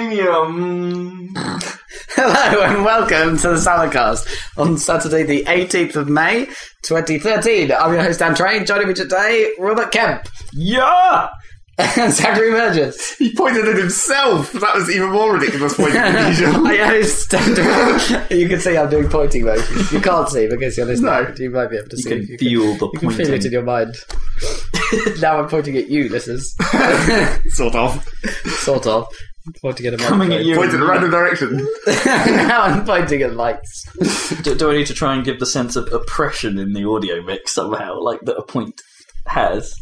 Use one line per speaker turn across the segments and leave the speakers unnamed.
Manium.
Hello and welcome to the Saladcast on Saturday, the 18th of May, 2013. I'm your host, Dan Train. Joining me today, Robert Kemp
Yeah!
and Zachary Burgess.
He pointed at himself. That was even more ridiculous pointing than usual.
I host. you can see I'm doing pointing motions. You can't see because you're listening.
No.
You might be able to see.
can
if
feel the
You can feel it
pointing.
in your mind. now I'm pointing at you, listeners.
sort of.
sort of. Pointing at a
Coming at
microphone.
you.
Pointed in the random direction.
now I'm pointing at lights.
Do, do I need to try and give the sense of oppression in the audio mix somehow, like that a point has?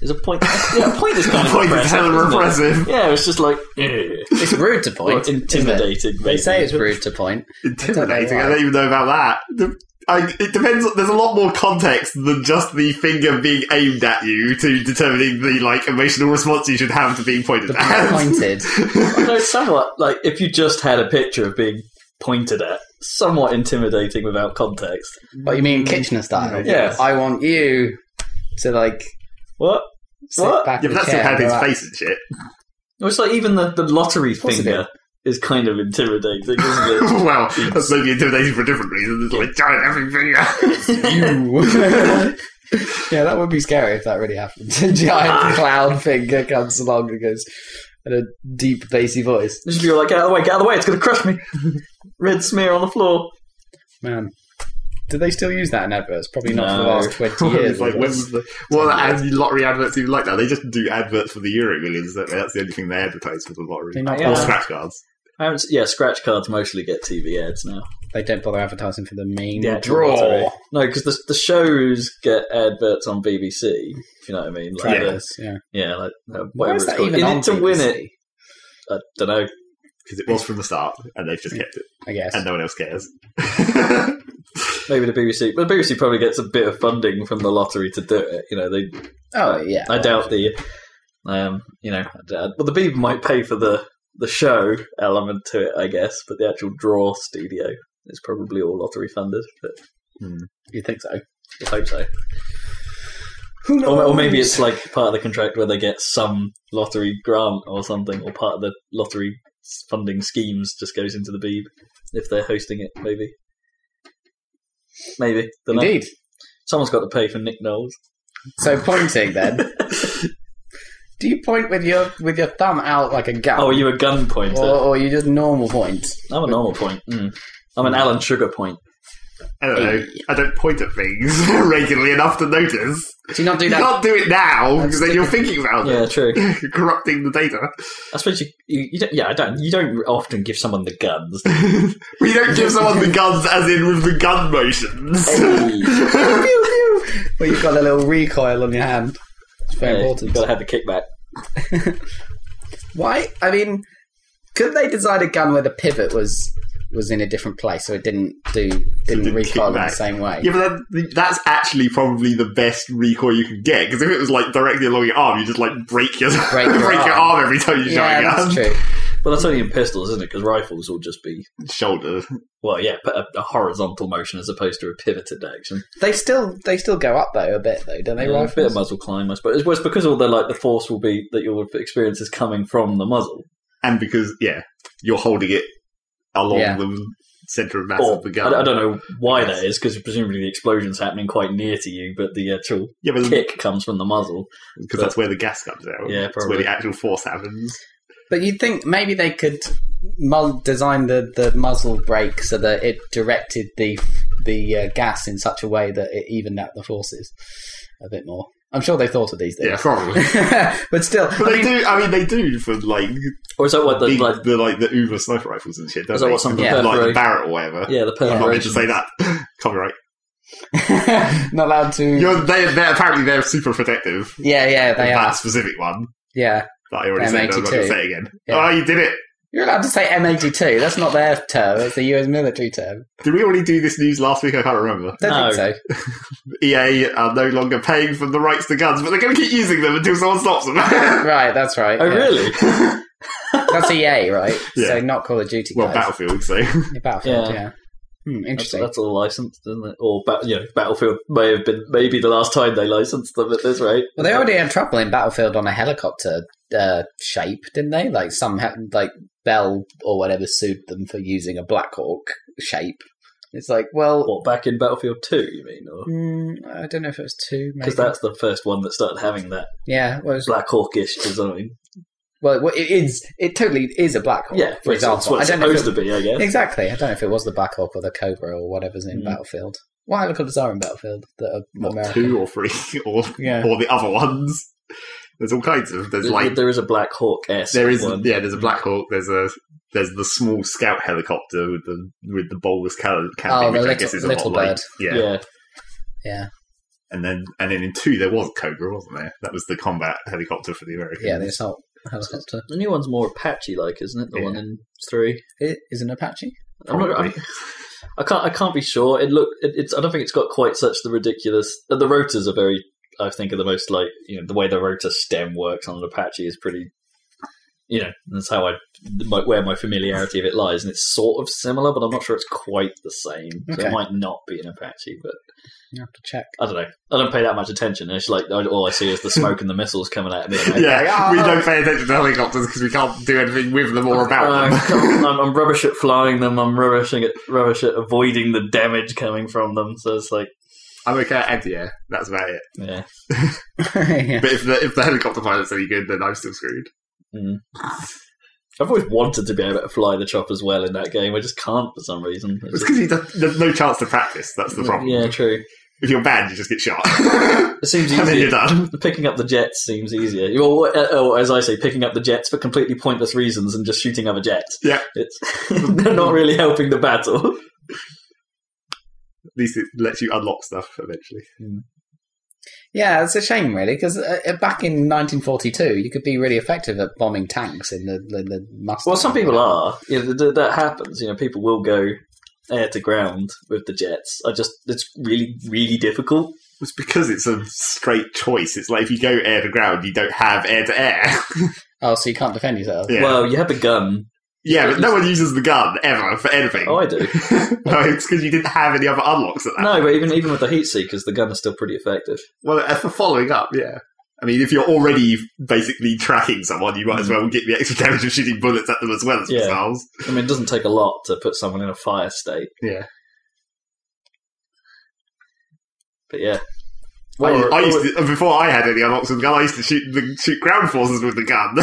Is a point? Yeah, a point is kind of
Point is
oppressive,
hella
isn't it?
repressive.
Yeah, it's just like eh.
It's rude to point.
Or intimidating,
isn't it? They say
maybe.
it's rude to point.
Intimidating.
I don't know why.
I don't even know about that. The- I, it depends. on- There's a lot more context than just the finger being aimed at you to determining the like emotional response you should have to being pointed at.
Pointed.
no, it's somewhat like if you just had a picture of being pointed at, somewhat intimidating without context.
What Oh, you
Mm.
mean Kitchener style?
Yes.
I want you to like
What?
sit
What?
back
Yeah,
in
but
the
that's still
chair.
had
and
his
relax.
face and shit.
It's like even the, the lottery
course it
finger is kind of intimidating, isn't it?
well, that's maybe intimidating for a different reason. It's like giant every finger.
yeah, that would be scary if that really happened. A
Ah.
giant clown finger comes along and goes in a deep bassy voice.
Just be like, get out of the way, get out of the way, it's going to crush me. Red smear on the floor.
Man. Do they still use that in adverts? Probably not
No.
for the last 20 years.
It's like, when was the- well, and lottery adverts even like that. They just do adverts for the Euro Millions. Don't they? That's the only thing they advertise for the lottery.
They not-
Or
Yeah.
scratch cards.
I haven't, s- yeah, scratch cards mostly get TV ads now.
They don't bother advertising for the main
The actual
draw.
lottery. No, because the, the shows get adverts on BBC, if you know what I mean. Like
Yeah.
Travis, yeah.
The, yeah, like uh,
Why
whatever
is
it's
that
called.
even
In
on
it to win
BBC?
it, I don't know.
Because it was from the start, and they've just kept it,
I guess.
and no one else cares.
Maybe the BBC, but the BBC probably gets a bit of funding from the lottery to do it. You know, they
Oh, yeah.
I doubt the, um, you know, I doubt- well, the Beeb might pay for the the show element to it, I guess, but the actual draw studio is probably all lottery funded. But
You think so?
I hope so,
Who
or, or maybe it's like part of the contract where they get some lottery grant or something, or part of the lottery s- funding schemes just goes into the Beeb if they're hosting it. Maybe, maybe. Dunno.
Indeed.
someone's got to pay for Nick Knowles.
So pointing then. Do you point with your with your thumb out like a gun?
Oh, are you a gun pointer?
or, or you just normal point?
I'm a normal point. Mm. I'm an Alan Sugar point.
I don't know. I don't point at things regularly enough to notice.
Do you not do
You
that?
can't do it now because then you're thinking about
Yeah, true.
it. You're corrupting the data.
I suppose you, you, you don't, yeah, I don't. You don't often give someone the guns.
We don't give someone the guns as in with the gun motions.
Pew, pew. well, you've got a little recoil on your hand. It's very
Yeah,
important.
You've got to have the kickback.
Why? I mean, could they design a gun where the pivot was was in a different place, so it didn't do didn't
didn't kick
recoil in the
back.
same way?
Yeah, but that, that's actually probably the best recoil you can get because if it was like directly along your arm, you just like break your break,
your
your
arm.
arm every time you
Yeah,
shot a
that's
gun.
true.
Well, that's only in pistols, isn't it? Because rifles will just be
Shoulder.
well, yeah, but a, a horizontal motion as opposed to a pivoted action.
They still they still go up though a bit though, don't they?
Yeah, a bit
rifles?
of muzzle climb, I suppose. Well, it's because all the like the force will be that you'll experience is coming from the muzzle
And because, yeah, you're holding it along
Yeah.
the center of mass
or
of the
I,
gun.
I don't know why
Yes.
that is because presumably the explosion's happening quite near to you, but the actual
Yeah, because
kick comes from the muzzle.
that's where the gas comes out.
Yeah,
That's where
probably.
the actual force happens.
But you'd think maybe they could mu- design the, the muzzle brake so that it directed the the uh, gas in such a way that it evened out the forces a bit more. I'm sure they thought of these
Yeah,
things.
probably.
but still,
But
I
they
mean,
do. I mean, they do for like
Or is that what the
big,
like?
the like the Uber sniper rifles and shit. Don't
Is that
they?
what some of the
Yeah.
like the
perfora-
Barrett or whatever.
Yeah, the
I'm not meant to
perforation.
say that. Copyright.
not allowed to.
You're, they, they're apparently they're super protective.
yeah, yeah, they
that
are.
specific one
Yeah,
that I already said. I was not going
M82.
to say it again.
Yeah.
Oh, you did it.
you're allowed to say M82. That's not their term. It's the US military term.
Did we already do this news last week? I can't remember.
Don't
No.
think so.
EA E are no longer paying for the rights to guns, but they're going to keep using them until someone stops them. well,
Right, that's right.
Oh,
yeah.
really?
That's EA, right?
Yeah.
So not Call of Duty. guys.
Battlefield. So
Yeah, Battlefield. Yeah.
Yeah.
Hmm,
That's,
interesting.
that's all licensed, isn't it? Or ba- you know, Battlefield may have been maybe the last time they licensed them at this rate.
Well, they already had trouble in Battlefield on a helicopter uh, shape, didn't they? Like some ha- like Bell or whatever sued them for using a Black Hawk shape. It's like, well,
What back in Battlefield Two? You mean, or
mm, I don't know if it was two. Maybe.
because that's the first one that started having that
yeah, well, it was
Black Hawkish design.
Well, well, it is. It totally is a black hawk.
Yeah,
for
it's- it's
example,
what
I
it's
don't know if
supposed
it,
to be, I guess.
exactly. I don't know if it was the black hawk or the cobra or whatever's in
Mm.
Battlefield. Why look at bizarre in Battlefield that are
What,
American?
two or three or
Yeah,
or the other ones. There's all kinds of there's
There-
like
there is a Black Hawk esque
there is
one.
yeah there's a Black Hawk there's a there's the small scout helicopter with the with the bulbous cannon
Oh, the
which I
little-
guess is a
little
lot like-
bird.
yeah.
yeah.
and then and then in two there was Cobra wasn't there that was the combat helicopter for the Americans
yeah. There's not helicopter.
The new one's more Apache like, isn't it? The
Yeah.
one in three.
It is an Apache.
I'm not, I,
Probably.
I can't. I can't be sure. It look. It, it's. I don't think it's got quite such the ridiculous. uh, The rotors are very. I think are the most like you know the way the rotor stem works on an Apache is pretty. You know that's how I my, where my familiarity of it lies, and it's sort of similar, but I'm not sure it's quite the same. So
Okay.
it might not be an Apache, but
You have to check.
I don't know. I don't pay that much attention. It's like I- all I see is the smoke and the missiles coming at me.
yeah
Yeah.
we don't pay attention to helicopters because we can't do anything with them
Oh,
or about
Uh,
them
I'm, I'm rubbish at flying them. I'm rubbish at rubbish at avoiding the damage coming from them. So it's like,
I'm okay at anti-air that's about it
yeah,
yeah.
but if the if the helicopter pilot's any good then I'm still screwed
I've always wanted to be able to fly the choppers well in that game. I just can't for some reason. It's
it's
just-
because there's no chance to practice that's the problem
yeah, true.
if you're bad you just get shot and
It seems
then you're
easier.
done
Picking up the jets seems easier. Or, or oh, as I say, picking up the jets for completely pointless reasons and just shooting other jets.
Yeah.
it's they're not really helping the battle.
at least it lets you unlock stuff eventually
yeah, it's a shame, really, because uh, uh, back in 1942, you could be really effective at bombing tanks in the the, the Mustang.
Well, some people are. You know, that, that happens. You know, people will go air to ground with the jets. I just, it's really, really difficult.
It's because it's a straight choice. It's like if you go air to ground, you don't have air to air.
Oh, so you can't defend yourself.
yeah.
Well, you have the gun.
yeah, but no one uses the gun ever for anything.
Oh, I do.
well, it's because you didn't have any other unlocks at that.
No, but even even with the heat seekers, the gun is still pretty effective.
Well, as for following up, yeah. I mean, if you're already basically tracking someone, you might as well get the extra damage of shooting bullets at them as well as
Mm. Yeah.
missiles.
I mean, it doesn't take a lot to put someone in a fire state.
Yeah.
But yeah,
I,
Or-
I used to, before I had any unlocks with the gun, I used to shoot the, shoot ground forces with the gun.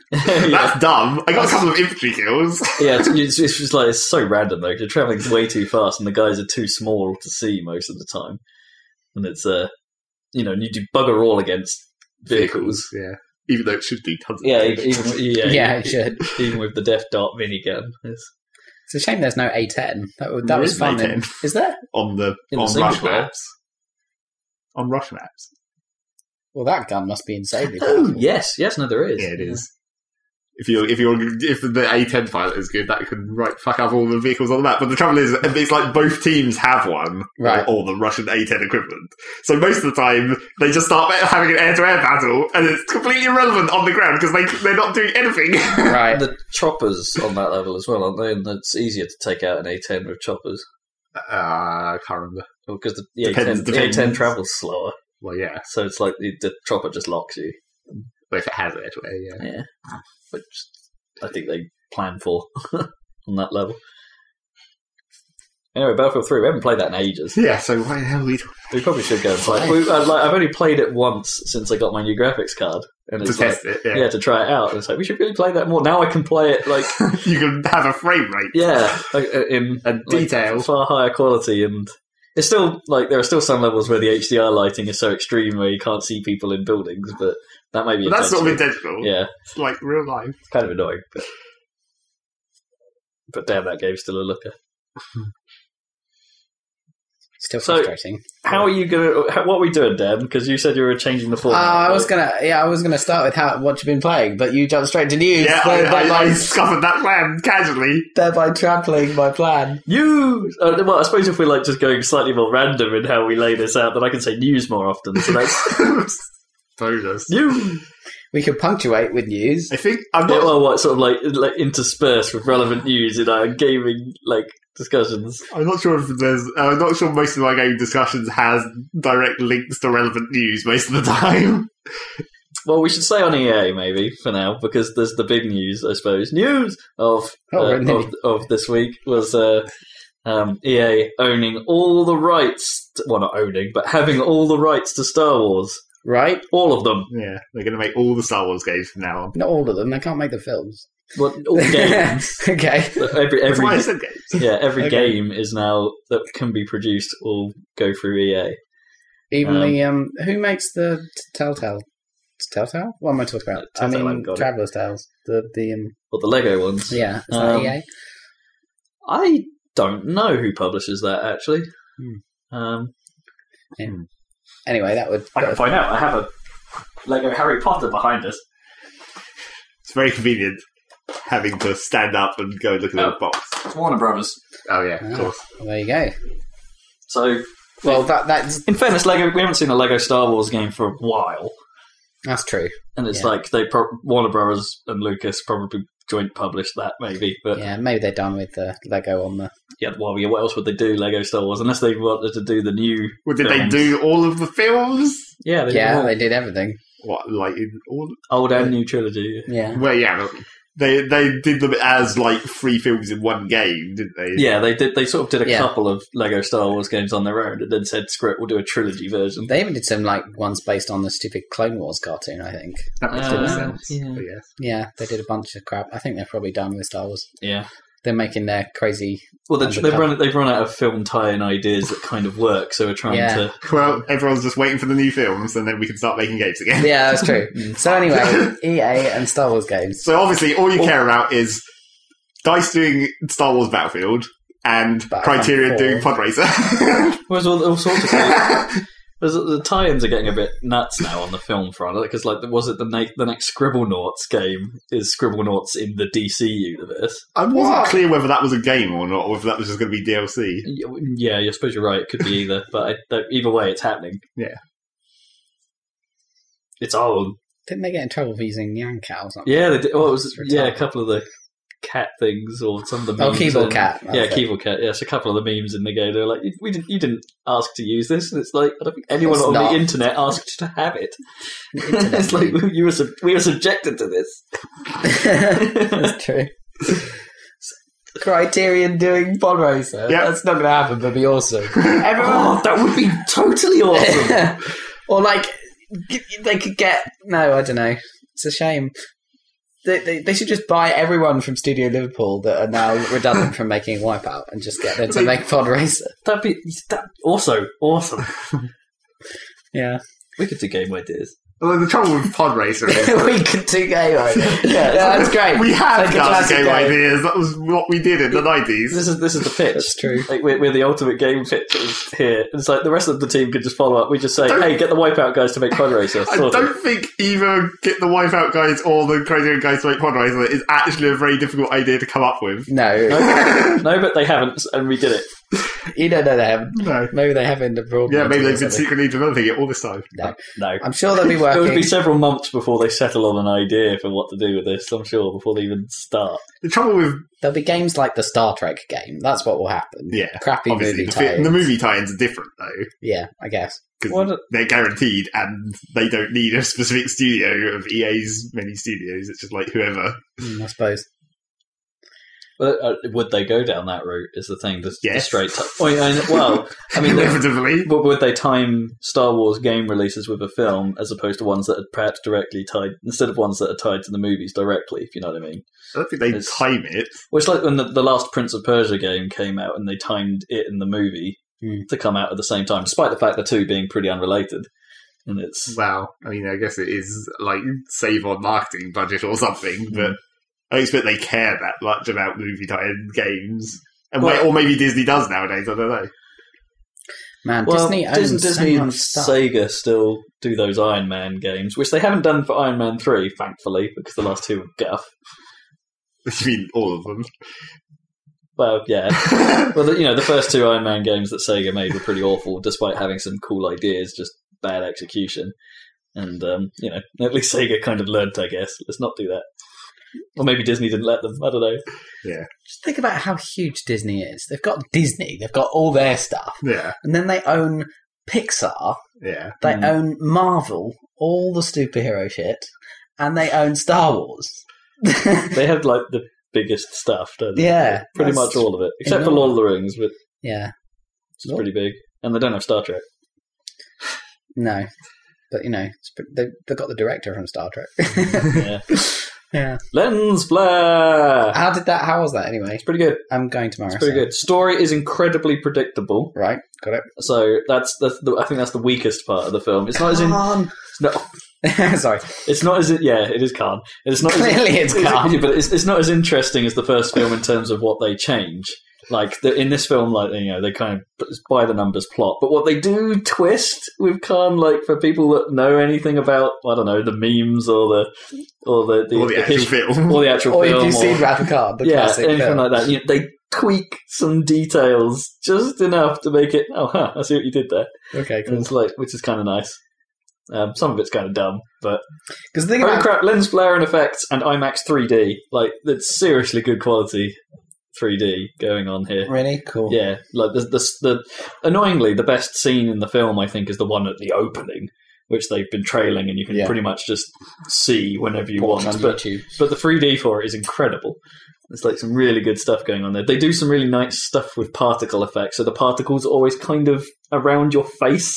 yeah,
That's dumb. I got a couple of infantry kills.
yeah. It's, it's, it's just like it's so random though. 'cause You're traveling way too fast, and the guys are too small to see most of the time. And it's uh, you know, and you do bugger all against vehicles.
yeah. Even though it should do tons of
Yeah, e-,
damage.
even, even- yeah,
Yeah,
even,
it should.
even with the Death Dart minigun. It's-
It's a shame there's no A10. That, would- that
There
was
is
fun.
an
in-
A10.
Is there?
on the
In the
on
single
rush
player.
maps. On rush maps,
Well, that gun must be insanely
Oh
powerful.
yes, yes, no, there is.
yeah, it is. If you if you're if the A10 pilot is good, that can right fuck up all the vehicles on the map. But the trouble is, it's like both teams have one,
Right.
Or, the Russian A10 equivalent. So most of the time, they just start having an air-to-air battle, and it's completely irrelevant on the ground because they they're not doing anything.
And
Right.
the choppers on that level as well, aren't they? And it's easier to take out an A10 with choppers
uh, I can't remember.
because the, the,
Depends-
A10, the
depends.
A10 travels slower,
Well, yeah,
so it's like the, the chopper just locks you.
well, if it has air-to-air, yeah.
Yeah, which I think they plan for on that level. Anyway, Battlefield 3, we haven't played that in ages.
Yeah, so why the hell are we
We probably should go and play it. We, I, like, I've only played it once since I got my new graphics card. And
to
it's like,
test it?
yeah. to try it out. And it's like we should really play that more. Now I can play it like
yeah, you can have a frame rate.
yeah, like, uh, in
and
like,
detail.
far higher quality, and it's still like there are still some levels where the HDR lighting is so extreme where you can't see people in buildings, but that may be
But that's sort of
intentional.
intentional.
yeah,
It's like real life.
it's kind of annoying, but but damn, that game's still a looker.
Still
So-
frustrating.
How are you gonna? How, what are we doing, Dan? Because you said you were changing the
Uh,
format.
I was
but-
gonna, yeah, I was gonna start with how what you've been playing, but you jumped straight to news,
Yeah, I,
thereby,
I, I discovered that plan casually.
thereby trampling my plan.
News. Uh, well, I suppose if we're like just going slightly more random in how we lay this out, then I can say news more often. So that's
Bonus.
news.
We could punctuate with news.
I think I'm
Yeah,
not.
well, what sort of like like interspersed with relevant news in our gaming like discussions.
I'm not sure if there's. I'm not sure most of my game discussions has direct links to relevant news most of the time.
Well, we should stay on EA maybe for now because there's the big news, I suppose. News of
Oh,
uh,
really?
of, of this week was uh, um, EA owning all the rights. To, well, not owning, but having all the rights to Star Wars,
right?
all of them.
Yeah, they're going to make all the Star Wars games from now on.
Not all of them. They can't make the films.
Well, all games.
okay.
every
That's why I
every
said games.
yeah every
Okay.
game is now that can be produced will go through E EA.
Even
Um,
the um, who makes the t- Telltale? It's Telltale? What am I talking about?
Telltale,
I
I've
mean,
got it.
Traveler's Tales. The the um,
Or the Lego ones.
yeah, is that
Um,
EA?
I don't know who publishes that actually.
Hmm.
Um,
Anyway, that would.
Hmm. I can find out. I have a Lego Harry Potter behind us.
It's very convenient having to stand up and go look at
Oh.
the box.
It's Warner Brothers.
Oh yeah, of
Ah,
course.
there you go.
So,
Well, that that's
in fairness, Lego we haven't seen a Lego Star Wars game for a while,
that's true.
and it's
Yeah.
like they pro- Warner Brothers and Lucas probably joint published that maybe. But yeah,
Yeah, maybe they're done with the Lego on the.
well, yeah, what else would they do? Lego Star Wars, unless they wanted to do the new.
Well, did they
films.
do all of the films?
Yeah, they
Yeah,
did
they did everything.
What like in all?
old and new trilogy.
Yeah,
Well, yeah, they they did them as like three films in one game, didn't they?
Yeah, they did. They sort of did a
Yeah.
couple of Lego Star Wars games on their own, and then said, "Script, we'll do a trilogy version."
they even did some like ones based on the stupid Clone Wars cartoon. I think.
that makes
Uh,
total sense.
yeah.
But yes.
Yeah, they did a bunch of crap. I think they're probably done with Star Wars.
Yeah.
They're making their crazy.
Well, they- they've
Undercover.
run they've run out of film tie-in ideas that kind of work, so we're trying
Yeah.
to.
Well, everyone's just waiting for the new films, and then we can start making games again.
Yeah, that's true.
Mm.
so anyway, EA and Star Wars games.
So obviously, all you care about is Dice doing Star Wars Battlefield and
Battlefront
Criterion doing Podracer.
Whereas all, all sorts of there's, the tie-ins are getting a bit nuts now on the film front because, like, was it the na- the next Scribblenauts game is Scribblenauts in the DC universe?
I wasn't
Wow.
clear whether that was a game or not, or whether that was just going to be DLC.
Y- Yeah, I suppose you're right. It could be either, but I, don't- either way, it's happening.
Yeah.
it's old.
Didn't they get in trouble for using Yankow or something?
Yeah, they did, well, it was
It's
yeah a
retarded.
couple of the cat things or some of the
Oh,
memes
Keyboard
and-
Cat. that's
yeah,
it.
Keyboard Cat. Yeah, so a couple of the memes in the game, they're like, "We didn't, you didn't ask to use this," and it's like, I don't think anyone
It's
on
not.
the internet asked to have it.
internet
it's like you were sub- we were subjected to this.
that's true. Criterion doing Podracer.
Yeah.
That's not going to happen, but it'd be awesome. Everyone.
Oh, that would be totally awesome.
or like g- they could get no, I don't know. It's a shame. They, they, they should just buy everyone from Studio Liverpool that are now redundant from making Wipeout and just get them to make Podracer.
That'd be that also awesome.
Yeah,
We could do game ideas.
Although the trouble with Podracer is
we could do game over. Yeah, that's great.
we have
Like a
done
classic
game
game.
ideas. That was what we did in the nineties.
This is this is the pitch.
That's true.
Like we're, we're the ultimate game pitchers here. It's like the rest of the team could just follow up. We just say, "Hey, get the wipeout guys to make fundraiser."
I
Sort of.
don't think either get the Wipeout guys or the Criterion guys to make Podracer is actually a very difficult idea to come up with.
No,
No, no, but they haven't, and we did it.
you don't know they haven't.
No.
Maybe they haven't the broad.
Yeah, maybe they've been secretly developing it all this time.
No,
I'm sure they'll be
It would be
working.
several months before they settle on an idea for what to do with this, I'm sure, before they even start.
The trouble with
There'll be games like the Star Trek game. That's what will happen.
yeah,
Crappy
obviously
movie
the, fi-
tie.
the movie tie-ins are different though
Yeah, I guess.
What
because
a-
they're guaranteed and they don't need a specific studio of EA's many studios. It's just like whoever.
Mm, I suppose.
But, uh, would they go down that route? Is the thing. The, the
Yes.
straight. T- oh, yeah, I know- well, I mean, they-
inevitably.
but would they time Star Wars game releases with a film as opposed to ones that are perhaps directly tied, instead of ones that are tied to the movies directly, if you know what I mean?
I don't think they
It's-
time it.
Well, it's like when the, the last Prince of Persia game came out and they timed it and the movie
Hmm.
to come out at the same time, despite the fact the two being pretty unrelated. And it's.
Well, I mean, I guess it is like save on marketing budget or something,
Hmm.
but I don't expect they care that much about movie tie-in games. And
Well-
may- or maybe Disney does nowadays. I don't know.
Man,
Well,
Disney owns
Disney, Disney
so
and
much stuff.
Sega still do those Iron Man games, which they haven't done for Iron Man 3, thankfully, because the last two were guff.
I mean, all of them.
Well, yeah. Well, the, you know, the first two Iron Man games that Sega made were pretty awful, despite having some cool ideas, just bad execution. And, um, you know, at least Sega kind of learned, I guess. Let's not do that. Or maybe Disney didn't let them. I don't know.
Just think about how huge Disney is. They've got Disney, they've got all their stuff,
yeah,
and then they own Pixar,
Yeah.
they
Mm.
own Marvel, all the superhero shit, and they own Star Wars.
They have like the biggest stuff, don't they?
Yeah,
pretty
that's
much all of it, except for
enormous.
Lord of the Rings, but
yeah,
which is pretty big. And they don't have Star Trek.
no, but you know, it's pre- they they got the director from Star Trek.
Yeah.
yeah,
Lens flare.
how did that? How was that anyway?
It's pretty good.
I'm going tomorrow.
It's pretty
so-
good. Story is incredibly predictable,
Right, got it.
so that's that's the I think that's the weakest part of the film. It's not as in
Ah.
no,
Khan. Sorry,
it's not as in, yeah, it is calm. It's not as
clearly it's Khan.
Yeah, but it's, it's not as interesting as the first film in terms of what they change. Like the, in this film, like you know, they kind of it's by the numbers plot, but what they do twist with Khan, like for people that know anything about, I don't know, the memes or the or the the,
Or the actual
his-
film.
or the actual
Or
film,
if you've
or-
seen Radical Khan, the
yeah,
classic
anything
film.
like that. You know, they tweak some details just enough to make it. Oh, huh, I see what you did there.
okay,
And
cool.
it's like, which is kind of nice. Um, some of it's kind of dumb, but
Because the thing
Holy
about
crap, lens flare and effects and IMAX 3D. Like, that's seriously good quality 3D going on here.
really cool.
Yeah, like the, the the annoyingly the best scene in the film I think is the one at the opening, which they've been trailing and you can
Yeah.
pretty much just see whenever you
Watch
want.
on
But
YouTube.
but the 3D for it is incredible. There's like some really good stuff going on there. They do some really nice stuff with particle effects, so the particles are always kind of around your face,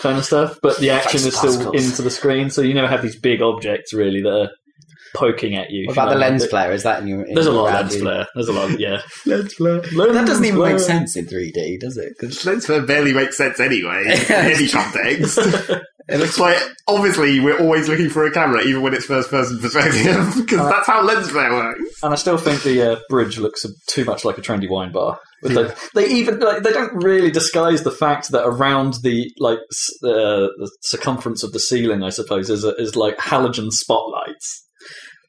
kind of stuff. But the action
Face
is still
particles.
into the screen, so you never have these big objects really that are poking at you.
What
if you
about the
know what I
lens
mean.
flare? Is that in your? in
There's a
your
lot of
round
lens
you-
flare. There's a lot, of, yeah.
Lens flare. That doesn't even make sense in 3D, does it? 'Cause
Lens flare barely makes sense anyway, in any context.
it looks
It's like, obviously, we're always looking for a camera, even when it's first person perspective, because
Uh,
that's how lens flare works.
And I still think the uh, bridge looks a- too much like a trendy wine bar. But they, they even like, they don't really disguise the fact that around the like s- uh, the circumference of the ceiling, I suppose, is is like halogen spotlights.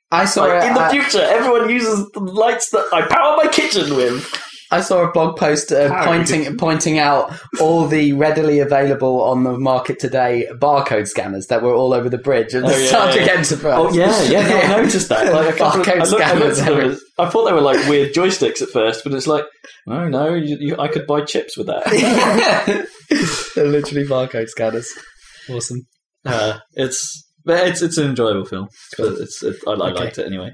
I saw
Like,
a,
in the
I-
future, everyone uses the lights that I power my kitchen with.
I saw a blog post uh,
Parody.
pointing pointing out all the readily available on the market today barcode scanners that were all over the bridge and
Oh,
the
yeah,
Subject
yeah.
Enterprise.
Oh yeah, yeah, no, I noticed that. Like, a couple of-
barcode
I, looked, I,
scanners.
looked at them as- I thought they were like weird joysticks at first, but it's like no, no, you, you, I could buy chips with that.
They're literally barcode scanners. Awesome.
Uh, it's but it's it's an enjoyable film. But it's it, I, I
Okay.
liked it anyway.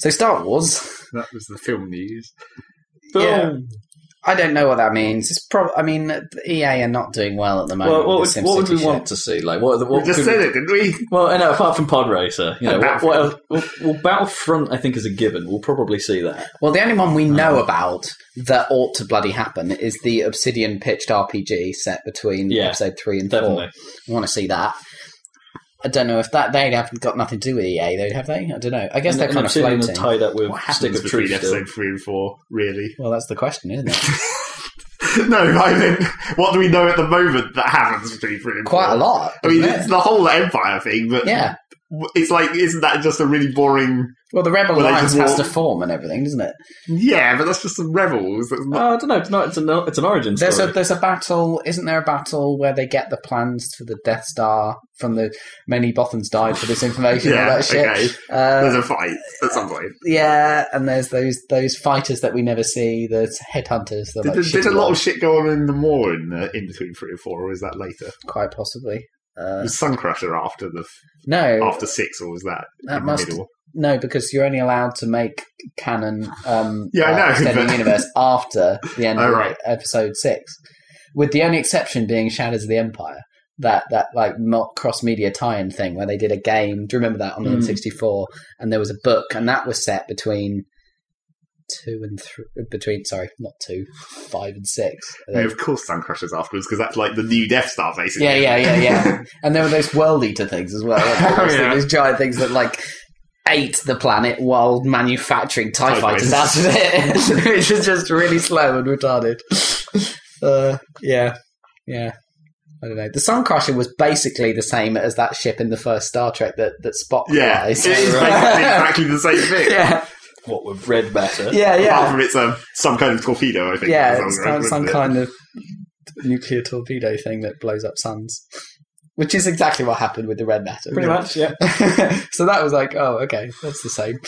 So Star Wars.
That was the film news.
Yeah. I don't know what that means. It's prob- I mean, the EA are not doing well at the moment.
Well, oh, what
with
would,
the
what would
SimCity
we
shit.
want to see? Like, what? are the-
We
what
just
could
said
we-
it, didn't we?
Well, I know, apart from Pod Racer, you know,
And
what, what else? Well, well, Battlefront, I think, is a given. We'll probably see that.
Well, the only one we know about that ought to bloody happen is the Obsidian pitched RPG set between
Yeah,
episode three and
Definitely.
four. I want to see that. I don't know if that they haven't got nothing to do with EA, though, have they? I don't know. I guess
And-
they're
and
kind of
Obsidian are
floating.
tied up with
What
Stick of
happens
Truth
between
still.
episode three and four, really?
Well, that's the question, isn't it?
no, I mean, what do we know at the moment that happens between three and
Quite
four?
a lot.
I mean,
isn't
it's
it?
the whole Empire thing, but
yeah.
it's like, isn't that just a really boring?
Well, the Rebel
Well, they
Alliance
just
has
want-
to form and everything, doesn't it?
Yeah, but that's just some rebels. That's not.
Oh, I don't know. It's not. It's an it's an origin story.
There's a there's a battle, isn't there? A battle where they get the plans for the Death Star from the many Bothans died for this information and all
yeah,
that shit.
okay.
Uh,
There's a fight at some point.
Yeah, and there's those those fighters that we never see, those headhunters. the,
Did,
like,
did a
shitty
lot of
ones,
shit go on in the war in, uh, in between three and four, or is that later?
quite possibly. Uh,
Was Suncrusher after the
no,
after six, or was that,
that
in
must
the middle?
no, because you're only allowed to make canon. Um,
Yeah, I
uh,
know,
extended
but-
universe after the end
Oh,
of
right.
episode six, with the only exception being Shadows of the Empire. That that like cross media tie-in thing where they did a game. Do you remember that on the
Mm.
N64? And there was a book, and that was set between two and three. Between sorry, not two, five and six. I
Yeah,
think.
of course, Suncrusher's afterwards because that's like the new Death Star, basically.
Yeah, yeah, yeah, yeah. and there were those world eater things as well.
Oh,
Those-
yeah.
Those giant things that like ate the planet while manufacturing TIE,
TIE
fighters out
fighters.
of it, which is just really slow and retarded. Uh, yeah, yeah. I don't know. The Sun Crusher was basically the same as that ship in the first Star Trek that that Spock
yeah. It's
flies.
basically exactly the same thing.
yeah,
what with red matter.
yeah,
Apart
yeah,
from it's um, some kind of torpedo, I think.
yeah.
or
It's
something,
kind of some
isn't it?
kind of nuclear torpedo thing that blows up suns, which is exactly what happened with the Red Matter.
Pretty much, yeah.
so that was like, oh, okay, that's the same.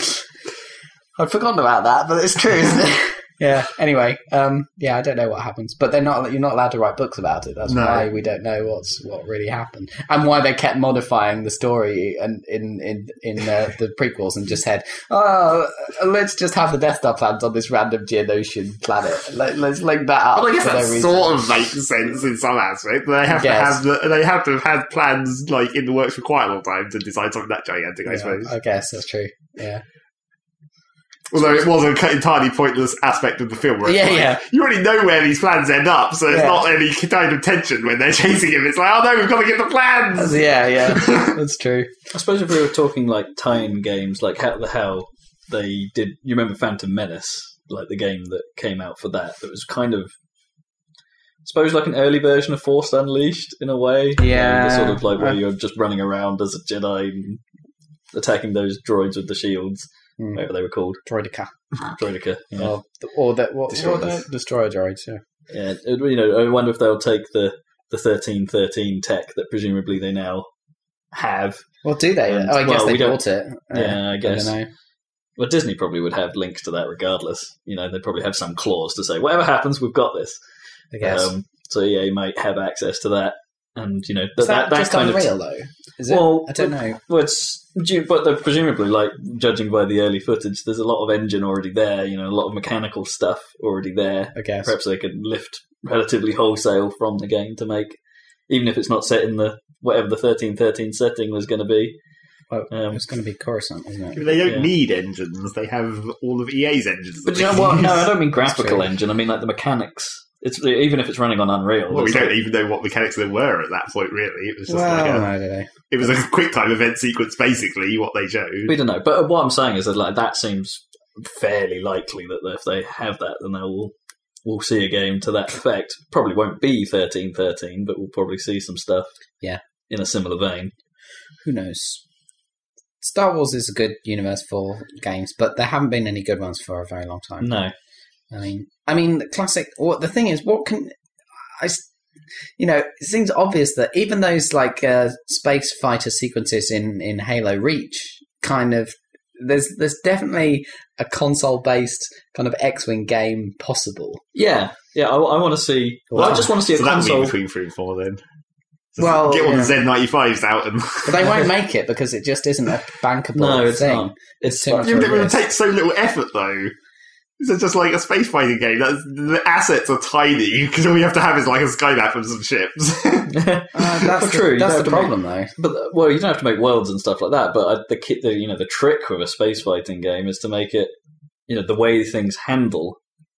I'd forgotten about that, but it's true, isn't it? yeah. Anyway, um, yeah, I don't know what happens, but they're not. You're not allowed to write books about it. That's
No.
why we don't know what's what really happened and why they kept modifying the story and in in in uh, the prequels and just said, oh, let's just have the Death Star plans on this random Geonosian planet. Let, let's link that up.
But I guess
for
that
no reason.
sort of makes sense in some aspect. They have to
Yes.
have the, they have to have had plans like in the works for quite a long time to design something that gigantic. I
Yeah,
suppose,
I guess that's true. Yeah.
although it was an entirely pointless aspect of the film. Where it's
Yeah,
like,
yeah.
You already know where these plans end up, so it's
Yeah.
not any kind of tension when they're chasing him. It's like, oh no, we've got to get the plans.
Yeah, yeah. That's true.
I suppose if we were talking like tie-in games, like how the hell they did. You remember Phantom Menace, like the game that came out for that. That was kind of, I suppose, like an early version of Force Unleashed in a way. You know, the
Yeah.
sort of like where you're just running around as a Jedi, and attacking those droids with the shields,
Mm.
whatever they were called,
Droidica.
droidica. Yeah.
Or, or that what
Destroyers.
what the- destroyer droids, yeah.
Yeah, it- you know, I wonder if they'll take the the thirteen thirteen tech that presumably they now have.
Well, do they?
And-
oh, I guess
well,
they
we don't-
bought it. Uh,
yeah, I
I don't
guess.
know.
Well, Disney probably would have links to that regardless. You know, they probably have some clause to say, whatever happens, we've got this.
I guess.
Um, so EA might have access to that, and you know that
Is that,
that,
just
kind
unreal,
of
though? Is it?
well,
I don't know.
Well, it's do- but they're presumably, like judging by the early footage, there's a lot of engine already there. You know, a lot of mechanical stuff already there.
I guess.
Perhaps they could lift relatively wholesale from the game to make, even if it's not set in the whatever the thirteen thirteen setting was going to be.
Well,
Um,
It's going to be Coruscant, isn't it?
They don't
Yeah.
need engines. They have all of EA's engines.
But
that
you know
they
what? No,
use.
I don't mean graphical
true.
engine. I mean like the mechanics. It's even if it's running on Unreal.
Well, we
it's
don't
like-
even know what mechanics there were at that point, really. It was just
Well,
like a,
I don't know.
it was a quick time event sequence, basically, what they showed.
we don't know. But what I'm saying is that like that seems fairly likely that if they have that, then they will we'll see a game to that effect. Probably won't be thirteen thirteen, but we'll probably see some stuff.
Yeah.
in a similar vein.
Who knows? Star Wars is a good universe for games, but there haven't been any good ones for a very long time.
No,
I mean, I mean, the classic. What the thing is, what can I? s- You know, it seems obvious that even those like uh, space fighter sequences in in Halo Reach, kind of, there's there's definitely a console based kind of X Wing game possible.
yeah, yeah. I, want to see. Well, I just want to see a
so that would be
console.
between three and four then. Just
Well,
get all
yeah.
the Z95s out and.
But they won't make it because it just isn't a bankable
No, it's
thing.
not. It's
Too much
Yeah,
of a
but it would
risk.
take so little effort, though. This is just like a space fighting game. That's, the assets are tiny because all you have to have is like a sky map and some ships.
Uh, that's
Well,
the,
true, you don't
That's the
have to
problem, though.
But uh, well, you don't have to make worlds and stuff like that. But uh, the, ki- the you know the trick with a space fighting game is to make it you know the way things handle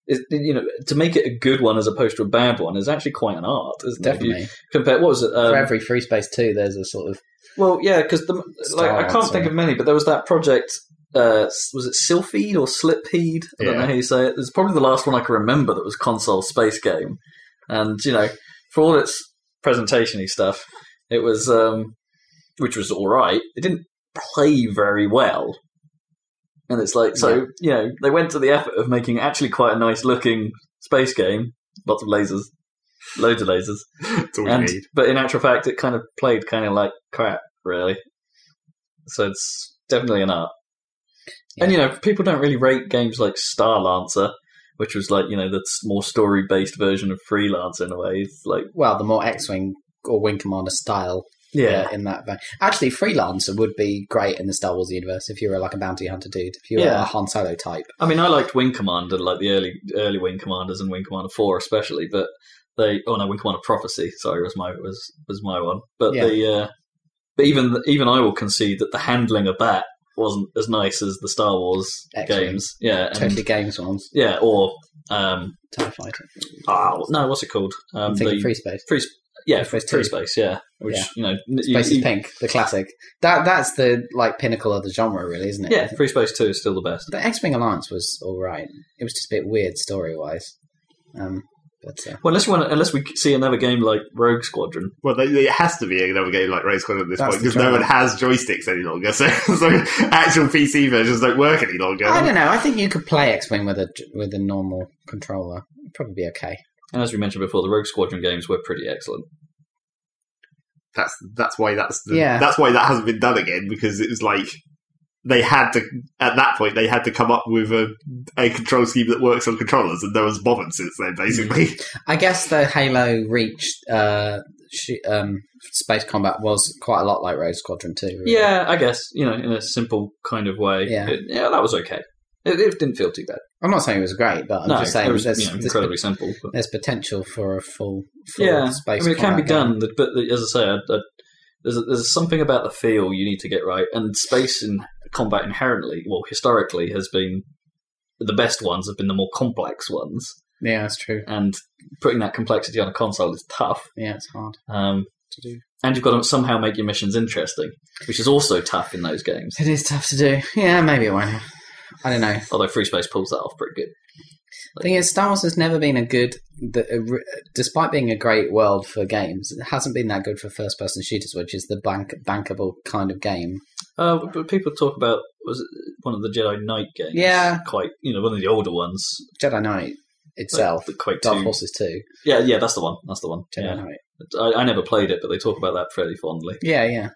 is you know to make it a good one as opposed to a bad one is actually quite an art, isn't it? If
Definitely.
you compare what was it? Um,
For every free space two, there's a sort of
well, yeah, because like I
Style,
can't
so-
think of many, but there was that project. Uh, s- was it Sylphied or Slipheed? I don't
Yeah.
know how you say it. It's probably the last one I can remember that was console space game, and you know, for all its presentation-y stuff, it was um, which was all right. It didn't play very well, and it's like so you know they went to the effort of making actually quite a nice-looking space game, lots of lasers, loads of lasers,
That's all you
and,
need.
but in actual fact, it kind of played kind of like crap, really. So it's definitely an art. And you know, people don't really rate games like Starlancer, which was like you know the s- more story-based version of Freelancer in a way. It's like
well, the more X Wing or Wing Commander style
yeah,
uh, in that vein. Actually, Freelancer would be great in the Star Wars universe if you were like a bounty hunter dude, if you were
Yeah.
a Han Solo type.
I mean, I liked Wing Commander, like the early early Wing Commanders and Wing Commander Four especially, but they oh no, Wing Commander Prophecy, sorry, was my was was my one. But
Yeah.
the uh, but even even I will concede that the handling of that wasn't as nice as the Star Wars
X-Wing.
games. Yeah, and-
Totally games ones.
yeah, or um,
TIE fighter.
oh, no, what's it called? Um,
I'm thinking
the-
free space.
free, sp- yeah, free
Free Space
space,
Two.
yeah, which
Yeah.
you know, n- you-
Space
you-
is pink, the classic. That that's the like pinnacle of the genre, really, isn't it?
yeah, free space two is still the best.
The X Wing Alliance was all right. It was just a bit weird story wise. Um, but uh,
Well, unless you want, unless we see another game like Rogue Squadron,
Well, they, it has to be another game like Race Quad at this
That's
point
the
because
joke.
no one has joysticks any longer. So, so actual PC versions don't work any longer.
I don't know. I think you could play X Wing with a with a normal controller. It'd probably be okay.
and as we mentioned before, the Rogue Squadron games were pretty excellent.
That's that's why that's the,
Yeah.
that's why that hasn't been done again because it was like they had to at that point they had to come up with a, a control scheme that works on controllers, and no one's bothered since then. Basically,
I guess the Halo Reach uh, sh- um, space combat was quite a lot like Rogue Squadron 2. really.
Yeah, I guess you know, in a simple kind of way.
Yeah.
It- yeah, that was okay. It, it didn't feel too bad.
I'm not saying it was great, but I'm
no,
just saying
it was
there's,
you know,
there's-
incredibly simple. But.
there's potential for a full, full
Yeah, I
space
mean, it can be
combat game.
done, but- but the- as I say, I, I, there's there's something about the feel you need to get right, and space in combat inherently, well, historically, has been the best ones have been the more complex ones,
Yeah, that's true.
and putting that complexity on a console is tough.
Yeah, it's hard
Um,
to do.
and you've got to somehow make your missions interesting, which is also tough in those games.
It is tough to do. Yeah, maybe it won't. I don't know.
Although Free Space pulls that off pretty good.
The thing is, Star Wars has never been a good, the, a re- despite being a great world for games, it hasn't been that good for first person shooters, which is the bank, bankable kind of game.
Uh, but people talk about was it one of the Jedi Knight games?
Yeah.
quite you know one of the older ones.
Jedi Knight
like
itself,
the Quake
Dark
Two.
Forces 2,
Yeah, yeah, that's the one. That's the one.
Jedi
Yeah.
Knight.
I, I never played it, but they talk about that fairly fondly.
Yeah, yeah.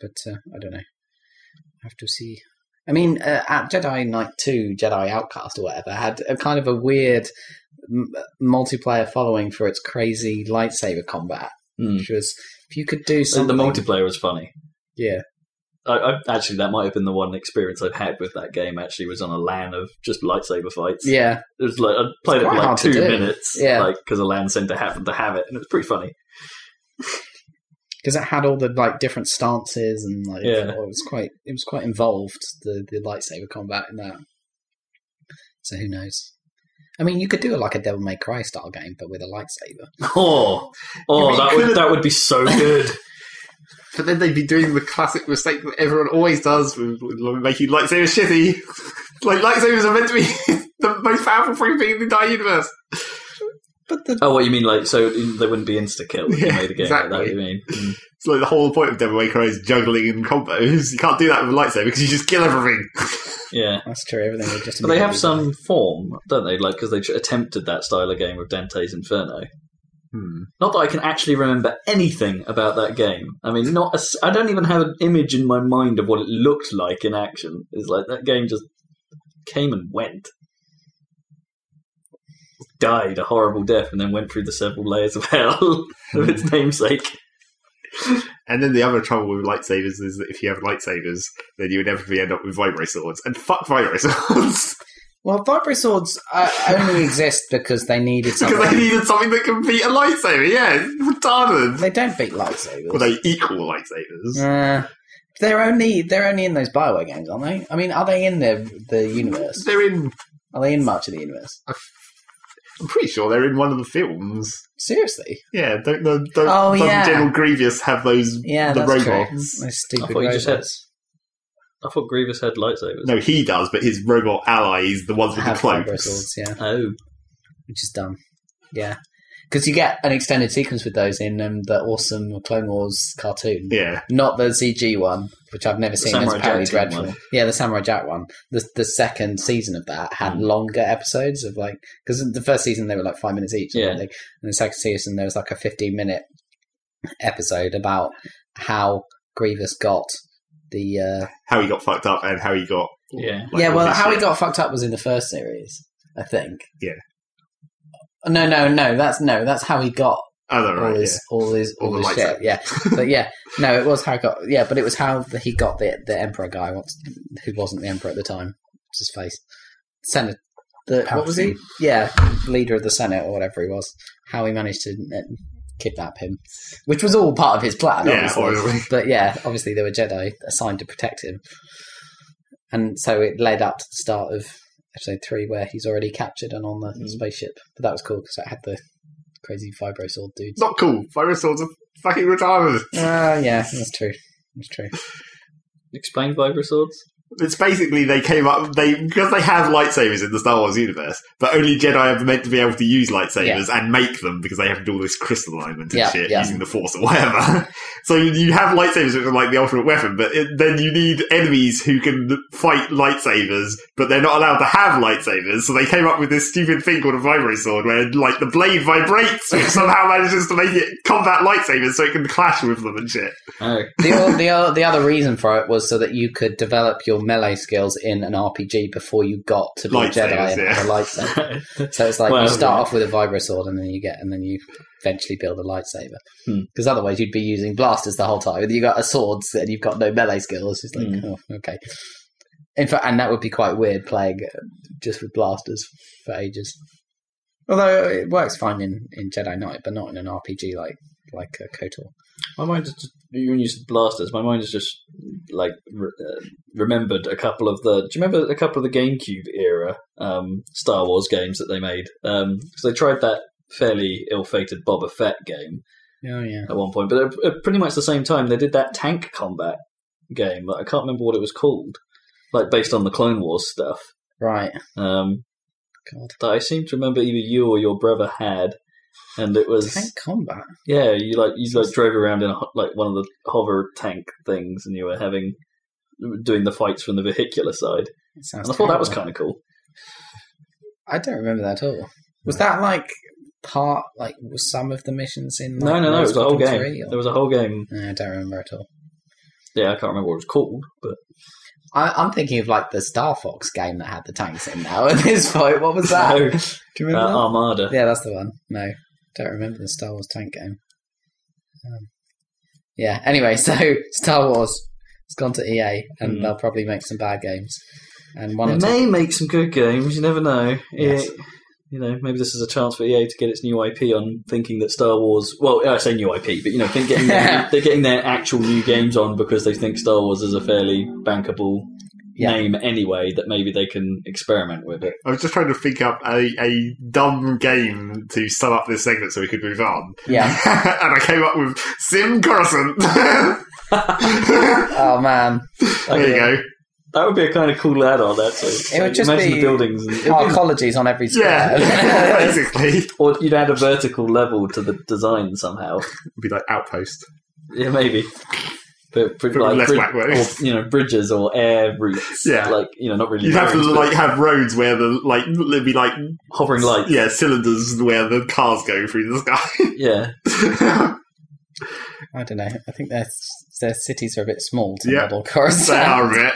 But uh, I don't know. Have to see. I mean, uh, at Jedi Knight 2, Jedi Outcast or whatever, had a kind of a weird m- uh, multiplayer following for its crazy lightsaber combat,
Hmm.
which was, if you could do
And the
something.
multiplayer was funny.
Yeah.
I, I, actually, that might have been the one experience I've had with that game. Actually, was on a LAN of just lightsaber fights.
Yeah.
it was like I played it
quite
for
hard
like two
to do.
minutes.
Yeah.
like because a LAN centre happened to have it, and it was pretty funny.
Because it had all the like different stances and like
Yeah.
it was quite it was quite involved the the lightsaber combat in that. So who knows? I mean, you could do it like a Devil May Cry style game, but with a lightsaber.
Oh,
You
oh,
mean
that
could've-
would that would be so good.
but then they'd be doing the classic mistake that everyone always does with, with making lightsabers shitty. like lightsabers are meant to be the most powerful free thing in the entire universe.
But the
oh, what you mean? Like so they wouldn't be insta kill if you
Yeah,
made a game like
exactly.
that. You mean? Mm.
It's like the whole point of Devil May Cry is juggling and combos. You can't do that with a lightsaber because you just kill everything.
Yeah.
that's true. Everything would just.
But they have
immediately-
some form, don't they? Like because they tr- attempted that style of game with Dante's Inferno.
Hmm.
Not that I can actually remember anything about that game. I mean, not a s- I don't even have an image in my mind of what it looked like in action. It's like that game just came and went, died a horrible death, and then went through the several layers of hell of its namesake.
And then the other trouble with lightsabers is that if you have lightsabers, then you would inevitably end up with vibro swords. And fuck vibro swords
Well, vibro swords uh, only exist because they needed something.
because they
they,
needed something that can beat a lightsaber. Yeah, it's retarded.
don't beat lightsabers.
Well, they equal lightsabers.
Uh, they're only they're only in those Bioware games, aren't they? I mean, are they in the the universe?
They're in.
Are they in March of the Universe?
I'm pretty sure they're in one of the films.
Seriously?
Yeah, don't the don't,
Oh,
doesn't
yeah.
General Grievous have those?
Yeah,
the
that's
robots.
true. Those
I
stupid
thought you
robots.
just had. I thought Grievous had lightsabers.
No, he does, but his robot allies, the ones with the
have vibro
cloaks.
swords, yeah,
Oh,
which is dumb. Yeah, because you get an extended sequence with those in um, the awesome Clone Wars cartoon.
Yeah,
Not the CG one, which I've never seen. It's
Samurai
apparently
Jack
dreadful.
one.
Yeah, the Samurai Jack one. The the second season of that had
Mm.
longer episodes of like because the first season they were like five minutes each.
Yeah.
and the second season there was like a fifteen minute episode about how Grievous got the uh,
how he got fucked up and how he got.
Yeah.
like,
yeah,
all
well,
this
how he
shit.
got fucked up was in the first series, I think.
Yeah.
No, no, no. That's no. That's how he got
Oh, no,
all
right,
his, all his, all,
All the
his shit.
lightsaber.
Yeah, but yeah, no, it was how he got. Yeah, but it was how the, he got the the emperor guy, what's- who wasn't the emperor at the time. What's his face? Senate. The, what was he? Yeah, leader of the Senate or whatever he was. How he managed to uh, kidnap him, which was all part of his plan.
Yeah,
obviously.
obviously.
But yeah, obviously there were Jedi assigned to protect him, and so it led up to the start of episode three where he's already captured and on the
Mm-hmm.
Mm.
spaceship. But that was cool because it had the crazy vibro sword dudes.
It's not cool. Vibro swords are fucking retarded.
Ah, yeah, that's true. That's true.
explain vibra swords.
It's basically they came up they because they have lightsabers in the Star Wars universe, but only Jedi are meant to be able to use lightsabers and make them because they have to do all this crystal alignment and
Yeah,
shit
yeah.
using the Force or whatever. so you have lightsabers which are like the ultimate weapon, but it, then you need enemies who can fight lightsabers, but they're not allowed to have lightsabers. So they came up with this stupid thing called a vibro sword, where like the blade vibrates, which somehow manages to make it combat lightsabers so it can clash with them and shit.
Oh,
The, o- the, o- the other reason for it was so that you could develop your your melee skills in an RPG before you got to be a Jedi
Lightsabers,
and
yeah.
have a lightsaber.
Oh.
So it's like
Well,
you start
yeah.
off with a vibrosword and then you get and then you eventually build a lightsaber.
Hmm.
Because otherwise you'd be using blasters the whole time. You got a sword and you've got no melee skills. It's like
Hmm.
oh, okay. In fact, and that would be quite weird playing uh, just with blasters for ages. Although it works fine in, in Jedi Knight, but not in an RPG like like uh, KOTOR.
My mind is just, when you said blasters, my mind is just like re- uh, remembered a couple of the. Do you remember a couple of the GameCube era um, Star Wars games that they made? Because they tried that fairly ill-fated Boba Fett game
Oh yeah.
at one point, but at, at pretty much the same time they did that tank combat game. That I can't remember what it was called, like based on the Clone Wars stuff.
Right.
Um,
God.
that I seem to remember either you or your brother had, and it was
Tank combat.
yeah, you like you like drove around in a, ho- like one of the hover tank things, and you were having doing the fights from the vehicular side.
It sounds
And I thought that was
terrible.
kind of cool.
I don't remember that at all. Was that like part like was some of the missions in?
No,
Like,
no, no, it
Rogue
was a whole
Squadron
game.
3 or-
There was a whole game.
No, I don't remember at all.
Yeah, I can't remember what it was called, but
I, I'm thinking of like the Star Fox game that had the tanks in now. At this point, what was that?
No.
Do you
uh,
remember?
Armada.
that? Yeah, that's the one. No, don't remember the Star Wars tank game. Um, yeah. Anyway, so Star Wars has gone to EA, and
Hmm.
they'll probably make some bad games. And one
They
or two.
may make some good games. You never know.
Yes.
EA you know, maybe this is a chance for EA to get its new IP on, thinking that Star Wars. Well, I say new IP, but you know, think getting their, they're getting their actual new games on because they think Star Wars is a fairly bankable
Yeah.
name anyway. That maybe they can experiment with it.
I was just trying to think up a, a dumb game to sum up this segment so we could move on.
Yeah.
and I came up with Sim Coruscant.
Oh man.
there you go.
That would be a kind of cool add-on, actually.
It would just
Imagine
be-
the buildings, and,
Arcologies on every square.
Yeah, basically. It'd
or you'd add a vertical level to the design somehow.
be like Outpost.
Yeah, maybe. But, but
But
like
less
brid-
wackos.
or you know, bridges or air routes.
Yeah.
like you know, not really.
You'd have to
roads, but
like have roads where the like there'd be like
hovering lights.
yeah cylinders where the cars go through the
yeah.
sky.
I don't know. I think their their cities are a bit small to
Yeah.
model
they
Coruscant,
are it.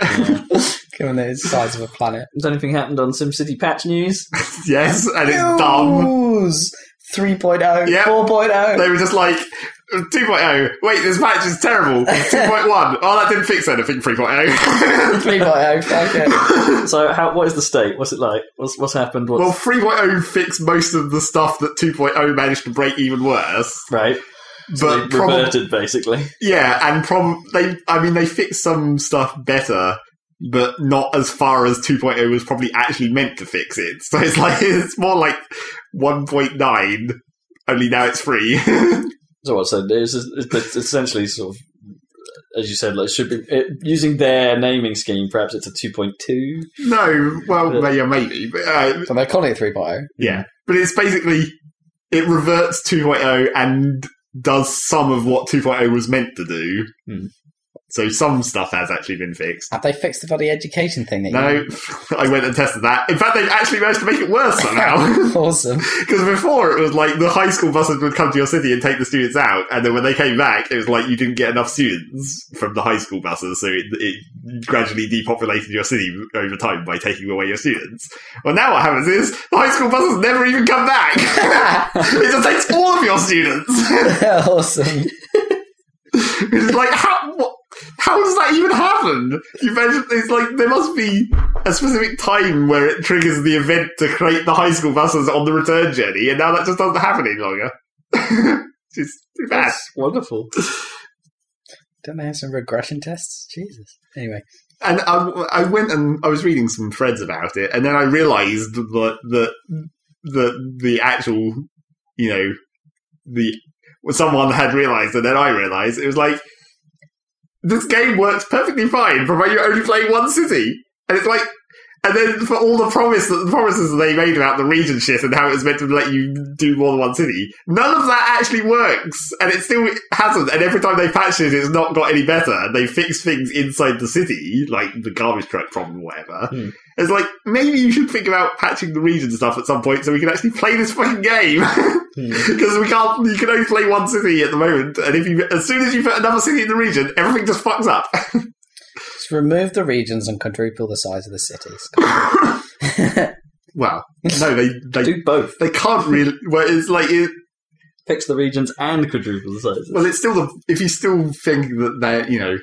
given that it's the size of a planet.
Has anything happened on SimCity patch news?
yes, and it's dumb.
News! oh, 3.0,
Yeah.
4.0.
They were just like 2.0. Wait, this match is terrible. 2.1. Oh, that didn't fix anything. oh. 3.0.
3.0, fuck it.
So, how, what is the state? What's it like? What's what's happened? What's,
well, 3.0 fixed most of the stuff that 2.0 managed to break even worse.
right, they
But probably
reverted basically.
Yeah, and prob they I mean they fixed some stuff better, but not as far as 2.0 was probably actually meant to fix it. So it's like it's more like 1.9 only now it's free.
So what? So it's, it's it's essentially sort of. As you said, like should be it, using their naming scheme. Perhaps it's a two point two.
no, well,
Yeah.
may- yeah, maybe, but uh,
So they're calling it oh. 3.0.
yeah, but it's basically it reverts 2.0 and does some of what 2.0 was meant to do.
Hmm.
So some stuff has actually been fixed.
Have they fixed the bloody education thing that
No, I went and tested that. In fact, they've actually managed to make it worse somehow.
you Awesome.
Because before it was like the high school buses would come to your city and take the students out, and then when they came back, it was like you didn't get enough students from the high school buses, so it, it gradually depopulated your city over time by taking away your students. Well, now what happens is the high school buses never even come back. it just takes all of your students.
awesome.
It's like how what, how does that even happen? You mentioned it's like there must be a specific time where it triggers the event to create the high school buses on the return journey, and now that just doesn't happen any longer. It's just too bad.
That's wonderful.
Don't they have some regression tests? Jesus. Anyway.
And I, I went and I was reading some threads about it, and then I realised that that the the actual you know the someone had realised, and then I realised it was like this game works perfectly fine, provided you only play one city, and it's like. And then for all the promise the promises they made about the region shit and how it was meant to let you do more than one city, none of that actually works, and it still hasn't. And every time they patch it, it's not got any better. And they fix things inside the city, like the garbage truck problem, or whatever.
Hmm.
It's like maybe you should think about patching the region stuff at some point so we can actually play this fucking game.
Hmm.
Because we can't, you can only play one city at the moment, and if you, as soon as you put another city in the region, everything just fucks up.
It's Just remove the regions and quadruple the size of the cities.
well, no, they they,
Do both.
they can't really. Well, it's like it,
Fix the regions and quadruple the sizes.
well, it's still the if you still think that they're you know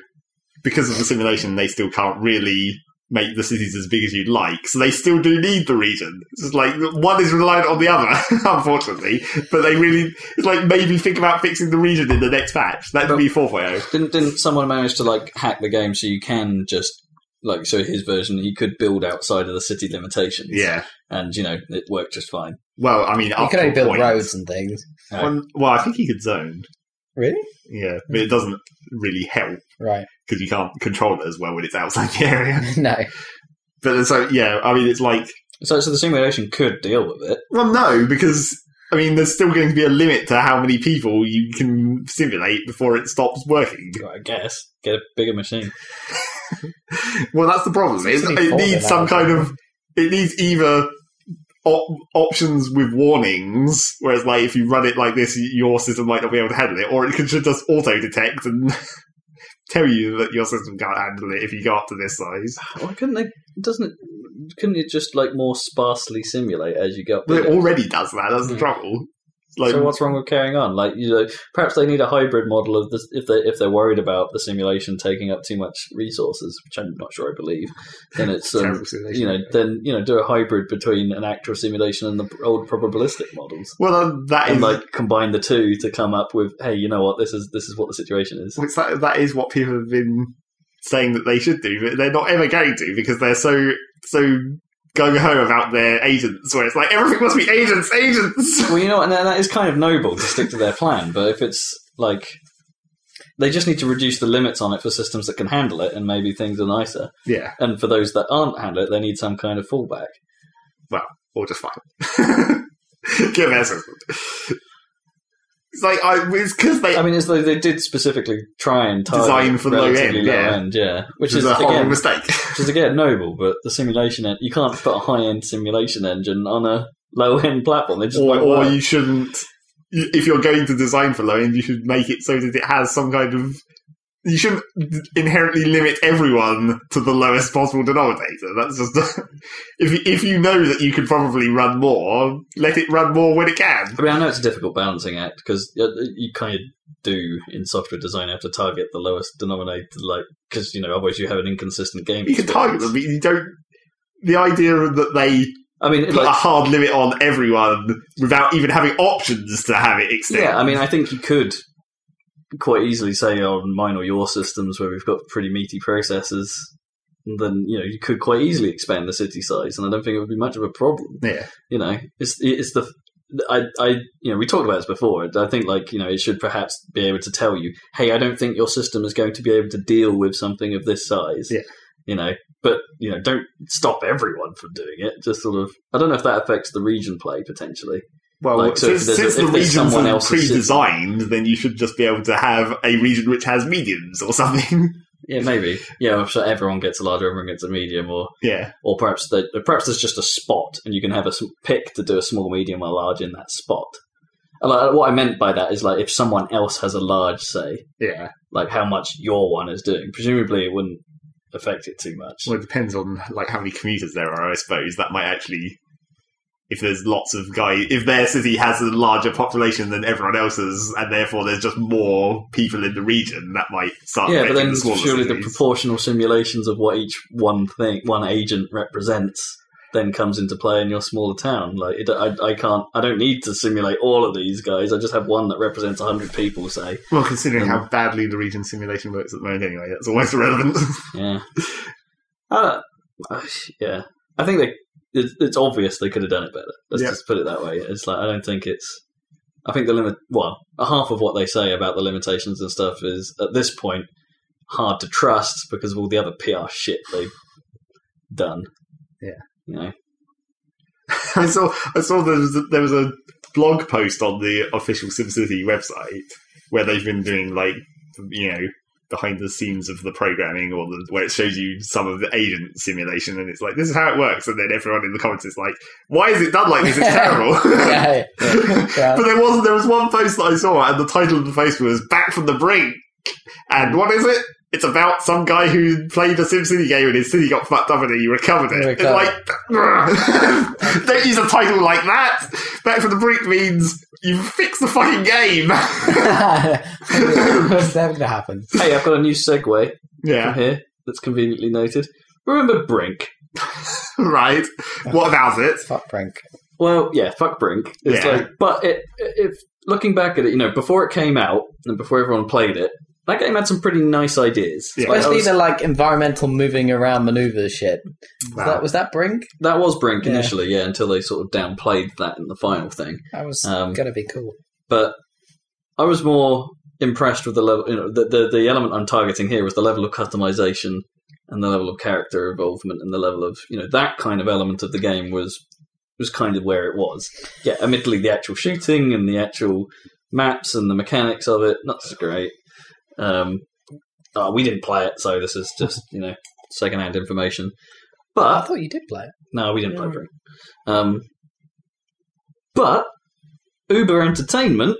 because of the simulation they still can't really make the cities as big as you'd like, so they still do need the region. It's just like one is reliant on the other, unfortunately. But they really it's like maybe think about fixing the region in the next patch. That'd
But-
be four point oh.
Didn't didn't someone manage to like hack the game so you can just like so his version he could build outside of the city limitations.
Yeah.
And you know, it worked just fine.
Well, I mean,
you
up
can
to
only
a
build
point.
roads and things.
One- well, I think he could zone.
Really?
Yeah, but it doesn't really help
Right.
because you can't control it as well when it's outside the area.
no.
But so yeah, I mean, it's like
So so the simulation could deal with it.
well, no, because I mean, there's still going to be a limit to how many people you can simulate before it stops working.
I guess. Get a bigger machine.
Well, that's the problem. It,
It's only
it
four
needs
now,
some kind
isn't
of it needs either op- options with warnings, whereas like if you run it like this, your system might not be able to handle it, or it could just auto detect and. Tell you that your system can't handle it if you go up to this size.
Why couldn't they doesn't it couldn't it just like more sparsely simulate as you go up?
Well,
the
it already does that. That's the
Mm.
trouble. Like,
so what's wrong with carrying on? Like you know, perhaps they need a hybrid model of this if they if they're worried about the simulation taking up too much resources, which I'm not sure I believe. Then it's um,
terrible simulation.
you know then you know do a hybrid between an actual simulation and the old probabilistic models,
well, uh, that
and
is
like combine the two to come up with hey, you know what this is this is what the situation is.
Which that, that is what people have been saying that they should do, but they're not ever going to because they're so so gung ho about their agents. Where it's like everything must be agents, agents.
Well, you know, what, and that that is kind of noble to stick to their plan, but if it's like they just need to reduce the limits on it for systems that can handle it, and maybe things are nicer.
yeah,
And for those that aren't handle it, they need some kind of fallback.
or just fine. Give us. It's like I, it's because they
I mean, as though they did specifically try and target
Design for low
relatively
end, yeah.
end, yeah, which
which
is
is a horrible
again, which
mistake.
is again noble, but the simulation en- you can't put a high end simulation engine on a low end platform. They just
or,
won't
or
work.
you shouldn't. If you're going to design for low end, you should make it so that it has some kind of. You shouldn't inherently limit everyone to the lowest possible denominator. That's just if you, if you know that you could probably run more, let it run more when it can.
I mean, I know it's a difficult balancing act because you kind of do in software design have to target the lowest denominator, like because you know otherwise you have an inconsistent game.
You can target
experience.
them, but you don't. The idea that they
I mean,
put a
like,
hard limit on everyone without even having options to have it extend.
yeah, I mean, I think you could quite easily say on mine or your systems where we've got pretty meaty processors, then you know you could quite easily expand the city size, and I don't think it would be much of a problem.
yeah.
You know, it's it's the I, I, you know, we talked about this before. I think, like, you know, it should perhaps be able to tell you, hey, I don't think your system is going to be able to deal with something of this size.
Yeah.
You know, but you know, don't stop everyone from doing it. Just sort of, I don't know if that affects the region play potentially.
Well,
Like, so if
since,
there's a-
since
if
the
there's
regions
someone
are
else's system-
pre-designed, then you should just be able to have a region which has mediums or something.
Yeah, maybe. Yeah, so everyone gets a large, everyone gets a medium, or
yeah,
or perhaps they, perhaps there's just a spot, and you can have a s- pick to do a small, medium, or large in that spot. And like, what I meant by that is like if someone else has a large, say,
yeah.
like how much your one is doing, presumably it wouldn't affect it too much.
Well, it depends on like how many commuters there are. I suppose that might actually, if there's lots of guys, if their city has a larger population than everyone else's, and therefore there's just more people in the region, that might start.
yeah, but
affecting
then
the smaller
surely the
cities.
proportional simulations of what each one thing, one agent represents, then comes into play in your smaller town. Like it, I, I can't, I don't need to simulate all of these guys. I just have one that represents hundred people, say.
well, considering
Um,
how badly the region simulation works at the moment, anyway, that's almost irrelevant.
Yeah. Uh, yeah. I think they. It's, it's obvious they could have done it better. Let's
Yeah.
just put it that way. It's like I don't think it's. I think the limit. Well, half of what they say about the limitations and stuff is at this point hard to trust because of all the other PR shit they've done.
Yeah.
You know.
I saw I saw there was a, there was a blog post on the official SimCity website where they've been doing like you know behind the scenes of the programming or the, where it shows you some of the agent simulation and it's like this is how it works and then everyone in the comments is like why is it done like this it's terrible
Yeah. yeah.
but there was there was one post that I saw and the title of the post was back from the brink and what is it It's about some guy who played a SimCity game and his city got fucked up and then he recovered it. It's like, don't use a title like that. Back from the Brink means you fix the fucking game.
it's never going to happen.
Hey, I've got a new segue from
yeah,
here that's conveniently noted. Remember Brink?
right. What about it?
Fuck Brink.
Well, yeah, fuck Brink. It's
Yeah.
like, but it, if looking back at it, you know, before it came out and before everyone played it, that game had some pretty nice ideas.
Yeah.
Like, that,
Especially
was,
the uh, like environmental moving around maneuvers shit. Was
Wow.
that was that Brink?
that was Brink
Yeah.
initially, yeah, until they sort of downplayed that in the final thing.
That was
Um,
gonna be cool.
But I was more impressed with the level. You know, the, the the element I'm targeting here was the level of customization and the level of character involvement and the level of you know that kind of element of the game was was kind of where it was. Yeah, admittedly, the actual shooting and the actual maps and the mechanics of it not so great. Um, oh, we didn't play it, so this is just you know secondhand information.
I
But
thought you did play it.
no, we didn't play
No.
Brink. Um, but Uber Entertainment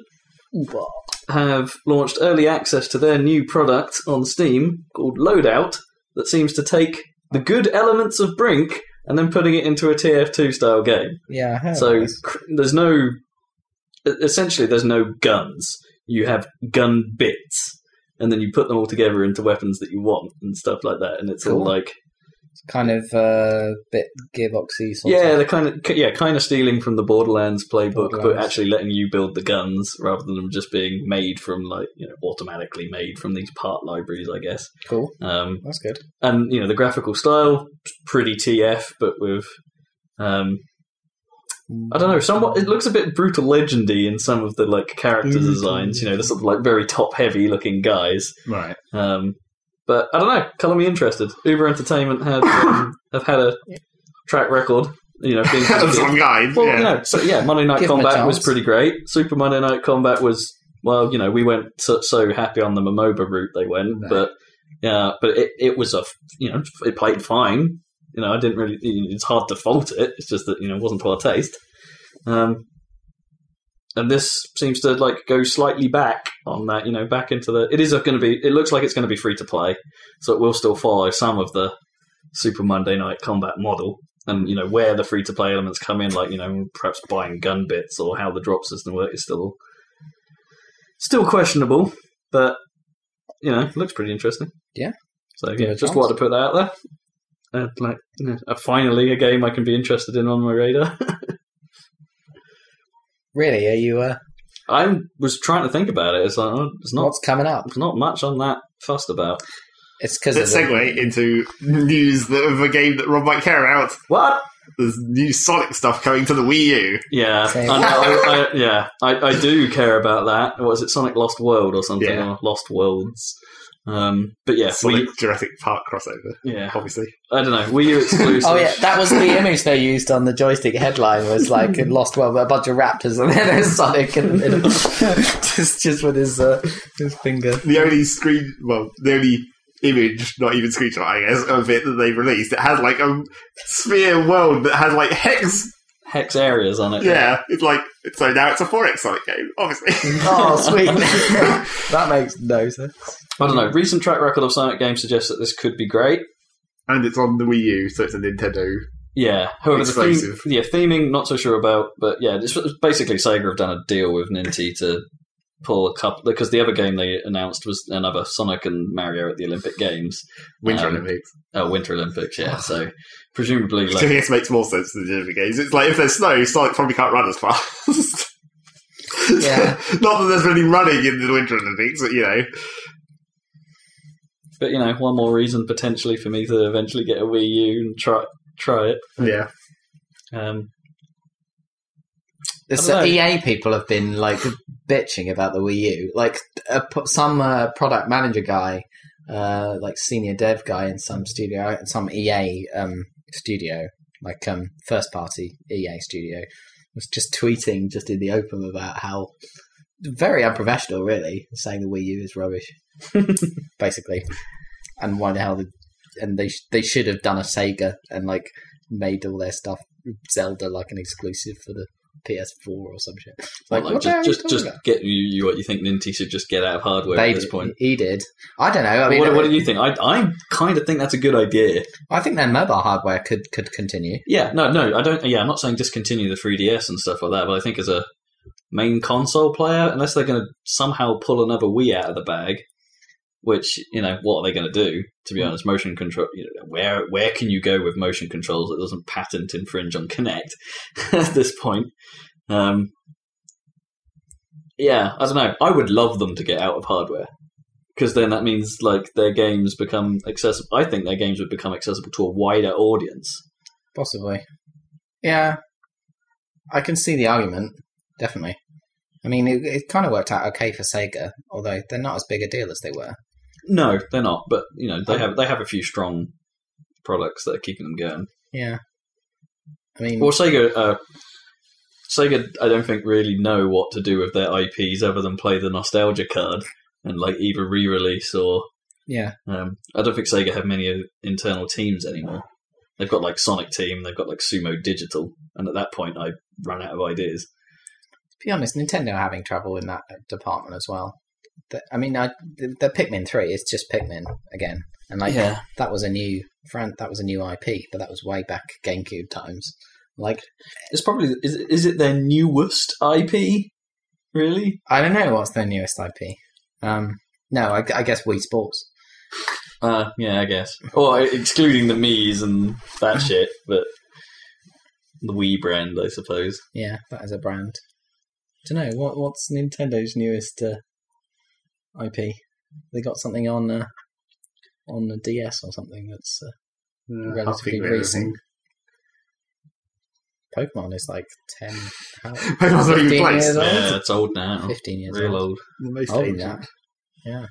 have launched early access to their new product on Steam called Loadout that seems to take the good elements of Brink and then putting it into a TF2 style game.
Yeah. I heard
so
this.
cr- there's no e- essentially there's no guns. You have gun bits and then you put them all together into weapons that you want and stuff like that and it's all
Cool.
like
kind of uh, bit gearboxy sort
yeah,
of.
they're kind of yeah, kind of stealing from the Borderlands playbook, but
Borderlands.
actually letting you build the guns rather than them just being made from like you know automatically made from these part libraries, I guess.
Cool.
Um,
That's good.
and you know the graphical style, pretty TF, but with um, I don't know, somewhat it looks a bit brutal legendy in some of the like character
Brutal
designs. You know, the sort of like very top heavy looking guys.
Right.
Um, but I don't know. Colour me interested. Uber Entertainment had um, have had a track record. You know, being
Of some kind.
well,
yeah.
you know, so yeah, Monday Night
Give 'em a
Combat was
chance.
pretty great. Super Monday Night Combat was well, you know, we went so, so happy on the Momoba route they went,
Right.
but yeah, but it, it was a f- you know it played fine. You know, I didn't really. you know, It's hard to fault it. It's just that you know it wasn't to our taste. Um, and this seems to like go slightly back on that. You know, back into the. It is going to be. It looks like it's going to be free to play, so it will still follow some of the Super Monday Night Combat model and you know where the free to play elements come in, like you know perhaps buying gun bits or how the drop system works is still still questionable, but you know looks pretty interesting.
Yeah.
So
Give it
yeah,
a
just
chance.
wanted to put that out there. And like, you know, uh, finally a game I can be interested in on my radar.
Really? Are you? Uh,
I was trying to think about it. It's like oh, it's not
what's coming up?
it's not much on that fussed about.
It's because
Let's segue into news that, of a game that Rob might care about.
What?
There's new Sonic stuff coming to the Wii U.
Yeah, I
Same.
know, I, I, yeah, I, I do care about that. What is it, Sonic Lost World or something?
Yeah.
Or Lost Worlds. Um, but yeah,
Sonic
we,
Jurassic Park crossover,
yeah,
obviously.
I don't know. Wii U exclusive.
Oh yeah, that was the image they used on the joystick headline. Was like in Lost World, a bunch of raptors, and then there's Sonic, in the middle. just just with his uh, his finger.
The only screen, well, the only image, not even screenshot, I guess, of it that they've released. It has like a sphere world that has like hex.
hex areas on it.
Yeah, it's like so now it's a 4X Sonic game, obviously.
Oh, sweet. that makes no sense.
I don't know. Recent track record of Sonic games suggests that this could be great.
and it's on the Wii U, so it's a Nintendo.
Yeah. However, the theme,
Exclusive.
yeah theming not so sure about, but yeah, this was basically Sega have done a deal with Ninty to pull a couple because the other game they announced was another Sonic and Mario at the Olympic Games,
Winter
Um,
Olympics.
oh, Winter Olympics. Yeah, so presumably
Which I
like
guess makes more sense than the Olympic Games. It's like if there's snow, Sonic probably can't run as fast.
Yeah.
Not that there's really running in the Winter Olympics, but you know.
But you know, one more reason potentially for me to eventually get a Wii U and try try it.
Yeah.
Um,
It's
I don't
the
know.
EA E people have been like bitching about the Wii U. Like uh, p- some uh, product manager guy, uh, like senior dev guy in some studio, some EA um, studio, like um, first party EA studio, was just tweeting just in the open about how very unprofessional, really, saying the Wii U is rubbish, basically, and why the hell? The, and they sh- they should have done a Sega and like made all their stuff Zelda like an exclusive for the PS4 or some shit. It's
Like,
Like, what the hell are
just
you
just, just
talking about?
get you, you what you think Ninty should just get out of hardware
They
at this point.
He did. I don't know. I mean,
what, what do you think? I I kind of think that's a good idea.
I think their mobile hardware could could continue.
Yeah, no, no, I don't. Yeah, I'm not saying discontinue the 3DS and stuff like that, but I think as a main console player, unless they're going to somehow pull another Wii out of the bag, which you know, what are they going to do? To be honest, motion control. You know, where where can you go with motion controls that doesn't patent infringe on Kinect at this point? Um, yeah, I don't know. I would love them to get out of hardware. Because then that means like their games become accessible. I think their games would become accessible to a wider audience.
Possibly. Yeah. I can see the argument, definitely. I mean, it, it kind of worked out okay for Sega, although they're not as big a deal as they were.
No, they're not. But you know, they have they have a few strong products that are keeping them going.
Yeah. I mean,
Well, Sega, uh, Sega, I don't think really know what to do with their IPs other than play the nostalgia card and like either re-release or
yeah.
um, I don't think Sega have many uh, internal teams anymore. They've got like Sonic Team, they've got like Sumo Digital, and at that point, I ran out of ideas.
To be honest, Nintendo are having trouble in that uh, department as well. The, I mean, I, the, the Pikmin 3 is just Pikmin again. And like,
yeah,
that was a new, Fran that was a new IP, but that was way back GameCube times. Like,
it's probably is it- is it their newest IP? Really?
I don't know what's their newest IP. Um, no, I, I guess Wii Sports.
Uh, yeah, I guess. Or uh, excluding the Mii's and that shit, but the Wii brand, I suppose.
Yeah, that is a brand. don't know what what's Nintendo's newest uh, IP. They got something on uh, on the DS or something that's uh,
Yeah, I can't
relatively
think of anything.
recent. Pokemon is like ten, how,
Pokemon's not even
15
placed.
years old.
Yeah, it's old now.
fifteen years
Real
old.
old.
The most
Oh,
ancient.
yeah.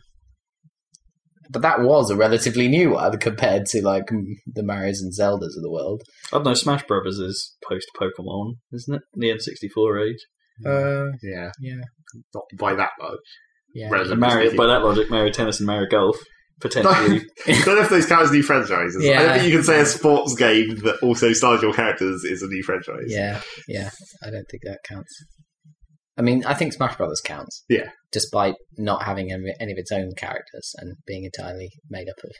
But that was a relatively new one compared to like m- the Mario's and Zeldas of the world.
I don't know, Smash Brothers is post Pokemon, isn't it? The N64 age.
Uh,
Yeah,
yeah,
not by that much.
yeah.
And
Relatively
Mario,
speaking.
by that logic, Mario Tennis and Mario Golf, potentially.
don't know if those count as new franchises. I
Yeah.
don't think you can say a sports game that also stars your characters is a new franchise.
Yeah, yeah. I don't think that counts. I mean, I think Smash Brothers counts.
Yeah.
Despite not having any any of its own characters and being entirely made up of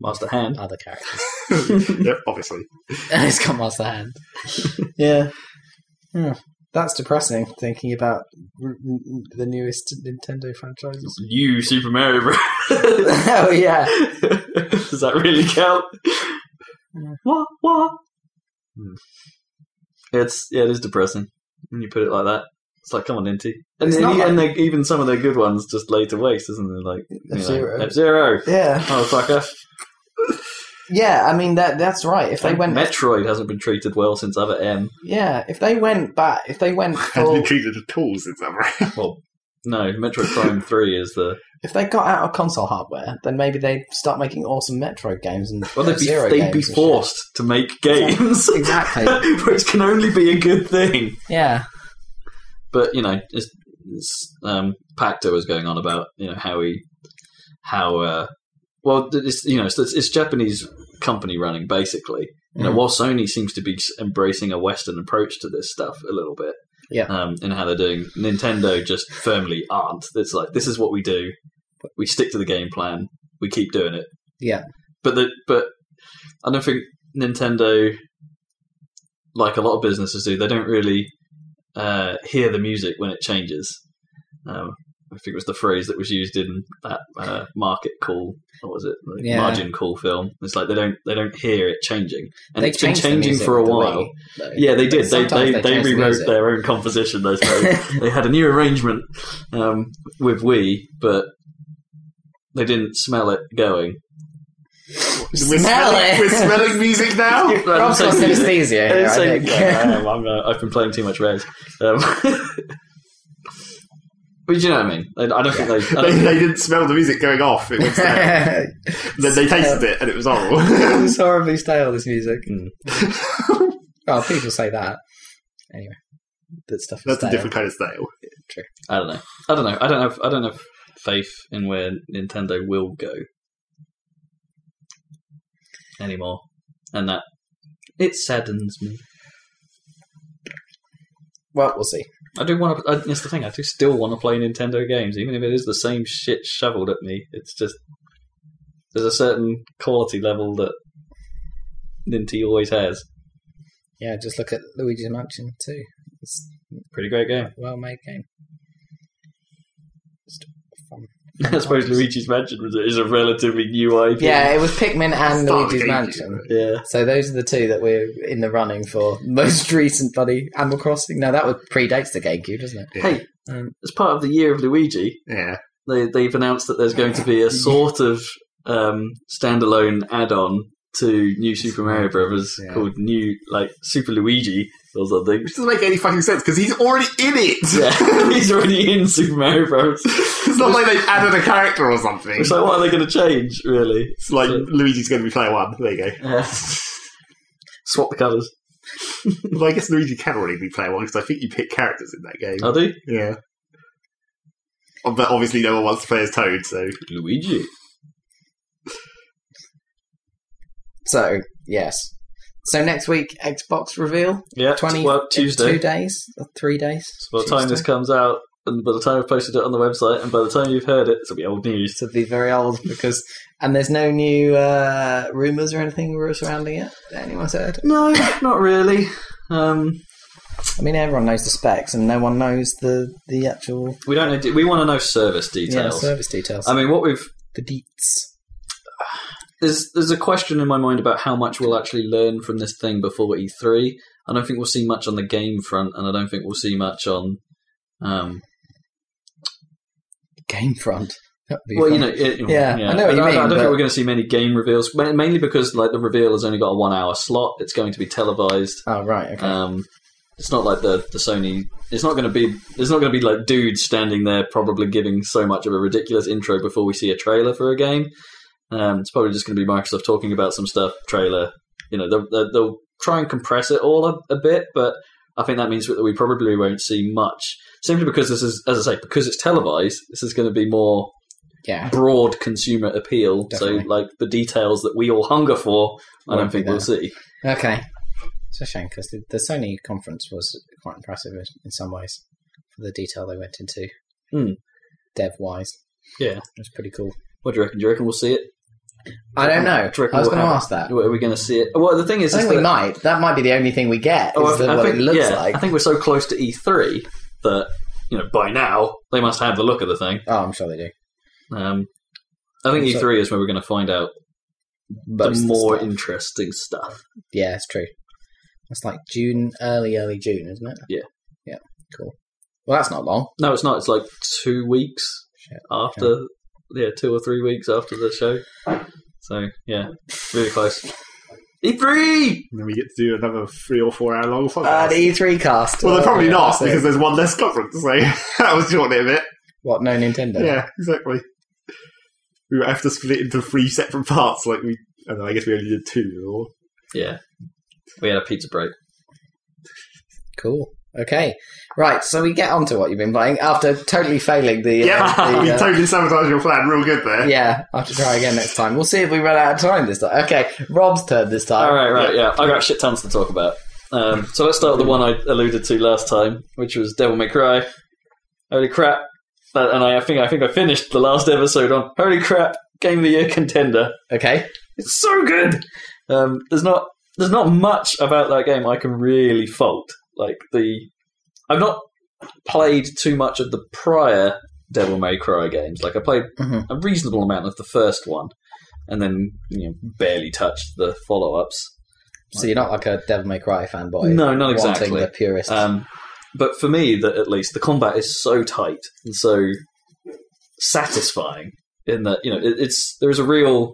Master Hand.
other characters.
yep, obviously.
it's got Master Hand. yeah. Hmm. That's depressing, thinking about r- n- the newest Nintendo franchises.
You, Super Mario Bros.
oh, yeah.
Does that really count? what? What?
Hmm.
It's yeah, it is depressing when you put it like that. It's like, come on, Inti. And,
It's
then, e-
not
and they, even some of their good ones just lay to waste, isn't it? Like
F-Zero.
F Zero,
Yeah.
motherfucker.
Yeah, I mean, that that's right. If
Metroid hasn't been treated well since other M.
yeah, if they went back, if they went
Hasn't been treated at all since that right?
Well, no, Metroid Prime Three is the
If they got out of console hardware, then maybe they'd start making awesome Metroid games and
well, they'd be,
Zero
they'd be
games and shit.
forced to make games,
Exactly.
which can only be a good thing.
Yeah.
but you know, it's, it's, um, Pacto was going on about you know how he how uh, well it's you know it's, it's Japanese company running basically. You know,
Mhm.
while Sony seems to be s- embracing a Western approach to this stuff a little bit,
Yeah.
um, in how they're doing, Nintendo just firmly aren't. It's like this is what we do. We stick to the game plan. We keep doing it.
Yeah.
but the but I don't think Nintendo, like a lot of businesses do, they don't really uh, hear the music when it changes. Um, I think it was the phrase that was used in that uh, market call. What was it? Like,
Yeah.
Margin call film. It's like they don't they don't hear it changing, and
They
it's been
changed the
changing
music
for a
with the
while.
Wii, though.
Yeah, they
But
did. They
sometimes
they, they
changed the
rewrote
music.
their own composition. I suppose they had a new arrangement um, with Wii, but they didn't smell it going.
we're,
Smell
smelling,
it.
we're smelling music now?
Rob's got synesthesia.
I
Here, I
think-
think.
Yeah, I am, I'm, uh, I've been playing too much Res. Um, but you know what I mean. I, I don't think they. I
They,
don't,
they didn't smell the music going off. It was, uh, then they tasted it and it was horrible.
it's horribly stale. This music.
Mm.
Hmm. Well, people say that anyway. That stuff is
That's
stale.
a different kind of stale.
I don't know. I don't know. I don't have. I don't have faith in where Nintendo will go anymore, and that it saddens me.
well, we'll see.
I do want to. That's the thing. I do still want to play Nintendo games, even if it is the same shit shoveled at me. It's just there's a certain quality level that Ninty always has.
Yeah, just look at Luigi's Mansion too. It's
Pretty great game.
a well-made game. Just fun.
I suppose Luigi's Mansion was- is a relatively new IP.
Yeah, it was Pikmin and
Start
Luigi's
the GameCube.
Mansion.
yeah.
So those are the two that we're in the running for. Most recent, buddy, Animal Crossing. No, that would predates the GameCube, doesn't it?
Yeah.
Hey,
Um,
as part of the year of Luigi,
Yeah.
they, they've announced that there's going to be a sort of um, standalone add-on to New Super Mario Brothers
Yeah.
called New like Super Luigi or something.
Which doesn't make any fucking sense because he's already in it.
Yeah, he's already in Super Mario Bros.
it's not like they've added a character or something.
It's like, what are they going to change, really?
It's like
So-
Luigi's going to be player one. There you go.
Yeah. Swap the covers.
Well, I guess Luigi can already be player one because I think you pick characters in that game.
I do.
Yeah. Oh, But obviously, no one wants to play as Toad, so
Luigi.
So yes. So next week, Xbox reveal.
Yeah,
20,
well, Tuesday.
uh, Two days, or three days.
So by the time
Tuesday.
this comes out, and by the time I've posted it on the website, and by the time you've heard it, it'll be old news.
to be very old because, and there's no new uh, rumors or anything surrounding it. That anyone's heard?
No, not really. Um,
I mean, everyone knows the specs, and no one knows the the actual
we don't know. de- We want to know service
yeah,
details. Um,
service details.
I mean, what we've
the deets.
there's there's a question in my mind about how much we'll actually learn from this thing before E3. I don't think we'll see much on the game front, and I don't think we'll see much on. Um,
Game front. That would be
well, you know,
fun.
it,
E Yeah, I know what
I,
you
don't- I
mean,
don't
but-
think we're going to see many game reveals, ma- mainly because like the reveal has only got a one-hour slot. It's going to be televised.
Oh right, okay.
Um, it's not like the the Sony. It's not going to be. It's not going to be like dudes standing there probably giving so much of a ridiculous intro before we see a trailer for a game. Um, it's probably just going to be Microsoft talking about some stuff. Trailer. You know, they'll, they'll- they'll try and compress it all a, a bit, but I think that means that we probably won't see much. Simply because this is, as I say, because it's televised. This is going to be more
yeah.
broad consumer appeal.
Definitely.
So, like the details that we all hunger for, I
Won't
don't
be
think we'll
there.
see.
Okay. It's a shame because the, the Sony conference was quite impressive in, in some ways for the detail they went into,
Hmm.
dev wise.
Yeah.
It was pretty cool.
What do you reckon? Do you reckon we'll see it?
I don't know.
Do you reckon
I was
we'll
going to
have-
ask that.
Are we going to see it? Well, the thing is,
I
is
think we
that-
might. That might be the only thing we get.
Oh,
is the- what it looks
yeah,
like.
I think we're so close to E3 that you know by now they must have the look of the thing.
oh, I'm sure they do.
Um, I think
So-
E3 is where we're going to find out
Most of
the more
stuff.
interesting stuff.
yeah, it's true. That's like June, early, early June, isn't it?
Yeah.
Yeah. Cool. Well, that's not long.
No, it's not. It's like two weeks
Shit.
after, yeah, two or three weeks after the show. So yeah, really close. E E3.
and then we get to do another three or four hour long podcast.
Uh, the E3 cast.
well, they're
Oh,
probably
yeah,
not
so-
because there's one less conference, so that was short of it.
what? No Nintendo.
Yeah, exactly. We would have to split into three separate parts, like we. I, don't know, I guess we only did two. Or
Yeah, we had a pizza break.
Cool. Okay. Right. So we get on to what you've been playing after totally failing the.
yeah,
uh,
we
the, uh,
totally sabotaged your plan. Real good there.
yeah. I have to try again next time. We'll see if we run out of time this time. Okay. Rob's turn this time.
All right, right, yeah. I got shit tons to talk about. Um, so let's start with the one I alluded to last time, which was Devil May Cry. Holy crap! That- and I think I think I finished the last episode on Holy crap! Game of the Year contender.
Okay.
It's so good. Um, there's not there's not much about that game I can really fault. Like the I've not played too much of the prior Devil May Cry games. Like I played
Mhm.
a reasonable amount of the first one, and then you know barely touched the follow ups.
So you're not like a Devil May Cry fanboy.
No, not
Wanting
exactly.
the purist.
Um, but for me, that at least the combat is so tight and so satisfying in that you know it, it's there is a real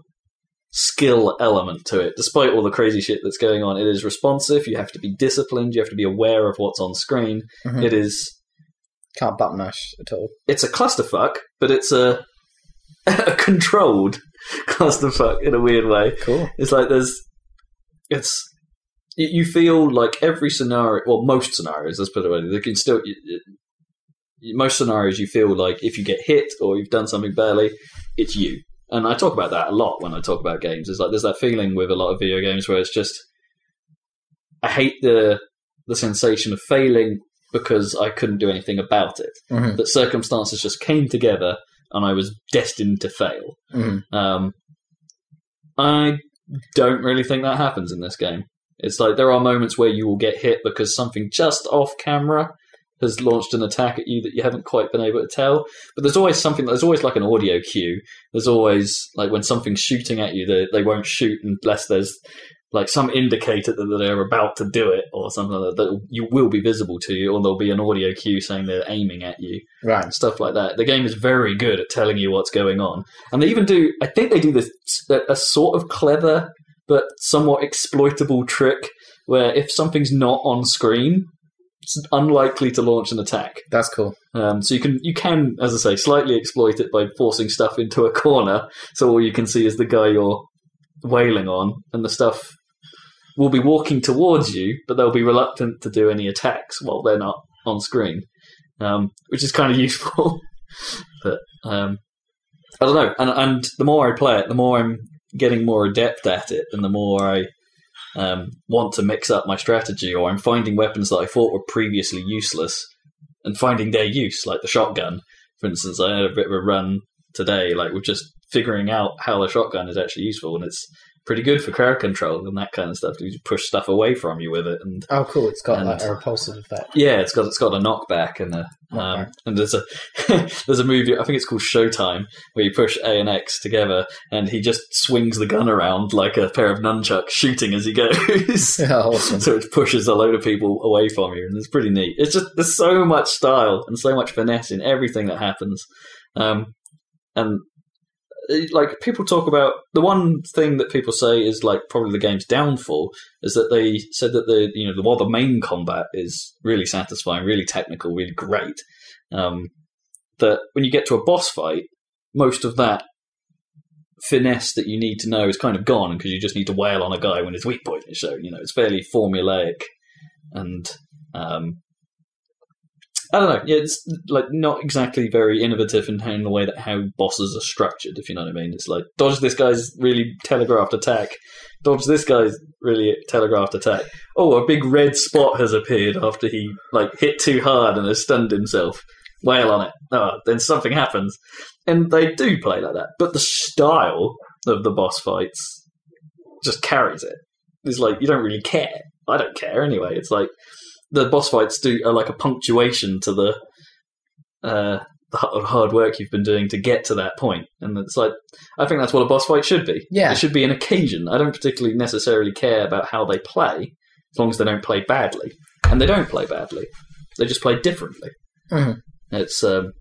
skill element to it. Despite all the crazy shit that's going on, it is responsive. You have to be disciplined. You have to be aware of what's on screen.
Mhm.
It is
Can't button mash at all.
it's a clusterfuck, but it's a a controlled clusterfuck in a weird way.
Cool.
It's like there's, it's y- you feel like every scenario, well, most scenarios, let's put it away. They can still y- y- y- most scenarios you feel like if you get hit or you've done something badly, it's you. And I talk about that a lot when I talk about games. It's like there's that feeling with a lot of video games where it's just I hate the the sensation of failing because I couldn't do anything about it.
Mhm.
That circumstances just came together and I was destined to fail.
Mhm.
Um, I don't really think that happens in this game. It's like there are moments where you will get hit because something just off camera has launched an attack at you that you haven't quite been able to tell. But there's always something, there's always like an audio cue. There's always like when something's shooting at you, they, they won't shoot unless there's like some indicator that they're about to do it or something like that, that you will be visible to you, or there'll be an audio cue saying they're aiming at you
Right.
and stuff like that. The game is very good at telling you what's going on, and they even do. I think they do this a sort of clever but somewhat exploitable trick where if something's not on screen, it's unlikely to launch an attack.
That's cool.
Um, so you can you can, as I say, slightly exploit it by forcing stuff into a corner, so all you can see is the guy you're wailing on, and the stuff will be walking towards you, but they'll be reluctant to do any attacks while they're not on screen, um, which is kind of useful. but um, I don't know, and and the more I play it, the more I'm getting more adept at it, and the more I um, want to mix up my strategy, or I'm finding weapons that I thought were previously useless and finding their use, like the shotgun. For instance, I had a bit of a run today, like with just figuring out how the shotgun is actually useful, and it's pretty good for crowd control and that kind of stuff. You push stuff away from you with it, and
Oh, cool. It's got
And-
like a repulsive effect.
yeah, it's got it's got a knockback and a um,
Knockback.
and there's a there's a movie I think it's called Showtime where you push A and X together, and he just swings the gun around like a pair of nunchucks, shooting as he goes.
awesome.
So it pushes a load of people away from you, and it's pretty neat. It's just there's so much style and so much finesse in everything that happens, um, and it- like people talk about the one thing that people say is like probably the game's downfall is that they said that the you know the, while the main combat is really satisfying, really technical, really great, um, that when you get to a boss fight, most of that finesse that you need to know is kind of gone because you just need to wail on a guy when his weak point is shown. You know, it's fairly formulaic, and um, I don't know. Yeah, it's like not exactly very innovative in, how- in the way that how bosses are structured. If you know what I mean, it's like dodge this guy's really telegraphed attack, dodge this guy's really telegraphed attack. Oh, a big red spot has appeared after he like hit too hard and has stunned himself. Wail on it. Oh, then something happens and they do play like that. But the style of the boss fights just carries it. It's like you don't really care. I don't care anyway. It's like the boss fights do are like a punctuation to the uh, the h- hard work you've been doing to get to that point. And it's like I think that's what a boss fight should be.
Yeah.
it should be an occasion. I don't particularly necessarily care about how they play, as long as they don't play badly. And they don't play badly. They just play differently.
Mhm.
It's um,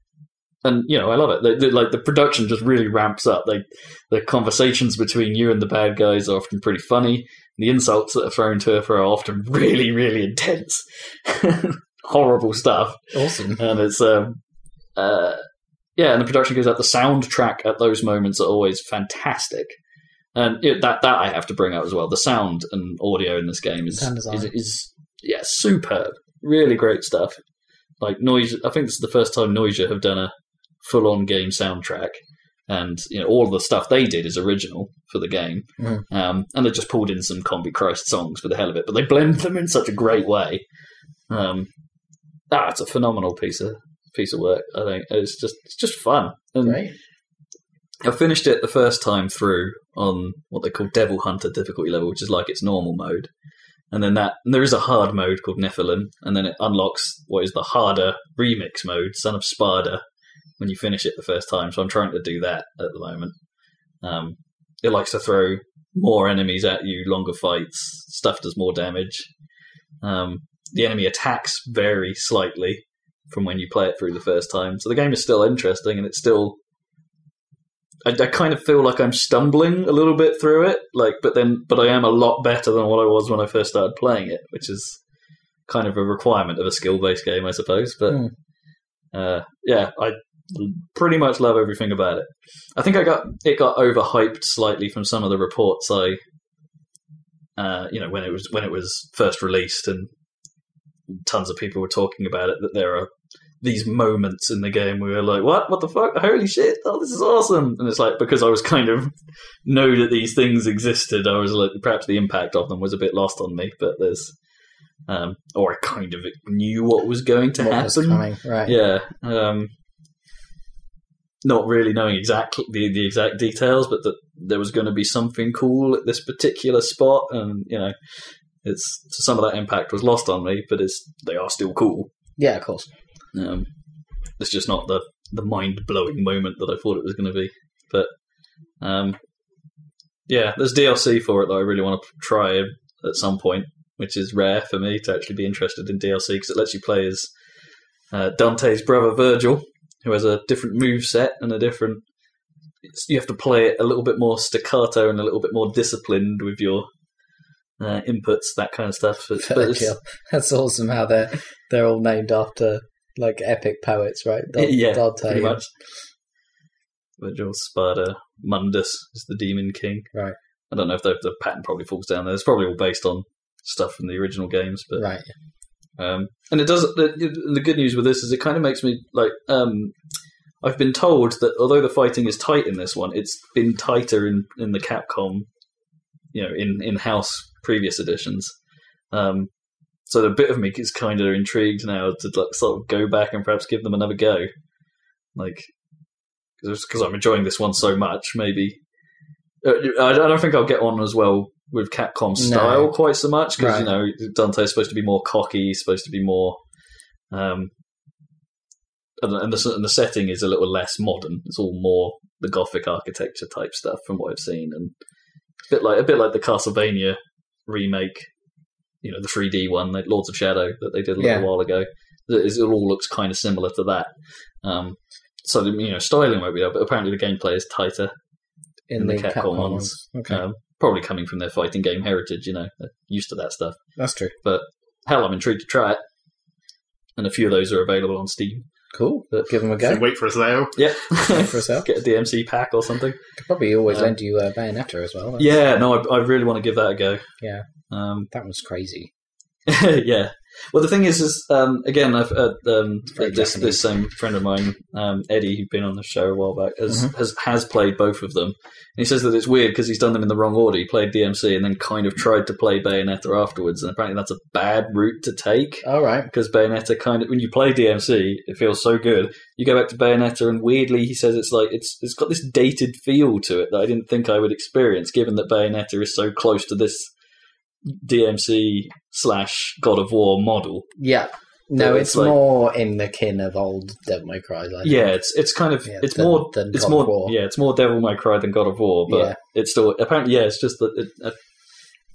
and you know I love it. The, the, like the production just really ramps up. They the conversations between you and the bad guys are often pretty funny. The insults that are thrown to her are often really really intense, horrible stuff.
Awesome.
And it's um, uh, yeah, and the production goes out. The soundtrack at those moments are always fantastic. And yeah, that that I have to bring up as well. The sound and audio in this game is
Sound design.
is, is yeah superb. Really great stuff. Like noise, I think this is the first time Noisia have done a full on game soundtrack, and you know all the stuff they did is original for the game.
Mhm.
Um, and they just pulled in some Combi Christ songs for the hell of it, but they blend them in such a great way. Um, ah, it's a phenomenal piece of piece of work. I think it's just it's just fun. And
Great.
I finished it the first time through on what they call Devil Hunter difficulty level, which is like its normal mode. And then that and there is a hard mode called Nephilim, and then it unlocks what is the harder remix mode, Son of Sparda, when you finish it the first time. So I'm trying to do that at the moment. Um, it likes to throw more enemies at you, longer fights, stuff does more damage. Um, the enemy attacks vary slightly from when you play it through the first time. So the game is still interesting and it's still I, I kind of feel like I'm stumbling a little bit through it, like, but then, but I am a lot better than what I was when I first started playing it, which is kind of a requirement of a skill-based game, I suppose. But
Hmm.
uh, yeah, I pretty much love everything about it. I think I got it got overhyped slightly from some of the reports I, uh, you know, when it was when it was first released, and tons of people were talking about it that there are these moments in the game where we were like, what? What the fuck? Holy shit. Oh, this is awesome. And it's like, because I was kind of know that these things existed, I was like, perhaps the impact of them was a bit lost on me, but there's, um, or I kind of knew what was going to
What was
happen.
coming, right?
Yeah. Um, not really knowing exactly the, the exact details, but that there was going to be something cool at this particular spot, and you know, it's some of that impact was lost on me, but it's they are still cool.
Yeah, of course.
Um, it's just not the the mind blowing moment that I thought it was going to be, but um, yeah, there's DLC for it that I really want to try at some point, which is rare for me to actually be interested in DLC because it lets you play as uh, Dante's brother Virgil, who has a different move set and a different. it's- You have to play it a little bit more staccato and a little bit more disciplined with your uh, inputs, that kind of stuff. But, but it's-
Virgil. That's awesome how they're they're all named after like epic poets, right? Dante-
yeah,
Dante
pretty
and-
much. Virgil Sparta Mundus is the demon king.
Right.
I don't know if the, the pattern probably falls down there. It's probably all based on stuff from the original games, but
Right.
um, and it does. The, the good news with this is it kind of makes me like. Um, I've been told that although the fighting is tight in this one, it's been tighter in, in the Capcom, you know, in in house previous editions. Um, so the bit of me is kind of intrigued now to like sort of go back and perhaps give them another go, like because I'm enjoying this one so much. Maybe Uh, I I don't think I'll get on as well with Capcom style quite so much because you know
Right.
Dante's supposed to be more cocky, he's supposed to be more, um, and, and, the, and the setting is a little less modern. It's all more the Gothic architecture type stuff from what I've seen, and a bit like a bit like the Castlevania remake, you know, the 3D one, like Lords of Shadow that they did a little
Yeah.
while ago. That is- It all looks kind of similar to that. Um, so the, you know, styling won't be there, but apparently the gameplay is tighter.
In, the, Capcom, ones. Okay.
Um, probably coming from their fighting game heritage, you know, they're used to that stuff.
That's true.
Hell, I'm intrigued to try it. And a few of those are available on Steam.
Cool. Give them a
So
go.
wait for a sale.
Yeah,
for a sale.
Get a DMC pack or something.
Could probably always
Um,
lend you uh, Bayonetta as well. That's-
Yeah, no, I, I really want to give that a go.
Yeah.
Um,
That was crazy.
yeah. Well, the thing is, is um, again, I've uh, um,
very
this
Japanese.
this same friend of mine, um, Eddie, who'd been on the show a while back, has
Mm-hmm.
has, has played both of them, and he says that it's weird because he's done them in the wrong order. He played DMC and then kind of tried to play Bayonetta afterwards, and apparently that's a bad route to take
All right.
because Bayonetta kind of when you play DMC, it feels so good. You go back to Bayonetta, and weirdly, he says it's like it's it's got this dated feel to it that I didn't think I would experience, given that Bayonetta is so close to this DMC slash God of War model.
Yeah. No,
But
it's,
it's like-
more in the kin of old Devil May Cry. Like
Yeah, it's it's kind of
Yeah,
it's
than-
more
than
it's
God
more
of War.
yeah it's more Devil May Cry than God of War, but
Yeah.
it's still apparently yeah it's just that it, uh,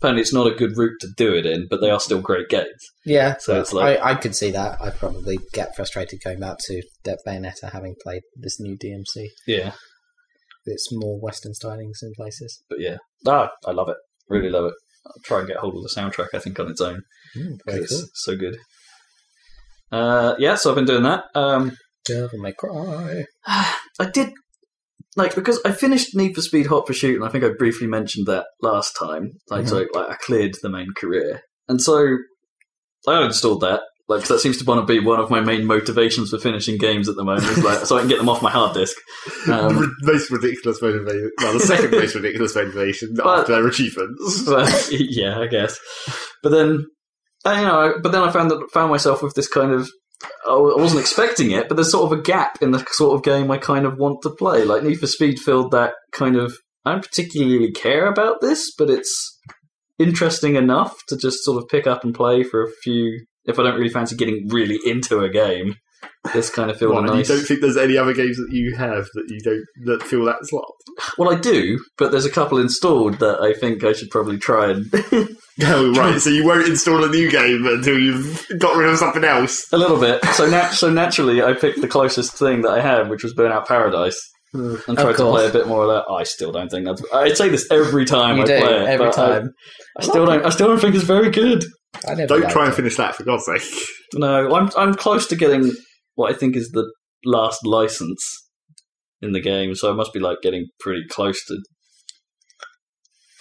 apparently it's not a good route to do it in, but they are still great games.
Yeah.
So it's like-
I, I could see that. I'd probably get frustrated going back to De- Bayonetta having played this new DMC.
Yeah,
It's more Western stylings in places.
but yeah, ah, I love it, really love it. I'll try and get hold of the soundtrack. I think on its own.
Mm,
because it's so good. Uh, yeah, so I've been doing that. Um,
Devil May Cry.
I did like because I finished Need for Speed Hot Pursuit, and I think I briefly mentioned that last time. Like, so like, I cleared the main career, and so I installed that. Like, 'cause that seems to want to be one of my main motivations for finishing games at the moment. Is like, so I can get them off my hard disk. Um,
the ri- most ridiculous motivation. Well, the second most ridiculous motivation
But-
after their achievements.
Well, yeah, I guess. But then, I, you know, I- but then I found that found myself with this kind of. I wa- I wasn't expecting it, but there's sort of a gap in the sort of game I kind of want to play. Like Need for Speed filled that kind of. I don't particularly care about this, but it's interesting enough to just sort of pick up and play for a few. If I don't really fancy getting really into a game, this kind of filled
What,
a
and
nice.
You don't think there's any other games that you have that you don't that feel that slot?
Well, I do, but there's a couple installed that I think I should probably try and
Oh, right. So you won't install a new game until you've got rid of something else.
A little bit. So nat- so naturally, I picked the closest thing that I had, which was Burnout Paradise, and tried to
Hmm. course.
play a bit more of that. I still don't think that's. I say this every time
You
I
do
play it.
every
but I-
time.
I, still don't. I still don't think it's very good.
I never
Don't
liked
try and
it.
finish that for God's sake.
No, I'm I'm close to getting what I think is the last license in the game, so I must be like getting pretty close to.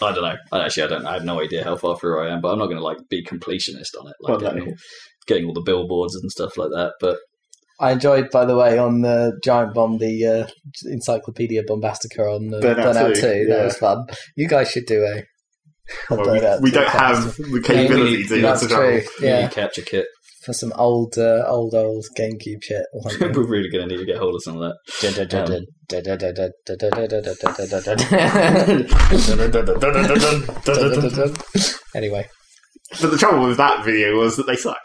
I don't know. I actually, I don't. I have no idea how far through I am, but I'm not going to like be completionist on it, like
Well, no.
getting, all- getting all the billboards and stuff like that. But
I enjoyed, by the way, on the Giant Bomb, the uh, Encyclopedia Bombastica on the
Burnout
Burnout, 2.
2,
That
yeah.
was fun. You guys should do a I'll
Well,
throw
we,
that
we
to
don't
the
have
cast.
the capability to.
That's
That's
true.
You
Yeah,
need capture kit.
for some old, uh, old, old GameCube shit. or something.
We're really going to need to get hold of some of that. Um,
anyway.
But the trouble with that video was that they suck.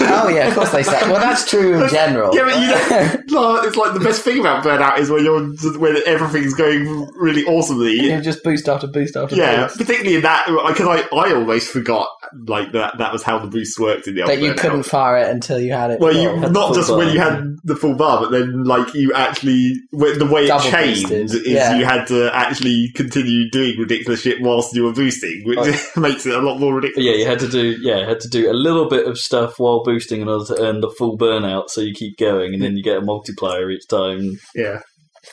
Oh yeah, of course they say. Well, that's true in general.
Yeah, but you don't. no, it's like the best thing about burnout is when you're when everything's going really awesomely.
You just boost after boost after
Yeah,
boost.
particularly in that because I, I almost forgot like that that was how the boost worked in the old
But you
burnout.
couldn't fire it until you had it.
Well, you
Had the
not
full
just
bar.
when you had the full bar, but then like you actually w- the way
Double
it changed
boosted,
is
yeah.
you had to actually continue doing ridiculous shit whilst you were boosting, which makes it a lot more
But
ridiculous.
Oh. yeah, you had to do yeah, you had to do a little bit of stuff while boosting in order to earn the full burnout, so you keep going, and then you get a multiplier each time.
Yeah,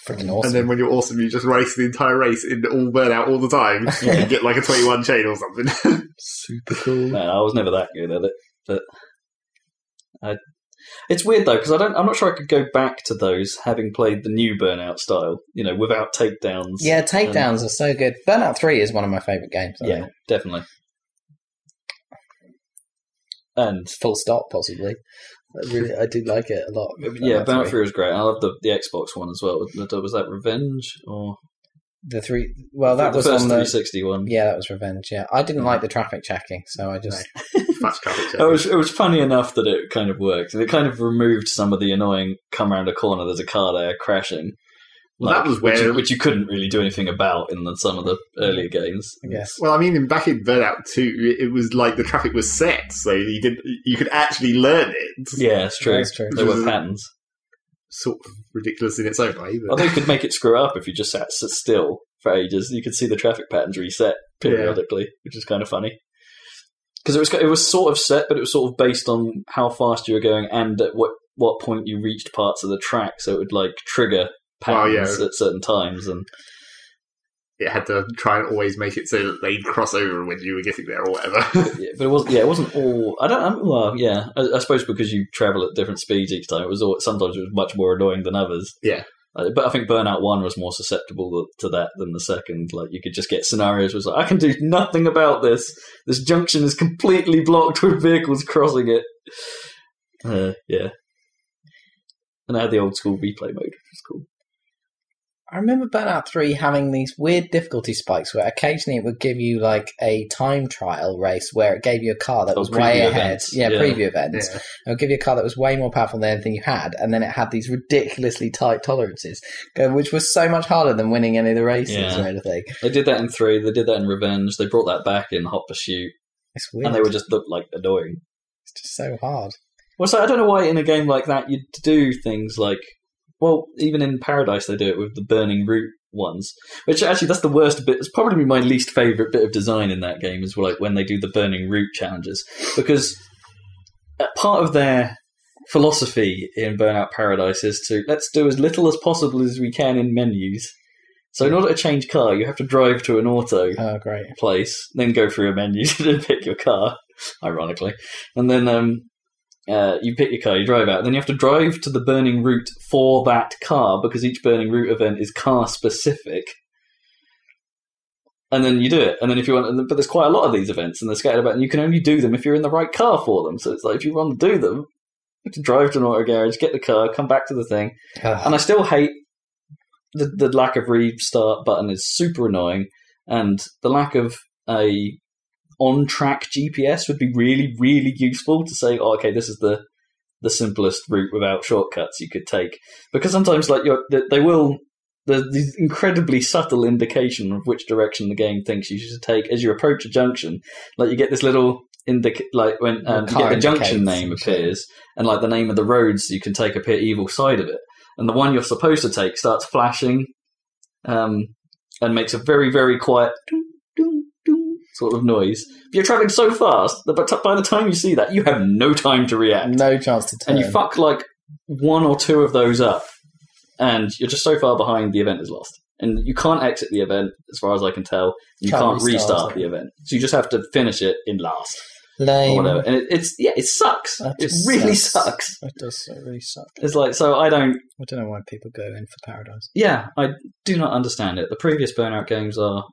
freaking
and
awesome.
then when you're awesome, you just race the entire race in all burnout all the time and get like a 21 chain or something.
Super cool.
Man, I was never that good at it, but I, it's weird though because I don't. I'm not sure I could go back to those having played the new burnout style. You know, without takedowns.
Yeah, takedowns are so good. Burnout Three is one of my favorite games. I
yeah,
think.
definitely. And
full stop, possibly. I really, I do like it a lot.
yeah, Burnout Three was great. I love the the Xbox one as well. Was that Revenge or
The three. Well, that
the
was
first
on the.
360 one?
Yeah, that was Revenge. Yeah, I didn't like the traffic checking, so I just
Much traffic
It
jam.
was it was funny enough that it kind of worked. It kind of removed some of the annoying come around a corner. There's a car there crashing.
Well, that was
which
where-
you, which you couldn't really do anything about in the, some of the earlier games.
I guess.
Well, I mean, in back in Burnout 2, it was like the traffic was set, so you did you could actually learn it.
Yeah, it's true.
That's true.
There were patterns.
Sort of ridiculous in its own way. But...
Although you could make it screw up if you just sat s- still for ages. You could see the traffic patterns reset periodically, which is kind of funny. Because it was it was sort of set, but it was sort of based on how fast you were going and at what what point you reached parts of the track, so it would like trigger
Well, Oh, yeah.
patterns at certain times and.
it had to try and always make it so that they'd cross over when you were getting there or whatever.
yeah, but it wasn't. Yeah, it wasn't all. I don't. i well, yeah. I, I suppose because you travel at different speeds each time, it was all, sometimes it was much more annoying than others.
Yeah.
Uh, but I think Burnout One was more susceptible to that than the second. Like you could just get scenarios where it's like I can do nothing about this. This junction is completely blocked with vehicles crossing it. Uh, yeah. And I had the old school replay mode, which was cool.
I remember Burnout 3 having these weird difficulty spikes where occasionally it would give you like a time trial race where it gave you a car that
Oh,
was
preview
way ahead.
events.
Yeah,
Yeah.
preview events.
Yeah.
It would give you a car that was way more powerful than anything you had, and then it had these ridiculously tight tolerances, uh, which was so much harder than winning any of the races
Yeah.
or anything.
They did that in three. They did that in Revenge. They brought that back in Hot Pursuit,
It's weird.
and they were just looked like annoying.
it's just so hard.
Well, so I don't know why in a game like that you'd do things like, well, even in Paradise they do it with the burning root ones, which actually that's the worst bit. It's probably my least favorite bit of design in that game is like when they do the burning root challenges because uh, part of their philosophy in Burnout Paradise is to let's do as little as possible as we can in menus. So in order to change car, you have to drive to an auto
Oh, great.
place, then go through a menu to pick your car, ironically, and then um, uh, you pick your car, you drive out, then you have to drive to the burning route for that car because each burning route event is car specific. And then you do it, and then if you want, but there's quite a lot of these events, and they're scattered about, and you can only do them if you're in the right car for them. So it's like if you want to do them, you have to drive to an auto garage, get the car, come back to the thing, and I still hate the, the lack of restart button is super annoying, and the lack of a on track GPS would be really really useful to say, oh, okay, this is the the simplest route without shortcuts you could take because sometimes like you're, they, they will there's these incredibly subtle indication of which direction the game thinks you should take as you approach a junction like you get this little indic like when um, you
car
get the junction
indicates.
name appears and like the name of the roads you can take appear either side of it and the one you're supposed to take starts flashing um, and makes a very very quiet doo, doo, doo sort of noise but you're traveling so fast that by t- by the time you see that you have no time to react
No chance to turn.
and you fuck like one or two of those up, and you're just so far behind the event is lost, and you can't exit the event as far as I can tell. You
Can't
can't,
restart
restart
it.
the event, so you just have to finish it in last or
Lame.
whatever. And it, it's yeah, it sucks.
That
It
just
really
sucks.
sucks.
It does it really suck.
It's like so I don't.
I don't know why people go in for Paradise.
Yeah, I do not understand it. The previous Burnout games are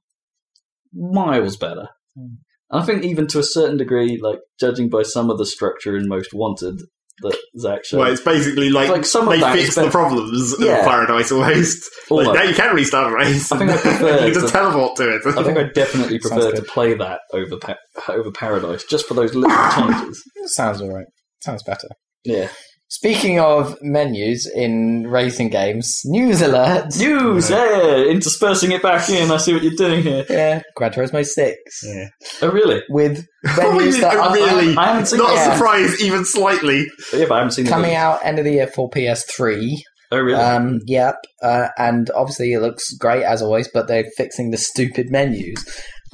miles better.
Hmm.
I think even to a certain degree, like judging by some of the structure in Most Wanted that Zach showed,
Well, it's basically like,
It's like some of
they
that is
fixed the
better-
problems
Yeah.
of Paradise Almost.
almost-
Like, now you can restart a race.
I think I prefer
you can just
the-
teleport to it.
I think I definitely
Sounds
prefer to
good.
play that over pa- over Paradise, just for those little changes.
Sounds all right. Sounds better.
Yeah,
Speaking of menus in racing games, news alert.
news. Yeah, interspersing it back in. I see what you're doing here.
yeah, Gran Turismo Six
Yeah.
Oh, really?
with
Oh,
menus
you-
that
oh,
are
really?
I haven't seen
Not
it.
a
Yeah.
surprise, even slightly.
Yeah, but I haven't seen it.
coming out end of the year for PS3.
Oh, really?
Um, yep, uh, and obviously it looks great as always, but they're fixing the stupid menus.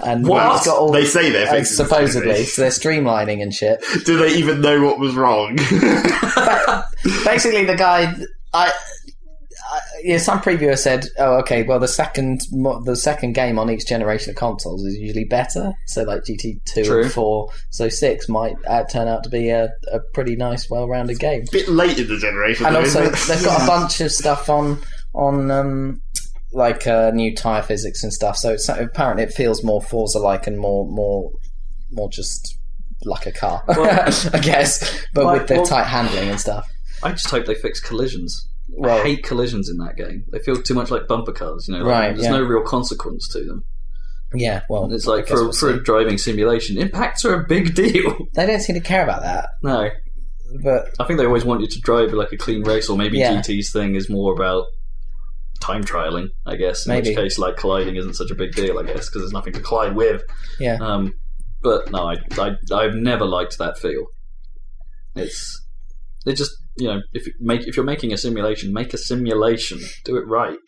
And
What?
it's got all
they say they're
uh,
fixing the
supposedly,
thing.
so they're streamlining and shit.
Do they even know what was wrong?
basically the guy I, I yeah some previewer said oh okay well the second mo- the second game on each generation of consoles is usually better so like GT2
True.
and 4 so 6 might uh, turn out to be a, a pretty nice well rounded game
Bit late in the generation.
and
though,
also
isn't it?
they've got a bunch of stuff on on um like uh, new tire physics and stuff so it's apparently it feels more Forza like and more more more just like a car
Well-
I guess but
Well-
with the
well-
tight handling and stuff
I just hope they fix collisions.
well
I hate collisions in that game. They feel too much like bumper cars. You know, like,
Right,
There's
yeah.
no real consequence to them.
yeah well
It's
I
like
guess
for,
we'll
for a
see.
driving simulation, impacts are a big deal.
they don't seem to care about that.
no,
But
I think they always want you to drive like a clean race, or maybe
Yeah.
GT's thing is more about time trialing, I guess. In
Maybe.
which case, like colliding isn't such a big deal, I guess, because there's nothing to collide with.
Yeah.
Um, but no, I, I I've never liked that feel. It's it just you know if you make if you're making a simulation, make a simulation, do it right.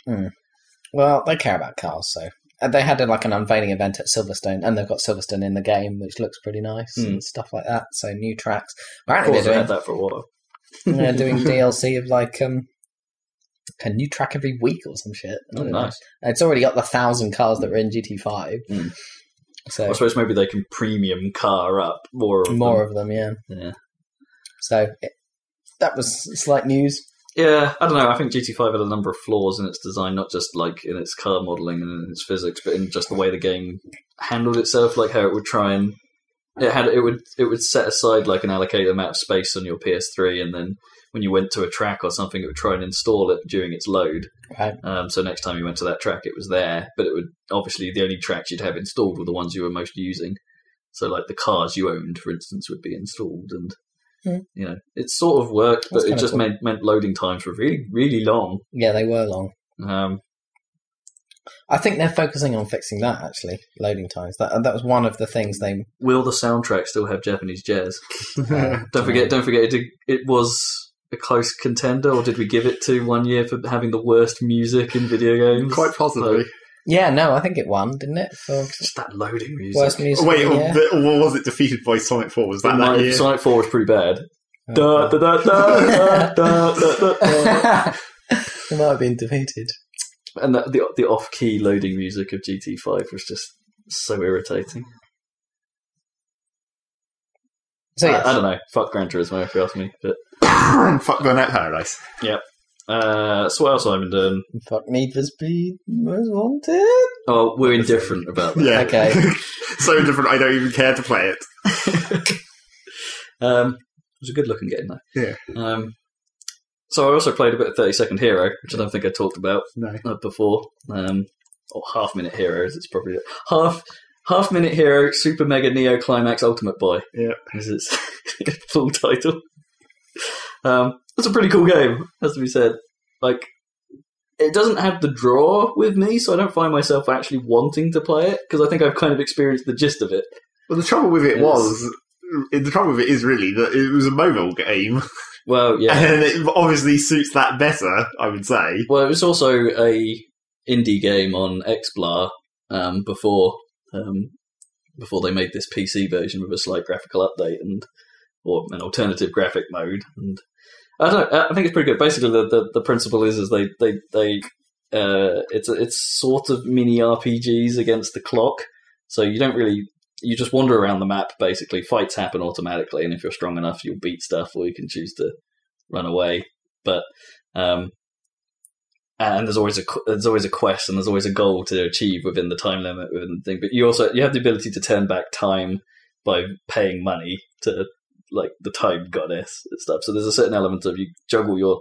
well, they care about cars, so and they had uh, like an unveiling event at Silverstone, and they've got Silverstone in the game, which looks pretty nice
Hmm.
and stuff like that. So new tracks.
Of
Apparently
course, I
they're
had
doing,
that for a while.
they're doing DLC of like um a new track every week or some shit. I
Oh,
don't know.
nice.
It's already got the thousand cars that were in GT Five.
Hmm. I
So
suppose maybe they can premium car up more of
more
them.
of them, yeah.
Yeah.
So it, that was slight news.
Yeah, I don't know. I think GT5 had a number of flaws in its design, not just like in its car modeling and in its physics, but in just the way the game handled itself, like how it would try and it had it would it would set aside like an allocated amount of space on your PS3, and then when you went to a track or something, it would try and install it during its load.
Right.
Um, so next time you went to that track, it was there, but it would obviously the only tracks you'd have installed were the ones you were most using. So like the cars you owned, for instance, would be installed, and
Hmm.
you know it sort of worked,
That's
but it
kinda
just
cool.
meant meant loading times were really really long.
Yeah, they were long.
Um,
I think they're focusing on fixing that actually, loading times. That that was one of the things they
will the soundtrack still have Japanese jazz? Don't forget, don't forget, it, did- it was a close contender, or did we give it to one year for having the worst music in video games?
Quite possibly.
Yeah, no, I think it won, didn't it? For
Just that loading music.
worst music.
Wait,
of
or,
the year?
the- or was it defeated by Sonic 4? Was
But
that that
Sonic-
year?
Sonic 4 was pretty bad.
Oh,
Da, da, da, da, da, da, da, da.
God. They Oh, might have been defeated.
And the, the, the off key loading music of GT5 was just so irritating.
So yes,
I, I don't know. Fuck Gran Turismo, if you ask me. But,
Fuck Burnout Paradise.
uh, so what else have I been doing?
fuck Need for Speed Most Wanted.
Oh, we're indifferent about that.
Yeah.
Okay.
so different, I don't even care to play it.
Um, it was a good looking game though.
Yeah.
Um, so I also played a bit of Thirty Second Hero, which I don't think I talked about
No.
uh, before. Um, or Half Minute Hero, as it's probably half Half Minute Hero Super Mega Neo Climax Ultimate Boy.
Yeah.
is its full title. Um, it's a pretty cool game, has to be said. Like, it doesn't have the draw with me, so I don't find myself actually wanting to play it because I think I've kind of experienced the gist of it.
Well, the trouble with it
Yes.
was. The trouble with it is really that it was a mobile game,
Well, yeah,
and it obviously suits that better, I would say.
Well, it was also a indie game on XBLAR um, before um, before they made this PC version with a slight graphical update and or an alternative graphic mode. And I don't. know, I think it's pretty good. Basically, the the, the principle is is they they they uh, it's it's sort of mini RPGs against the clock. So you don't really you just wander around the map. Basically, fights happen automatically, and if you're strong enough, you'll beat stuff, or you can choose to run away. But um, and there's always a qu- there's always a quest and there's always a goal to achieve within the time limit within the thing. But you also you have the ability to turn back time by paying money to like the time goddess and stuff. So there's a certain element of you juggle your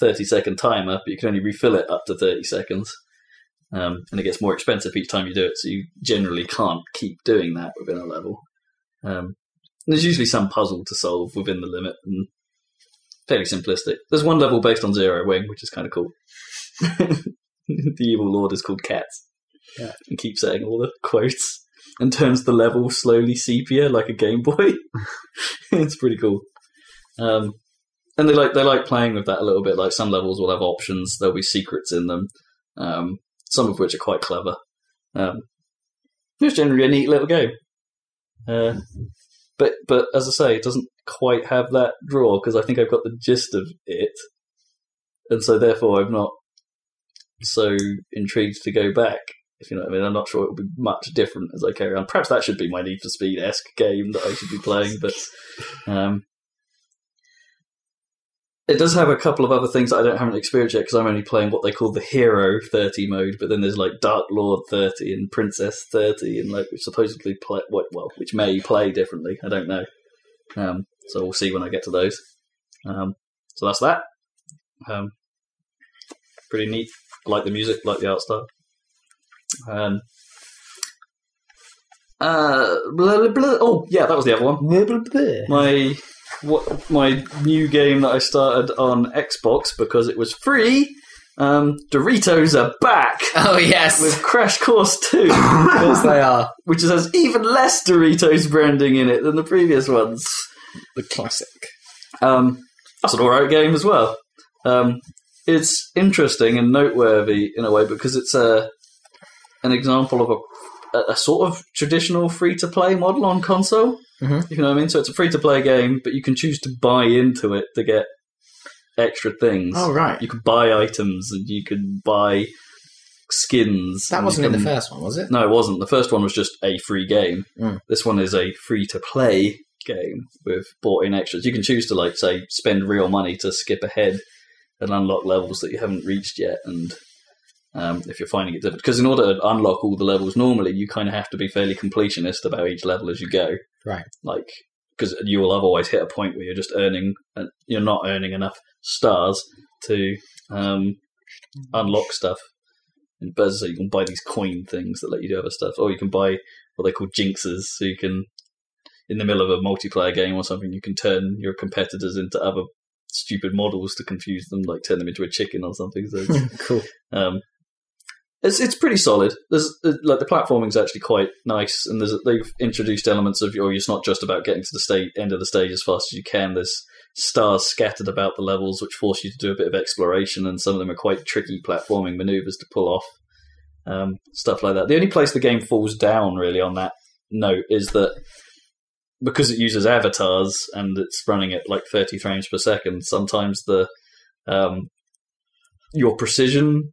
30 second timer, but you can only refill it up to 30 seconds. Um, and it gets more expensive each time you do it, so you generally can't keep doing that within a level. Um, and there's usually some puzzle to solve within the limit, and fairly simplistic. There's one level based on Zero Wing, which is kind of cool. the evil lord is called Cats.
Yeah.
And keeps saying all the quotes and turns the level slowly sepia like a Game Boy. it's pretty cool. Um, and they like they like playing with that a little bit. Like some levels will have options. There'll be secrets in them, um, some of which are quite clever. Um, it's generally a neat little game. Uh, but but as I say, it doesn't quite have that draw because I think I've got the gist of it, and so therefore I'm not so intrigued to go back. If you know what I mean, I'm not sure it will be much different as I carry on. Perhaps that should be my Need for Speed esque game that I should be playing, but um, it does have a couple of other things that I don't haven't experienced yet because I'm only playing what they call the Hero 30 mode, but then there's like Dark Lord 30 and Princess 30, and like which supposedly play what well, which may play differently. I don't know. Um, so we'll see when I get to those. Um, so that's that. Um, pretty neat. Like the music, like the art style. Um, uh, blah, blah, blah. Oh, yeah, that was the other one my what my new game that I started on Xbox because it was free. Um, Doritos are back
Oh yes,
with Crash Course Two,
of course they are.
which has even less Doritos branding in it than the previous ones.
The classic.
Um, that's an alright game as well. Um, it's interesting and noteworthy in a way because it's a an example of a a- a sort of traditional free to play model on console.
Mhm.
If you know what I mean. So it's a free to play game, but you can choose to buy into it to get extra things.
Oh, right.
You can buy items and you can buy skins.
That
and
wasn't
you
in the
can-
first one, was it?
no, it wasn't. The first one was just a free game.
Mm.
This one is a free to play game with bought in extras. You can choose to, like, say, spend real money to skip ahead and unlock levels that you haven't reached yet. And um, if you're finding it difficult, because in order to unlock all the levels normally, you kind of have to be fairly completionist about each level as you go.
Right.
Like, because you will otherwise hit a point where you're just earning, uh, you're not earning enough stars to um, unlock stuff. And but as I say, you can buy these coin things that let you do other stuff, or you can buy what they call jinxes. So you can, in the middle of a multiplayer game or something, you can turn your competitors into other stupid models to confuse them, like turn them into a chicken or something. So it's,
Cool.
um, it's it's pretty solid. There's uh, like the platforming's actually quite nice, and there's they've introduced elements of or it's not just about getting to the state end of the stage as fast as you can. There's stars scattered about the levels, which force you to do a bit of exploration, and some of them are quite tricky platforming maneuvers to pull off. Um, stuff like that. The only place the game falls down really on that note is that because it uses avatars and it's running at like 30 frames per second, sometimes the um, your precision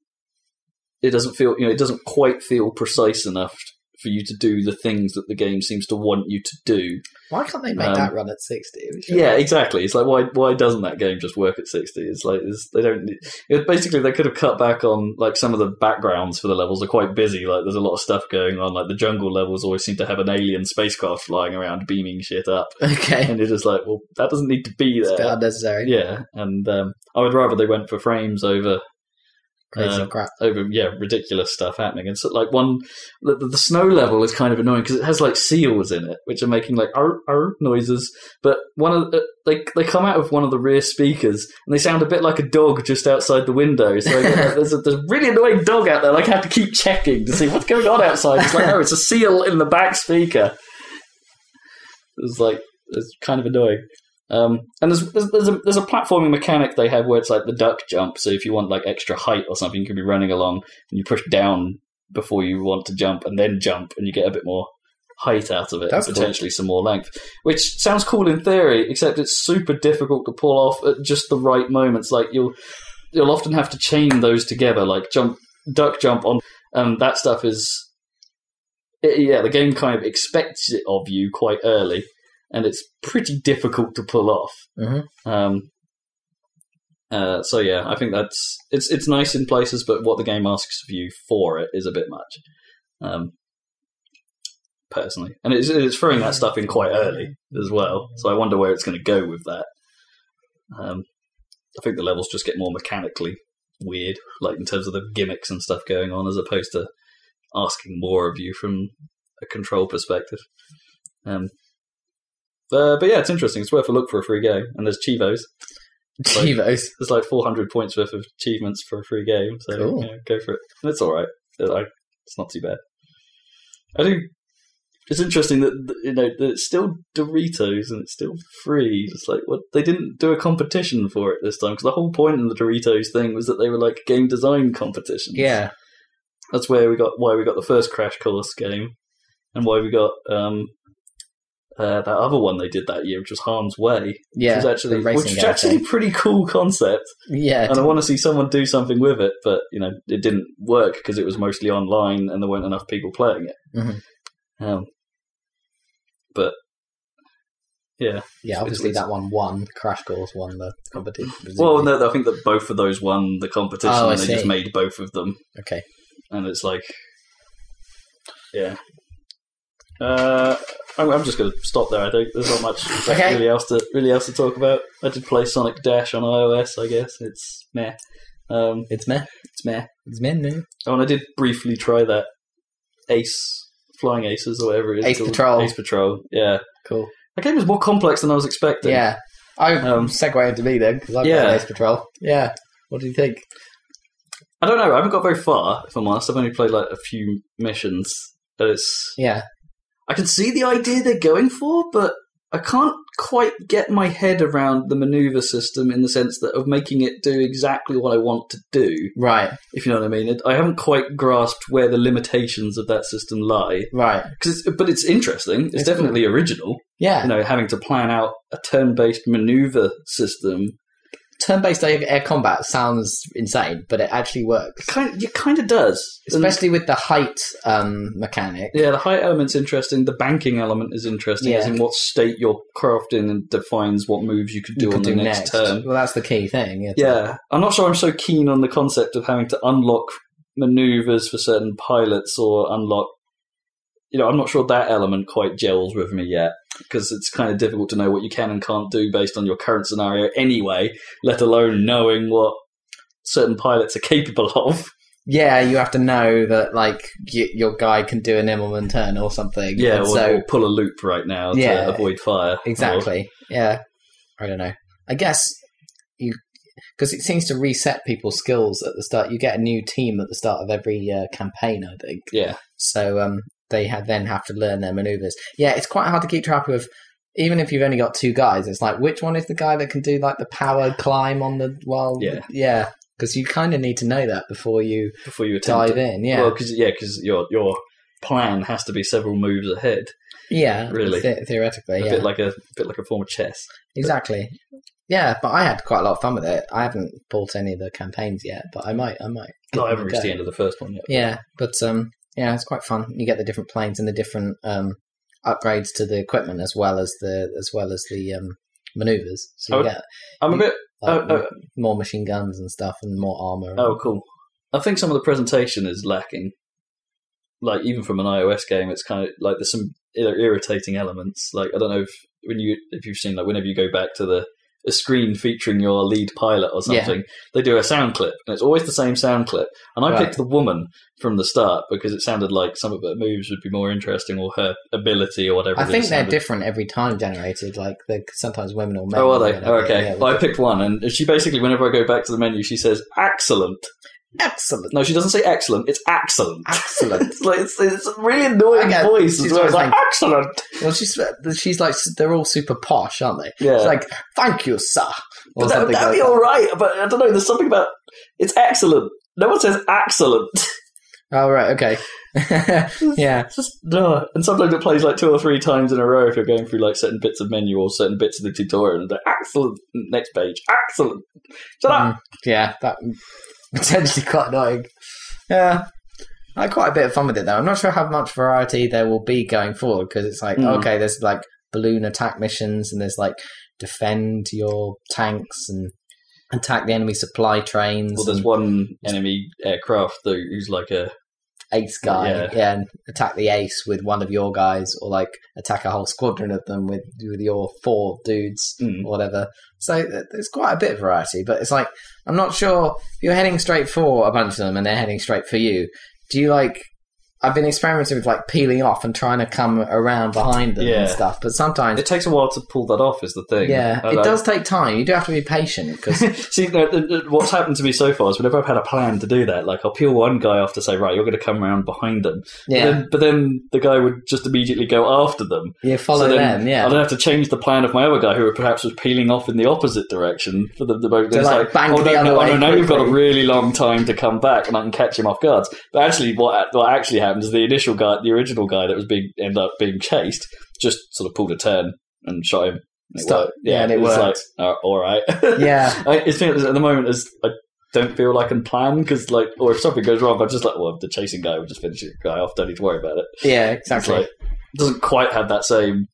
it doesn't feel you know it doesn't quite feel precise enough for you to do the things that the game seems to want you to do.
Why can't they make
Um,
that run at sixty? It was just-
Yeah, exactly. It's like why why doesn't that game just work at sixty? It's like it's, they don't. need- It, basically, they could have cut back on like some of the backgrounds for the levels are quite busy. Like there's a lot of stuff going on. Like the jungle levels always seem to have an alien spacecraft flying around beaming shit up,
Okay.
and you're just like, well, that doesn't need to be
It's a bit
there.
unnecessary.
Yeah, and um, I would rather they went for frames over
Crazy
Uh,
crap.
over yeah ridiculous stuff happening and so like one the, the snow level is kind of annoying because it has like seals in it which are making like ar ar noises but one of the, uh, they they come out of one of the rear speakers and they sound a bit like a dog just outside the window so I get, there's, a, there's a really annoying dog out there like I have to keep checking to see what's going on outside it's like no it's a seal in the back speaker it's like it's kind of annoying um, and there's there's there's a, there's a platforming mechanic they have where it's like the duck jump. So if you want like extra height or something, you can be running along and you push down before you want to jump, and then jump, and you get a bit more height out of it,
That's
and
cool.
potentially some more length. Which sounds cool in theory, except it's super difficult to pull off at just the right moments. Like you'll you'll often have to chain those together, like jump duck jump on, and that stuff is. It, yeah, the game kind of expects it of you quite early, and it's pretty difficult to pull off.
Mhm.
Um, Uh, so yeah, I think that's it's it's nice in places, but what the game asks of you for it is a bit much, um, personally. And it's it's throwing that stuff in quite early as well, so I wonder where it's going to go with that. Um, I think the levels just get more mechanically weird, like in terms of the gimmicks and stuff going on, as opposed to asking more of you from a control perspective. Um, uh, but yeah, it's interesting. It's worth a look for a free game, and there's Chivos
Chivos.
there's like 400 points worth of achievements for a free game, so
Cool.
you know, go for it. And it's all right. It's like- it's not too bad. I do. It's interesting that that, you know that it's still Doritos and it's still free. It's like what they didn't do a competition for it this time because the whole point of the Doritos thing was that they were like game design competitions.
Yeah.
that's where we got why we got the first Crash Course game, and why we got um, uh, that other one they did that year, which was Harm's Way,
Yeah.
which is actually
the racing
which is
game
actually a pretty cool concept
Yeah.
and I want to see someone do something with it, but you know it didn't work because it was mostly online and there weren't enough people playing it.
Mhm.
Um, but yeah,
yeah, obviously
it's-
that one won. Crash Course won the competition.
well,
presumably.
no, I think that both of those won the competition,
Oh, I
and they just
see.
made both of them,
Okay.
and it's like, yeah. Uh, I'm, I'm just going to stop there. I don't. There's not much
Okay.
really else to really else to talk about. I did play Sonic Dash on iOS. I guess it's meh. Um,
It's meh.
it's meh.
It's meh. no?
Oh, and I did briefly try that Ace, Flying Aces, or whatever it is.
Ace
called.
Patrol.
Ace Patrol, yeah.
Cool.
That game was more complex than I was expecting.
Yeah. I
Um,
um, segue into me then because I've
yeah.
got Ace Patrol. Yeah. What do you think?
I don't know, I haven't got very far, if I'm honest. I've only played like a few missions. And it's.
Yeah.
I can see the idea they're going for, but I can't quite get my head around the maneuver system in the sense that of making it do exactly what I want to do,
Right.
if you know what I mean. It, I haven't quite grasped where the limitations of that system lie.
Right.
Cause it's, but it's interesting. It's,
It's cool.
definitely original.
Yeah.
you know, having to plan out a turn-based maneuver system.
Turn-based air, air combat sounds insane, but it actually works,
It kind, it kind of does. And-
especially with the height um, mechanic.
yeah, the height element's interesting. The banking element is interesting, as
Yeah.
in what state you're crafting and defines what moves you could do
you
on
could
the next, turn.
Well, that's the key thing. isn't it?
Yeah, I'm not sure I'm so keen on the concept of having to unlock maneuvers for certain pilots or unlock. You know, I'm not sure that element quite gels with me yet because it's kind of difficult to know what you can and can't do based on your current scenario anyway, let alone knowing what certain pilots are capable of.
Yeah, you have to know that like y- your guy can do an Immelman turn or something.
Yeah,
And
or,
so
or pull a loop right now
Yeah.
to avoid fire. Or-
exactly. Yeah, I don't know. I guess you because it seems to reset people's skills at the start. You get a new team at the start of every uh, campaign, I think.
yeah,
So um, they ha then have to learn their maneuvers. Yeah, it's quite hard to keep track of. Even if you've only got two guys, it's like which one is the guy that can do like the power climb on the while?
Yeah.
yeah, because you kind of need to know that before you
before you attempt.
dive
it.
in. Yeah,
Well, because yeah, 'cause your your plan has to be several moves ahead.
yeah,
really.
the- theoretically,
A
yeah,
bit like a bit like a form of chess.
exactly. Yeah, but I had quite a lot of fun with it. I haven't bought any of the campaigns yet, but I might. I might. give
No, I
them a
haven't reached
go.
the end of the first one yet.
Yeah, but um, yeah, it's quite fun. You get the different planes and the different um upgrades to the equipment as well as the as well as the um maneuvers. So you
Oh,
get
I'm a bit.
like,
Oh, oh.
more machine guns and stuff and more armor.
Oh, cool. I think some of the presentation is lacking. Like even from an iOS game, it's kind of like there's some you know, irritating elements. Like I don't know if when you if you've seen like whenever you go back to the a screen featuring your lead pilot or
Yeah.
something, they do a sound clip, and it's always the same sound clip. And I
Right.
picked the woman from the start because it sounded like some of her moves would be more interesting or her ability or whatever.
I
it is
think they're
sounded-
different every time generated. Like they're sometimes women or men.
Oh, are
or
they?
whatever,
Oh, okay.
yeah,
well, I picked one, and she basically, whenever I go back to the menu, she says, "Excellent."
excellent,
No, she doesn't say excellent. It's excellent.
excellent.
It's like it's, it's a really annoying
Okay.
voice. As
She's
well. It's like
always
excellent.
well, she's she's like they're all super posh, aren't they?
Yeah,
It's like thank you, sir. Or
but that,
something
that'd
like
be
that.
all right. But I don't know. There's something about it's excellent. No one says excellent.
Oh right, okay. yeah,
It's just no. And sometimes it plays like two or three times in a row if you're going through like certain bits of menu or certain bits of the tutorial. And they're excellent. Next page. Excellent. Shut up.
Mm, yeah, that potentially quite annoying. Yeah, I had quite a bit of fun with it though. I'm not sure how much variety there will be going forward because it's like
Mm.
okay, there's like balloon attack missions and there's like defend your tanks and attack the enemy supply trains.
Well, there's
and
one enemy aircraft though who's like a
ace guy,
Yeah.
yeah. and attack the ace with one of your guys, or like attack a whole squadron of them with with your four dudes,
Mm.
or whatever. So th- there's quite a bit of variety, but it's like I'm not sure if you're heading straight for a bunch of them and they're heading straight for you. Do you like? I've been experimenting with like peeling off and trying to come around behind them
Yeah.
and stuff, but sometimes
It takes a while to pull that off, is the thing.
yeah,
And
it
I-
does take time. You do have to be patient because
See, no, th- th- what's happened to me so far is whenever I've had a plan to do that, like I'll peel one guy off to say, right, you're going to come around behind them.
yeah,
But, then, but then the guy would just immediately go after them.
you follow
So then
them. Yeah,
I'd have to change the plan of my other guy who perhaps was peeling off in the opposite direction for the, the moment.
To,
It's
like, bank
oh, no,
the other
no,
way
no, no, you've got a
quickly.
really long time to come back and I can catch him off guard. But actually, what, what actually happened is the initial guy, the original guy that was being, ended up being chased, just sort of pulled a turn and shot him. It
Stop.
worked.
Yeah, and it
it's
worked.
like, uh, all right.
yeah.
I, it's at the moment is I don't feel like I can plan because like, or if something goes wrong, I'm just like, well, the chasing guy will just finish the guy off. Don't need to worry about it.
Yeah,
It's
exactly.
like doesn't quite have that same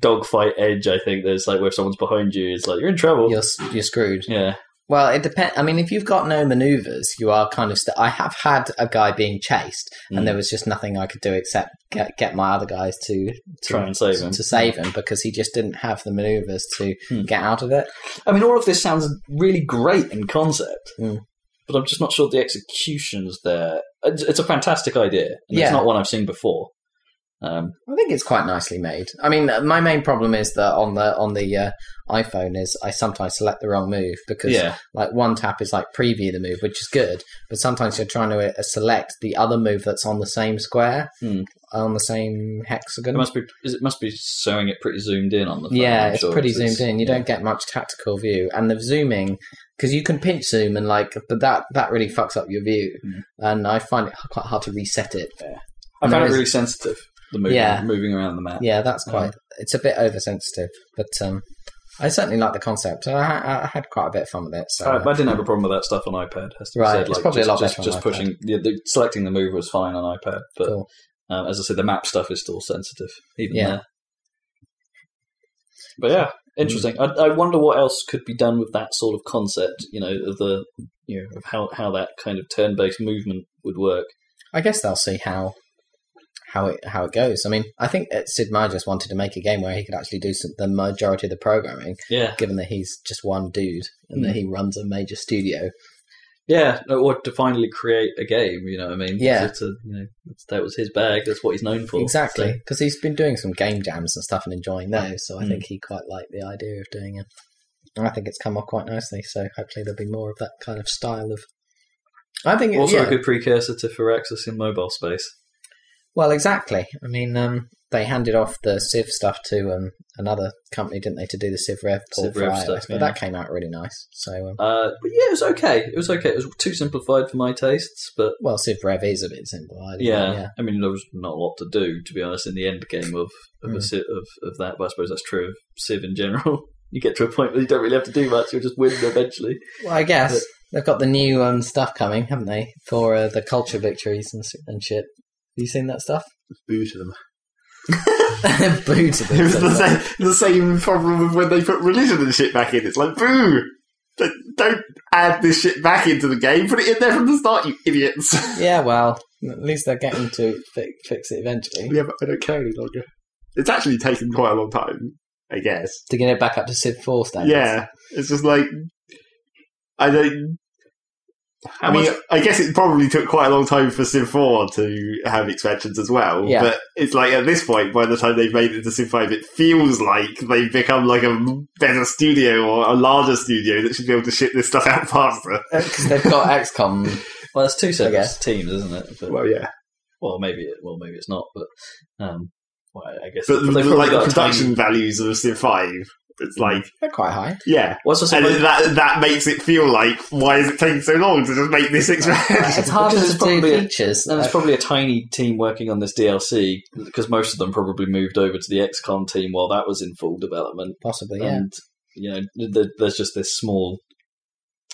dogfight edge. I think there's like where if someone's behind you, it's like you're in trouble.
you're s- you're screwed.
Yeah,
Well, it depends. I mean, if you've got no maneuvers, you are kind of. St- I have had a guy being chased,
Mm.
and there was just nothing I could do except get, get my other guys to, to
try and save him.
to save him because he just didn't have the maneuvers to
Hmm.
get out of it.
I mean, all of this sounds really great in concept,
Mm.
but I'm just not sure the execution's there. It's it's a fantastic idea, and
Yeah.
it's not one I've seen before. Um,
I think it's quite nicely made. I mean, uh, my main problem is that on the on the uh, iPhone is I sometimes select the wrong move because
yeah,
like one tap is like preview the move, which is good, but sometimes you're trying to uh, select the other move that's on the same square
Hmm.
on the same hexagon.
It must be is- it must be showing it pretty zoomed in on the phone.
Yeah,
I'm
it's
sure,
pretty
'cause it's-
zoomed in. You don't get much tactical view, and the zooming because you can pinch zoom and like, but that that really fucks up your view,
Mm.
and I find it h- quite hard to reset it.
I found
No,
it
it's-
really sensitive. The moving,
Yeah.
moving around the map.
Yeah, that's quite. It's a bit oversensitive, but um, I certainly like the concept, and I, ha- I had quite a bit of fun with it. So
I, I didn't have a problem with that stuff on iPad. Has to be
Uh, Right,
said.
it's probably a
just,
lot
just,
better on
just
iPad.
pushing, yeah, the, selecting the move was fine on iPad, but
Cool.
um, as I said, the map stuff is still sensitive, even
Yeah. Hmm.
there. But yeah, interesting. I, I wonder what else could be done with that sort of concept. You know, of the you know of how how that kind of turn based movement would work.
I guess they'll see how how it how it goes. I mean, I think uh, Sid Meier just wanted to make a game where he could actually do some, the majority of the programming,
Yeah,
given that he's just one dude and
Hmm.
that he runs a major studio.
Yeah, no, or to finally create a game. You know what I mean?
Yeah.
It's a, you know, it's, that was his bag. That's what he's known for.
Exactly,
So,
because he's been doing some game jams and stuff and enjoying those. So I
Mm.
think he quite liked the idea of doing it. And I think it's come off quite nicely. So hopefully there'll be more of that kind of style of. I think
also
yeah.
a good precursor to Firaxis in mobile space.
Well, exactly. I mean, um, they handed off the Civ stuff to um, another company, didn't they, to do the Civ Rev port
Civ
for
Rev
iOS,
stuff,
But
yeah.
that came out really nice. So, um,
Uh, but yeah, it was okay. It was okay. It was too simplified for my tastes, but
well, Civ Rev is a bit simple. I don't
yeah,
know, yeah.
I mean, there was not a lot to do, to be honest, in the end game of of, a
Mm.
Civ, of of that. But I suppose that's true of Civ in general. You get to a point where you don't really have to do much. You'll just win eventually.
Well, I guess they've got the new um, stuff coming, haven't they, for uh, the culture victories and, s- and shit. Have you seen that stuff?
Boo to them.
Boo to
It
them.
was the
says that.
same, the same problem with when they put religion and shit back in. It's like, boo! Don't- Don't add this shit back into the game. Put it in there from the start, you idiots.
Yeah, well, at least they're getting to fi- fix it eventually
yeah, but I don't care any longer. It's actually taken quite a long time, I guess.
to get it back up to Civ 4 standards.
Yeah, it's just like I don't. I mean, I guess it probably took quite a long time for Civ 4 to have expansions as well.
Yeah.
But it's like at this point, by the time they've made it to Civ 5, it feels like they've become like a better studio or a larger studio that should be able to ship this stuff out faster.
Because Uh, they've got XCOM
Well, that's two
I
separate
guess.
teams, isn't it? But-
Well, yeah.
well, maybe it. Well, maybe it's not. But um, well, I guess.
But,
they've
the-
probably
like the
got a tiny-
production values of Civ 5, it's like,
They're quite high.
yeah.
What's the
And
same-
that that makes it feel like, why is it taking so long to just make this expansion?
It's harder
Because
to
it's probably
do
a-
features.
And
uh,
there's probably a tiny team working on this DLC because most of them probably moved over to the XCOM team while that was in full development.
possibly, yeah.
And you know, th- there's just this small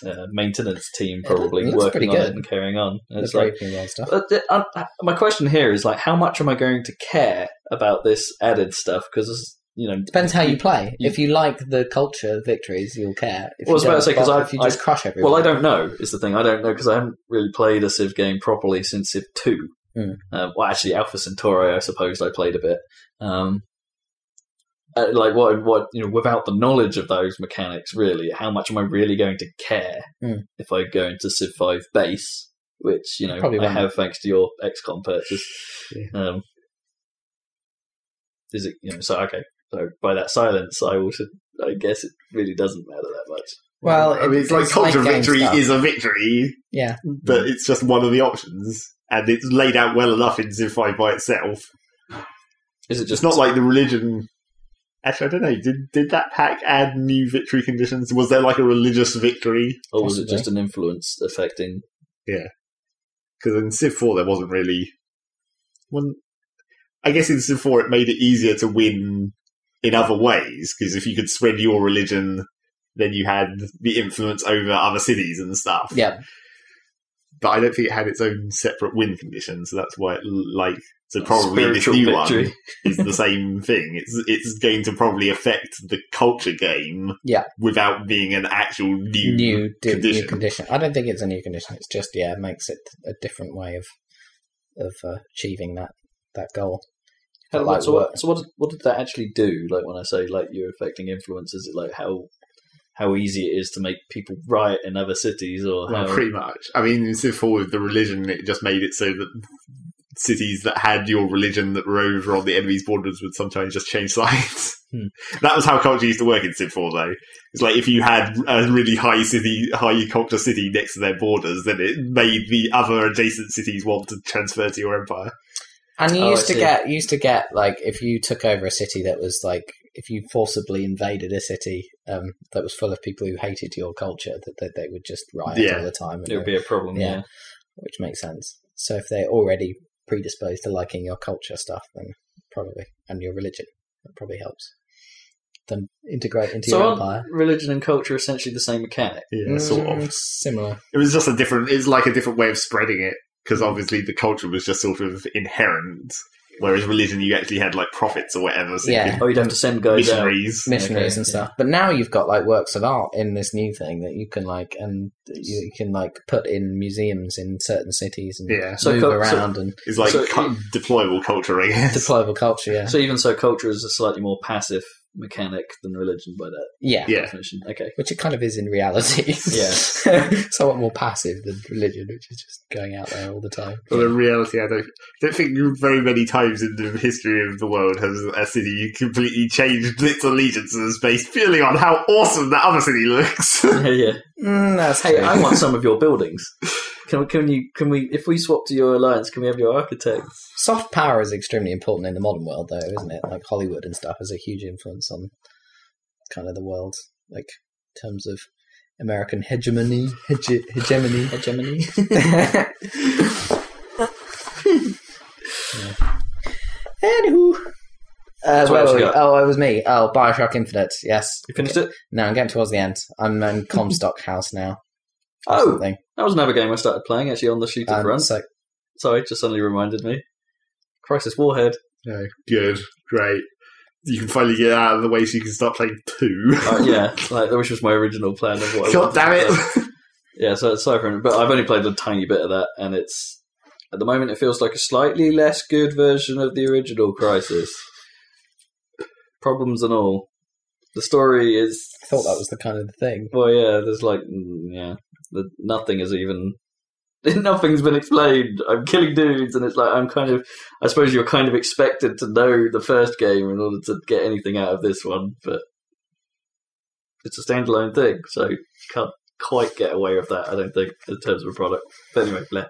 uh, maintenance team
It loo-
probably
looks
working
pretty
on it
good.
and carrying on. And
The
it's like,
Brave New World stuff.
uh, th- uh, my question here is like, how much am I going to care about this added stuff? Because you know,
Depends how you play.
You-
if you like the culture victories, you'll care. If
Well, I was
you
about to
don't,
say, 'cause
but
I've-
if you just
I've-
crush everyone,
Well, I don't know is the thing. I don't know because I haven't really played a Civ game properly since Civ two.
Hmm.
Uh, well, actually, Alpha Centauri, I suppose I played a bit. Um, uh, like what, what you know, without the knowledge of those mechanics, really, how much am I really going to care
Hmm.
if I go into Civ five base, which you know
Probably
I
won't.
have thanks to your XCOM purchase.
Yeah.
Um, is it you know? So okay, so by that silence, I will. I guess it really doesn't matter that much.
Well,
I mean, it's, like culture
game
victory
stuff.
is a victory,
yeah.
but it's just one of the options, and it's laid out well enough in Civ Five by itself.
Is it
It's
just
not like the religion. Actually, I don't know. Did did that pack add new victory conditions? Was there like a religious victory?
Or was it
Possibly.
just an influence affecting?
Because in Civ Four there wasn't really. One, I guess in Civ Four it made it easier to win in other ways because if you could spread your religion, then you had the influence over other cities and stuff.
Yeah.
but I don't think it had its own separate win condition, so that's why it l- like so probably this
Spiritual
new
victory.
one is the same thing. It's it's going to probably affect the culture game,
Yeah.
without being an actual new.
new di-
condition.
new condition. I don't think it's a new condition. It's just yeah, it makes it a different way of of uh, achieving that that goal.
How,
Like
so,
what?
what, so what? What did that actually do? Like when I say like you're affecting influence, is it like how how easy it is to make people riot in other cities, or
Well,
how?
pretty much. I mean, in Civ 4 with the religion, it just made it so that cities that had your religion that were over on the enemy's borders would sometimes just change sides.
Hmm.
That was how culture used to work in Civ 4, though. It's like if you had a really high city, high culture city next to their borders, then it made the other adjacent cities want to transfer to your empire.
And you
Oh, I
used to
see.
get you used to get like if you took over a city that was like if you forcibly invaded a city um, that was full of people who hated your culture that, that they would just riot
Yeah.
all the time, and
It would be a problem.
Yeah.
Yeah.
which makes sense. So if they're already predisposed to liking your culture stuff, then probably and your religion, that probably helps them integrate into
So
your
aren't
empire.
religion and culture are essentially the same mechanic?
Yeah, sort of.
Mm, similar.
It was just a different, it's like a different way of spreading it, because obviously the culture was just sort of inherent, whereas religion, you actually had like prophets or whatever, so you
Yeah.
could-
Oh, you'd have to send guys out.
missionaries.
missionaries
Okay,
and
yeah.
stuff. But now you've got like works of art in this new thing that you can like and you you can like put in museums in certain cities and
Yeah.
So
move
co- so-
around and
It's like
So-
cu- deployable culture, I guess.
deployable culture. Yeah,
So even so, culture is a slightly more passive mechanic than religion by that
yeah.
yeah.
definition. Okay.
Which it kind of is in reality.
Yeah.
somewhat more passive than religion, which is just going out there all the time.
But in reality, I don't, don't think very many times in the history of the world has a city completely changed its allegiances based purely on how awesome that other city looks.
yeah.
Mm, that's
Hey,
true.
I want some of your buildings. Can, can you? Can we? If we swap to your alliance, can we have your architect?
Soft power is extremely important in the modern world, though, isn't it? Like Hollywood and stuff has a huge influence on kind of the world, like in terms of American hegemony, hege- hegemony,
Hegemony.
Anywho. Uh,
So what
where
else
were
you
we?
got?
Oh, it was me. Oh, Bioshock Infinite. Yes.
You finished it?
No, I'm getting towards the end. I'm in Comstock House now. or
Oh,
something.
That was another game I started playing actually on the shoot of
Um,
run.
so
Sorry, just suddenly reminded me. Crisis Warhead.
no, good, great. You can finally get out of the way so you can start playing two.
Uh, yeah, like which was my original plan of what. I
God
wanted
damn
to
it!
play. Yeah, so it's Cyber, but I've only played a tiny bit of that, and it's at the moment it feels like a slightly less good version of the original Crisis. Problems and all. The story is.
I thought that was the kind of thing.
Well, yeah, there's like, mm, yeah, the, nothing is even. Nothing's been explained. I'm killing dudes, and it's like I'm kind of. I suppose you're kind of expected to know the first game in order to get anything out of this one, but it's a standalone thing, so you can't quite get away with that. I don't think in terms of a product. But anyway, bleh.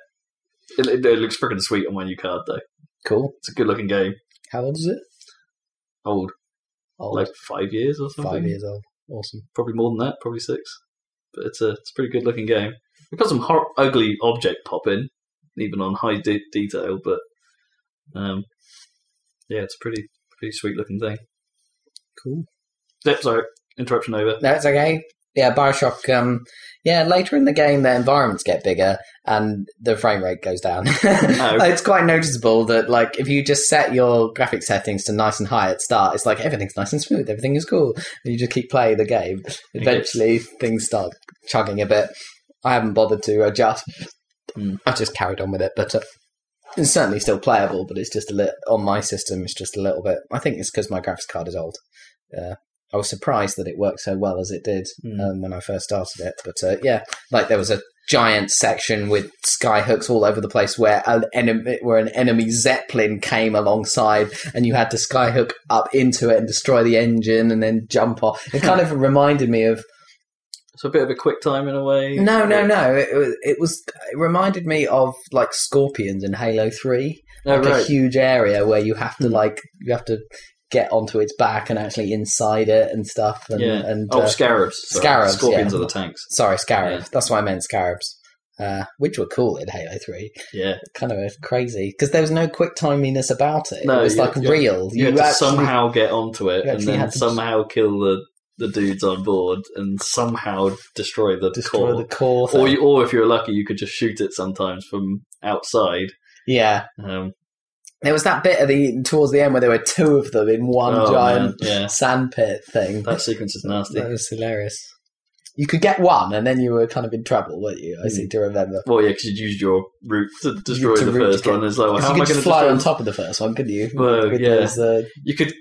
It, it, it looks freaking sweet on my new card, though.
Cool.
It's a good looking game.
How old is it?
Old,
Old.
like five years or something.
Five years old. Awesome.
probably more than that, probably six. But it's a it's a pretty good looking game. We've got some hor- ugly object pop in, even on high de- detail. But um, yeah, it's a pretty pretty sweet looking thing.
Cool.
Yep, sorry, interruption over.
No, it's okay. yeah, Bioshock. Um, yeah, later in the game, the environments get bigger and the frame rate goes down. It's quite noticeable that, like, if you just set your graphic settings to nice and high at start, it's like everything's nice and smooth, everything is cool. And you just keep playing the game. Eventually, things start chugging a bit. I haven't bothered to adjust.
Mm.
I've just carried on with it, but uh, it's certainly still playable. But it's just a little on my system. It's just a little bit. I think it's because my graphics card is old. Uh, I was surprised that it worked so well as it did
Mm.
um, when I first started it. But uh, yeah, like there was a giant section with sky hooks all over the place where an enemy where an enemy zeppelin came alongside and you had to skyhook up into it and destroy the engine and then jump off it kind of reminded me of
So a bit of a quick time in a way.
no, no, no. It, was- it was. It reminded me of like scorpions in Halo Three,
Oh,
like a
right.
huge area where you have to like you have to get onto its back and actually inside it and stuff. And,
Yeah.
and
Oh,
uh,
scarabs. Sorry.
scarabs,
Scorpions
yeah.
are the tanks.
sorry, scarabs.
Yeah.
That's why I meant scarabs, uh, which were cool in Halo Three.
Yeah.
Kind of crazy because there was no quick timiness about it.
No,
it was
you-
like
you-
real.
You, had to
actually-
somehow get onto it and
you actually
then
had to-
somehow kill the, the dudes on board and somehow destroy the
destroy
core.
the core.
or,
thing.
you, or if you were lucky, you could just shoot it sometimes from outside.
yeah,
Um,
there was that bit of the towards the end where there were two of them in one
oh,
giant
man, Yeah.
sandpit thing.
That sequence is nasty.
That was hilarious. You could get one, and then you were kind of in trouble, weren't you?
Hmm.
I seem to remember.
Well, yeah, because you'd used your route to destroy
to
the
route
first
to get-
one. It's like, well,
'Cause
how
you
am I going
could just
to
fly
destroy
on top of the first one, couldn't you?
Well,
With
yeah.
those, uh,
you could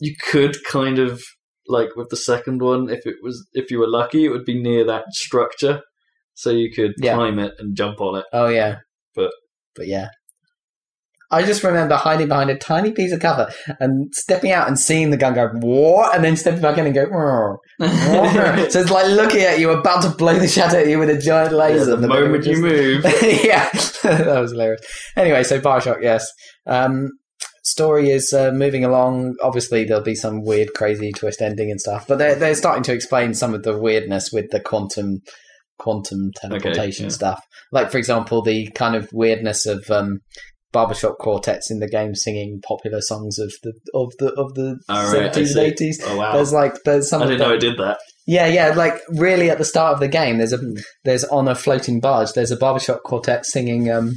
you could kind of like with the second one if it was if you were lucky it would be near that structure so you could
Yeah.
climb it and jump on it
oh yeah,
But-
but yeah. I just remember hiding behind a tiny piece of cover and stepping out and seeing the gun go war, and then stepping back in and go. "Whoa, whoa." so it's like looking at you, about to blow the shot at you with a giant
Yeah,
laser.
the
and then it would
moment you
just-
move
yeah, that was hilarious. Anyway, so Bioshock, yes. Um, story is uh, moving along. Obviously, there'll be some weird, crazy twist ending and stuff, but they're they're starting to explain some of the weirdness with the quantum quantum teleportation
yeah.
stuff. Like, for example, the kind of weirdness of um, barbershop quartets in the game singing popular songs of the of the of the
All Oh, right, I
seventies
see.
and eighties.
oh wow
There's like there's some
i
of
didn't
the-
know i did that
yeah, yeah, like really at the start of the game, there's a
Hmm.
there's on a floating barge, there's a barbershop quartet singing um,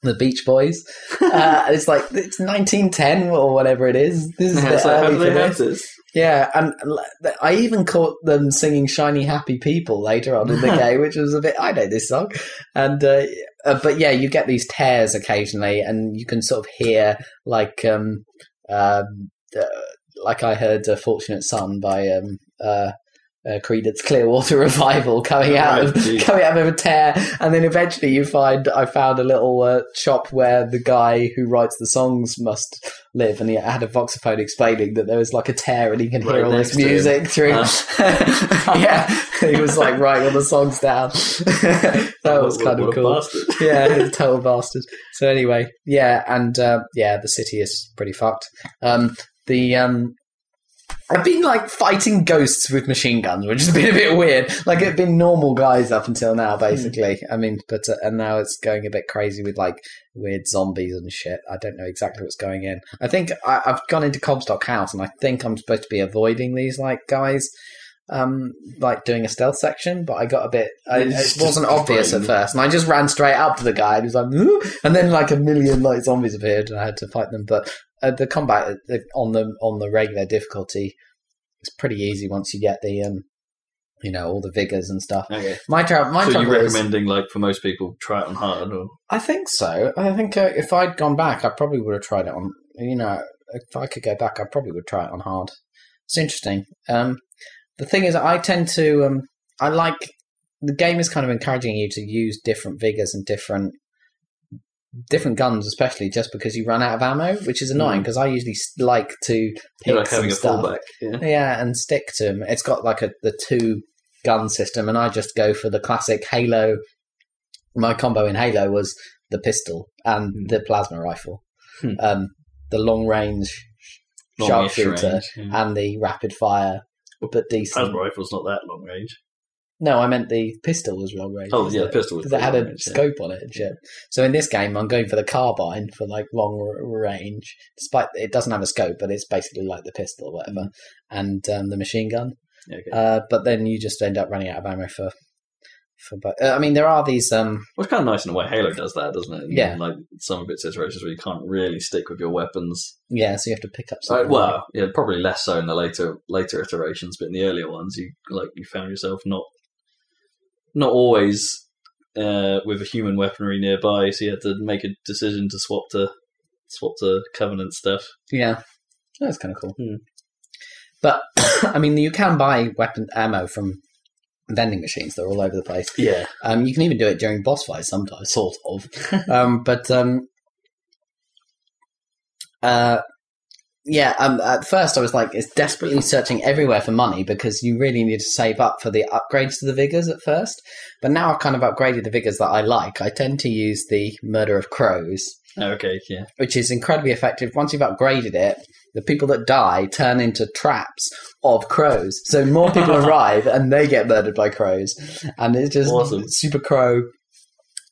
the Beach Boys. Uh, and it's like it's 1910 or whatever it is. This is
Yeah,
the
so how
early
do
for
they
this.
have this
Yeah, and l- I even caught them singing "Shiny Happy People" later on in the game, which was a bit. I know this song, and uh, uh, but yeah, you get these tears occasionally, and you can sort of hear like um, um uh, like I heard uh, "Fortunate Son" by um, uh, uh, Creedence Clearwater Revival coming out of
Right, geez.
coming out of a tear, and then eventually you find I found a little uh, shop where the guy who writes the songs must live, and he had a voxophone explaining that there was like a tear, and he can
Right
hear all
next
this
to him. Um,
music through.
Uh,
yeah, he was like writing all the songs down. that was
What-
kind
what
of
a
cool
bastard.
yeah, he's a total bastard. So anyway, yeah, and uh, yeah, the city is pretty fucked. Um, the um, I've been like fighting ghosts with machine guns, which has been a bit weird. Like it'd been normal guys up until
Hmm.
now, basically. I mean, but uh, and now it's going a bit crazy with like weird zombies and shit. I don't know exactly what's going in. I think I, I've gone into Comstock House, and I think I'm supposed to be avoiding these like guys. Um, like doing a stealth section, but I got a bit. I,
It's
it
just
wasn't obvious at
brain.
first, and I just ran straight up to the guy, and he was like, "Ooh," and then like a million like zombies appeared, and I had to fight them. But uh, the combat uh, on the on the regular difficulty is pretty easy once you get the um, you know, all the vigors and stuff.
okay
My trouble, my
so
trouble
you're
is-
recommending like for most people try it on hard or
I think so. I think uh, if I'd gone back, I probably would have tried it on. You know, if I could go back, I probably would try it on hard. It's interesting. Um, the thing is, I tend to. Um, I like the game is kind of encouraging you to use different vigors and different different guns, especially just because you run out of ammo, which is annoying because I usually s- like to pick
you're Hmm. like having
some
a
stuff.
fallback yeah
Yeah, and stick to them. It's got like a the two gun system, and I just go for the classic Halo. My combo in Halo was the pistol and
Hmm.
the plasma rifle,
Hmm.
um, the long range
Longish
sharpshooter
range, yeah.
and the rapid fire, but decent.
Hmm. plasma rifle's not that long range
No, I meant the pistol was long range.
oh
wasn't
yeah
it?
the pistol was
because it had
pretty
a
long range, yeah.
scope on it and shit. So in this game, I'm going for the carbine for like long r-
Hmm.
range, despite it doesn't have a scope, but it's basically like the pistol or whatever, and um, the machine gun.
Okay.
Uh, but then you just end up running out of ammo for for. But uh, I mean, there are these. Um,
Well, it's kind of nice in a way. Halo does that, doesn't it? And
Yeah.
Like some of its iterations where you can't really stick with your weapons.
yeah, so you have to pick up.
Uh,
Something
well, yeah, probably less so in the later later iterations, but in the earlier ones, you like you found yourself not not always uh, with a human weaponry nearby, so you had to make a decision to swap to swap to Covenant stuff.
yeah, that's kind of cool.
Hmm.
But I mean, you can buy weapon ammo from vending machines that are all over the place.
Yeah,
Um, you can even do it during boss fights sometimes, sort of. um, but um, uh, yeah, um, at first I was like, it's desperately searching everywhere for money because you really need to save up for the upgrades to the vigors at first. But now I've kind of upgraded the vigors that I like. I tend to use the Murder of Crows,
okay, yeah,
which is incredibly effective. Once you've upgraded it, the people that die turn into traps of crows. So more people arrive and they get murdered by crows. And it's just
Awesome.
super crow.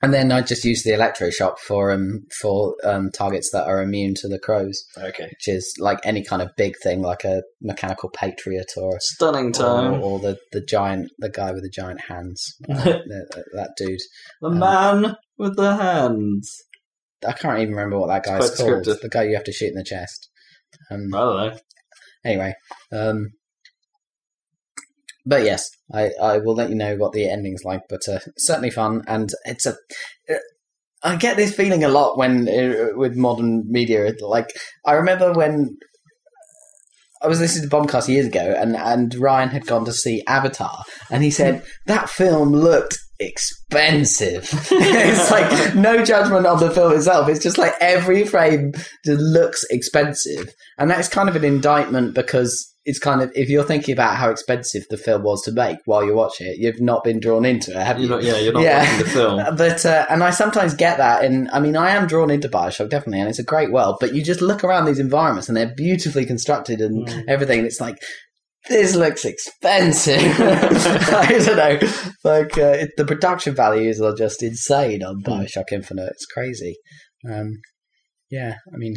And then I just use the electroshock for um for um targets that are immune to the crows,
okay.
which is like any kind of big thing, like a mechanical patriot or a
Stunning
or,
time.
or the, the giant the guy with the giant hands. that, that dude.
the man with the hands.
I can't even remember what that
It's quite
guy's called.
descriptive.
The guy you have to shoot in the chest. Um,
I don't know.
anyway um but yes i i will let you know what the ending's like but uh, certainly fun and it's a uh, i get this feeling a lot when uh, with modern media like i remember when I was listening to Bombcast years ago, and, and Ryan had gone to see Avatar, and he said that film looked expensive. it's like no judgment of the film itself. It's just like every frame just looks expensive, and that's kind of an indictment because it's kind of if you're thinking about how expensive the film was to make while you watch it, you've not been drawn into it, have you?
You're not, yeah, you're not
Yeah.
watching the film.
But uh, and I sometimes get that, and I mean I am drawn into Bioshock definitely, and it's a great world. But you just look around these environments, and they're beautifully constructed and
Mm.
everything. And it's like this looks expensive. I don't know, like uh, it, the production values are just insane
Mm.
on Bioshock Infinite. It's crazy. Um, yeah, I mean,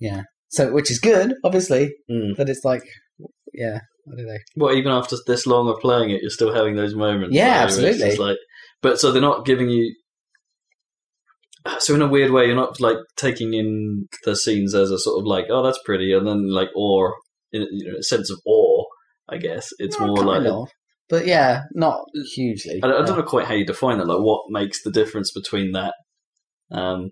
yeah. So which is good, obviously,
Mm.
but it's like, yeah, I don't know.
Well, even after this long of playing it, you're still having those moments.
Yeah,
where it's
absolutely.
just like, but so they're not giving you. So in a weird way, you're not like taking in the scenes as a sort of like, oh, that's pretty, and then like awe, in a- you know, a sense of awe. I guess it's
Well,
more like
kind of. But yeah, not hugely.
I, don't- I
No.
don't know quite how you define that. Like, what makes the difference between that? Um,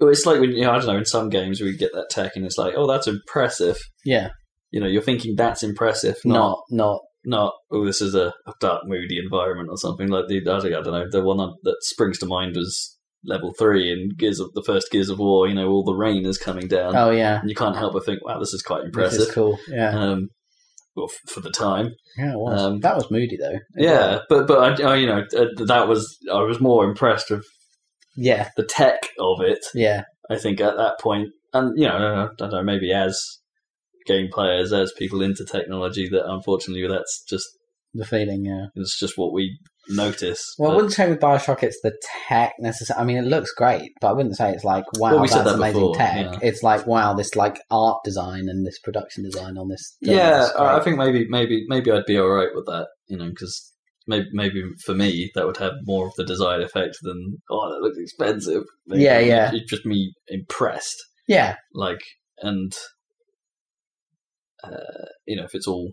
well, it's like when you know, I don't know. In some games, we get that tech, and it's like, oh, that's impressive.
Yeah.
You know, you're thinking that's impressive, not
not not
not oh this is a, a dark moody environment or something like the I don't know the one that springs to mind was level three in Gears of the first Gears of War you know all the rain is coming down
oh yeah
and you can't help but think wow this is quite
this
impressive
is cool yeah
um well f- for the time
yeah it was.
um,
that was moody though
yeah but but I, I you know uh, that was I was more impressed with
yeah
the tech of it
yeah
I think at that point, and you know, I don't know, I don't know, maybe as game players, as people into technology, that unfortunately that's just
the feeling yeah
it's just what we notice.
well I
But-
wouldn't say with Bioshock it's the tech necessarily I mean it looks great but I wouldn't say it's like wow
Well, we
that's
said that
amazing
before,
tech
yeah.
it's like wow this like art design and this production design on this film
yeah,
is great.
I I think maybe maybe maybe I'd be all right with that, you know, because maybe maybe for me that would have more of the desired effect than oh that looks expensive. Maybe
Yeah, yeah.
It'd just me impressed,
yeah
like and uh, you know if it's all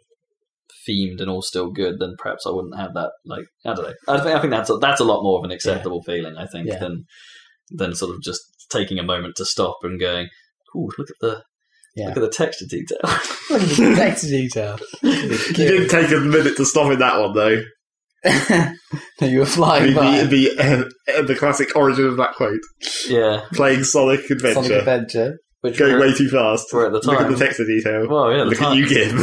themed and all still good, then perhaps I wouldn't have that. Like I don't know. I think I think that's a, that's a lot more of an acceptable feeling. I think
Yeah.
than than sort of just taking a moment to stop and going, "Ooh, look at the
Yeah.
look at the texture detail."
look at the text detail
You did take a minute to stop in that one, though.
no, you were
The,
flying by
the, the, eh, eh, the classic origin of that quote.
yeah.
Playing Sonic Adventure.
Sonic Adventure
Which
Going
were-
way too fast.
were at the
Look at
time.
the text detail.
Well, yeah, at the
Look at
time.
you, Gib.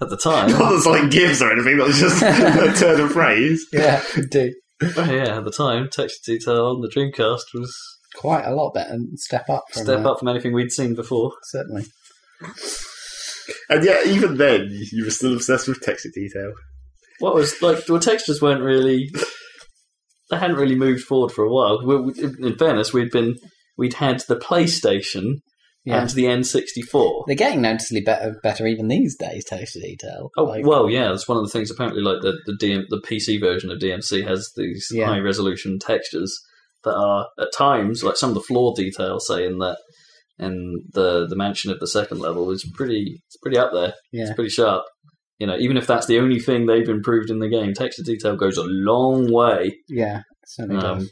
At the time,
Not that Sonic gives or anything, that was just a turn of phrase.
yeah do
Oh, yeah, at the time, texture detail on the Dreamcast was
quite a lot better and step up from
step
that,
up from anything we'd seen before.
certainly
And yet, even then, you were still obsessed with texture detail.
What was like? Well, textures weren't really. They hadn't really moved forward for a while. We, we- in fairness, we'd been we'd had the PlayStation
Yeah.
and the N64.
They're getting noticeably better, better even these days. Totally tell.
Oh
Like,
well, yeah, that's one of the things. Apparently, like the the, DM, the PC version of DMC has these
Yeah.
high resolution textures that are at times like some of the floor detail, say in that in the the mansion of the second level is pretty it's pretty up there.
Yeah.
It's pretty sharp. You know, even if that's the only thing they've improved in the game, texture detail goes a long way.
yeah, certainly
Um,
does.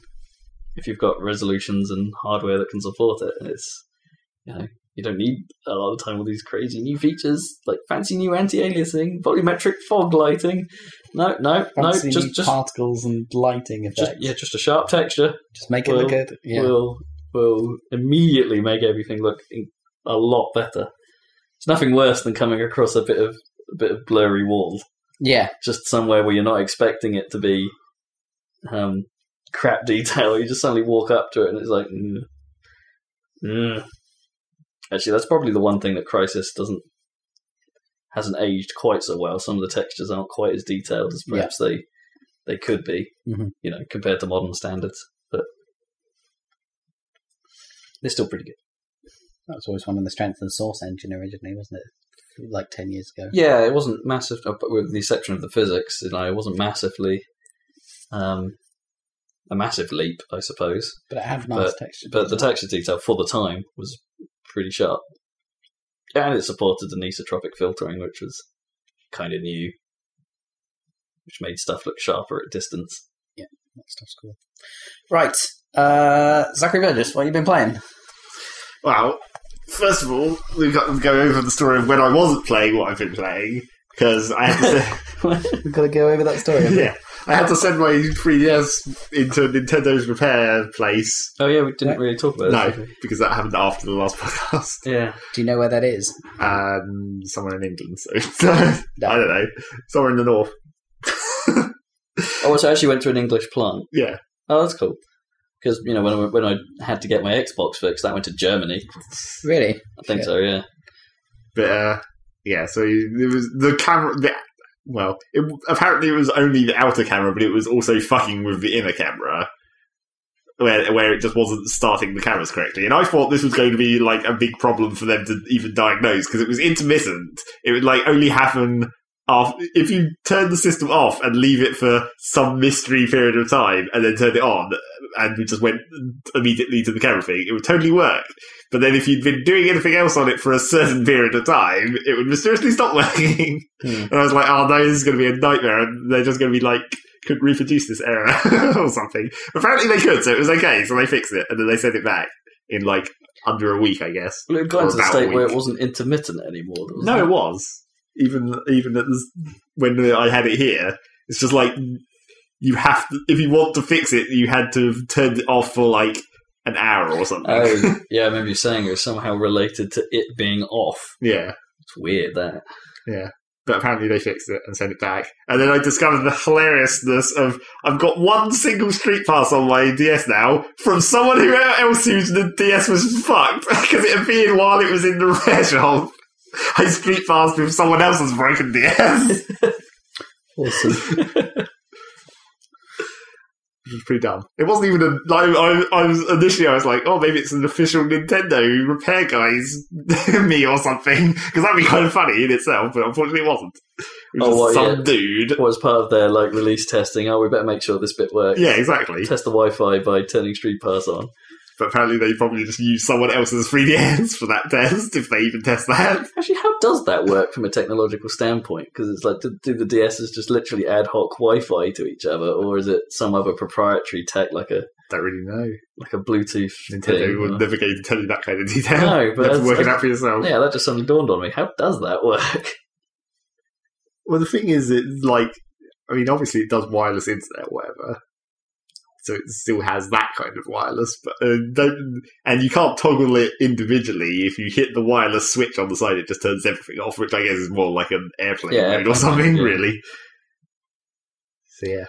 If you've got resolutions and hardware that can support it, it's you know you don't need a lot of time with these crazy new features like fancy new anti-aliasing, volumetric fog lighting. No, no,
Fancy
no,
new
just just
particles and lighting effects.
just yeah, just a sharp texture
Just make it look
Well,
good. Yeah.
will will immediately make everything look in- a lot better. It's nothing worse than coming across a bit of a bit of blurry wall,
yeah,
just somewhere where you're not expecting it to be um, crap detail. You just suddenly walk up to it and it's like, mm. Mm. actually, that's probably the one thing that Crisis doesn't hasn't aged quite so well. Some of the textures aren't quite as detailed as
Yeah.
perhaps they they could be,
Mhm.
you know, compared to modern standards. But they're still pretty good.
that was always one of the strengths of the Source engine originally, wasn't it? Like ten years ago.
Yeah, it wasn't massive, uh, but with the exception of the physics, you know, it wasn't massively um, a massive leap, I suppose.
But it had nice texture.
But the texture detail for the time was pretty sharp, and it supported anisotropic filtering, which was kind of new, which made stuff look sharper at distance.
that stuff's cool. Right, uh, Zachary Burgess, what have you been playing?
Well, first of all, we've got to go over the story of when I wasn't playing what I've been playing because I had to.
We've got to go over that story. haven't we?
yeah, I had to send my 3DS into Nintendo's repair place.
Oh yeah, we didn't
Yeah.
really talk about
No,
It.
because that happened after the last podcast.
Yeah,
Do you know where that is?
Um, somewhere in England, so I don't know, somewhere in the north.
Oh, I also actually went to an English plant.
Yeah,
Oh, that's cool. Because you know when I, when I had to get my Xbox fixed, that went to Germany.
Really?
I think so. Yeah.
but uh, yeah, so it was the camera. The, well, it, apparently it was only the outer camera, but it was also fucking with the inner camera. Where, where it just wasn't starting the cameras correctly. And I thought this was going to be like a big problem for them to even diagnose because it was intermittent. It would like only happen after, if you turn the system off and leave it for some mystery period of time and then turn it on and we just went immediately to the camera thing, it would totally work. But then if you'd been doing anything else on it for a certain period of time, it would mysteriously stop working.
Hmm.
And I was like, oh no, this is going to be a nightmare. And they're just going to be like, could reproduce this error or something. Apparently they could, so it was okay. So they fixed it and then they sent it back in like under a week, I guess.
Well, it got
Or
into the
about a
state where
week.
it wasn't intermittent anymore. was
No,
it?
it was even even at this, when I had it here. It's just like you have to if you want to fix it, you had to have turned it off for like an hour or something.
Oh, yeah, I remember you saying it was somehow related to it being off.
Yeah,
It's weird that.
but apparently they fixed it and sent it back. And then I discovered the hilariousness of I've got one single street pass on my DS now from someone who else whose the DS was fucked because it appeared while it was in the repair shop. I street passed with someone else's broken DS.
Awesome.
which was pretty dumb. It wasn't even a. Like, I, I was initially, I was like, oh, maybe it's an official Nintendo repair guys me or something, because that'd be kind of funny in itself. But unfortunately, it wasn't. It was
Oh,
just
well,
some
yeah.
dude.
It was part of their like release testing. Oh, we better make sure this bit works.
Yeah, exactly.
Test the Wi-Fi by turning Street Pass on.
But apparently, they probably just used someone else's 3DS for that test, if they even test that.
Actually, how does that work from a technological standpoint? Because it's like, do, do the DSs just literally ad hoc Wi-Fi to each other, or is it some other proprietary tech like a
Don't really know.
like a Bluetooth
Nintendo
thing?
would
or-
never go to tell you that kind of detail.
No, but
you have to
that's-
work it out for yourself.
yeah, that just suddenly dawned on me. How does that work?
Well, the thing is, it's like, I mean, obviously it does wireless internet, or whatever. So it still has that kind of wireless, but uh, don't, and you can't toggle it individually. If you hit the wireless switch on the side, it just turns everything off, which I guess is more like an airplane
Yeah,
mode or something,
yeah.
really. So yeah,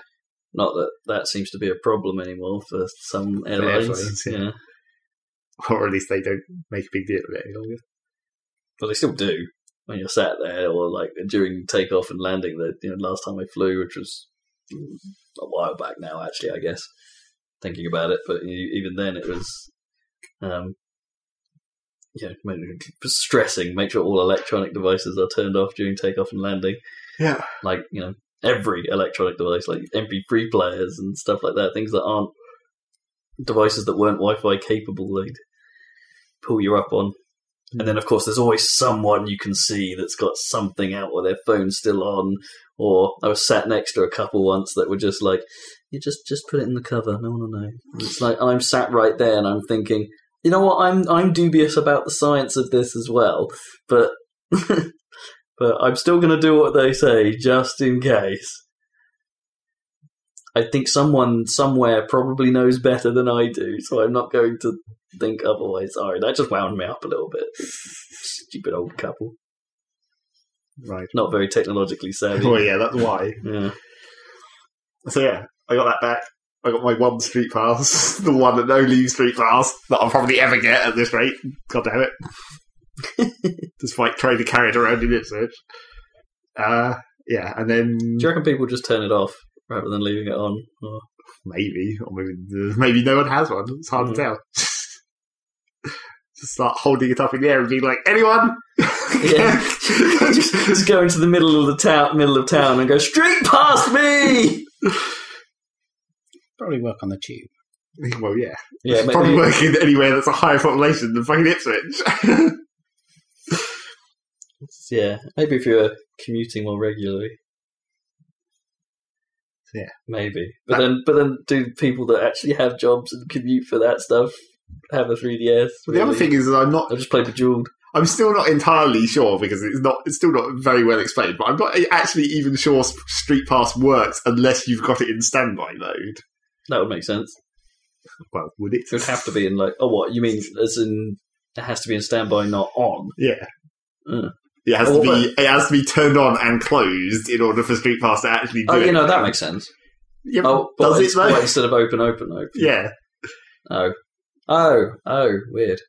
Not that that seems to be a problem anymore for some airlines.
airlines, yeah.
yeah.
or at least they don't make a big deal of it any longer.
but they still do when you're sat there or like during takeoff and landing. The you know, last time I flew, which was a while back now, actually, I guess. e-, Thinking about it, but you, even then, it was um, yeah, make- stressing, make sure all electronic devices are turned off during takeoff and landing.
Yeah.
Like, you know, every electronic device, like MP3 players and stuff like that, things that aren't devices that weren't Wi Fi capable, they'd pull you up on. And then, of course, there's always someone you can see that's got something out or their phone's still on. Or I was sat next to a couple once that were just like, "You just just put it in the cover. No one will know." And it's like, and I'm sat right there, and I'm thinking, you know what? I'm I'm dubious about the science of this as well, but but I'm still going to do what they say just in case. I think someone somewhere probably knows better than I do, so I'm not going to think otherwise. Sorry, that just wound me up a little bit. Stupid old couple,
Right.
not very technologically savvy.
Well, Oh, yeah, that's why.
Yeah.
So yeah, I got that back. I got my one street pass, the one and only street pass that I'll probably ever get at this rate. God damn it! Despite trying to carry it around in its search. Uh, yeah, and then
Do you reckon people just turn it off rather than leaving it on? Or-
maybe, or maybe, maybe no one has one. It's hard
Mhm.
to tell. Just start holding it up in the air and being like, anyone?
Yeah. just, just go into the middle of the town, middle of town, and go straight past me.
Probably work on the tube.
well, yeah.
Yeah,
It's probably
maybe-
working anywhere that's a higher population than fucking Ipswich.
yeah. Maybe if you were commuting more regularly.
Yeah.
maybe. But then, but then, do people that actually have jobs and commute for that stuff have a 3ds?
The other
really?
thing is, that I'm not
I just play Bejeweled.
I'm still not entirely sure because it's not it's still not very well explained. But I'm not actually even sure S- Street Pass works unless you've got it in standby mode.
That would make sense.
Well, would it?
It would have to be in like, oh, what you mean? As in, it has to be in standby, not on.
Yeah.
Mm.
It has
Well,
to be. It has to be turned on and closed in order for Street Pass to actually do
Oh,
it.
you know that makes sense.
Yeah,
Oh, but
does it
it's-
though?
what, instead of open, open, open.
Yeah,
Oh, oh, oh, weird.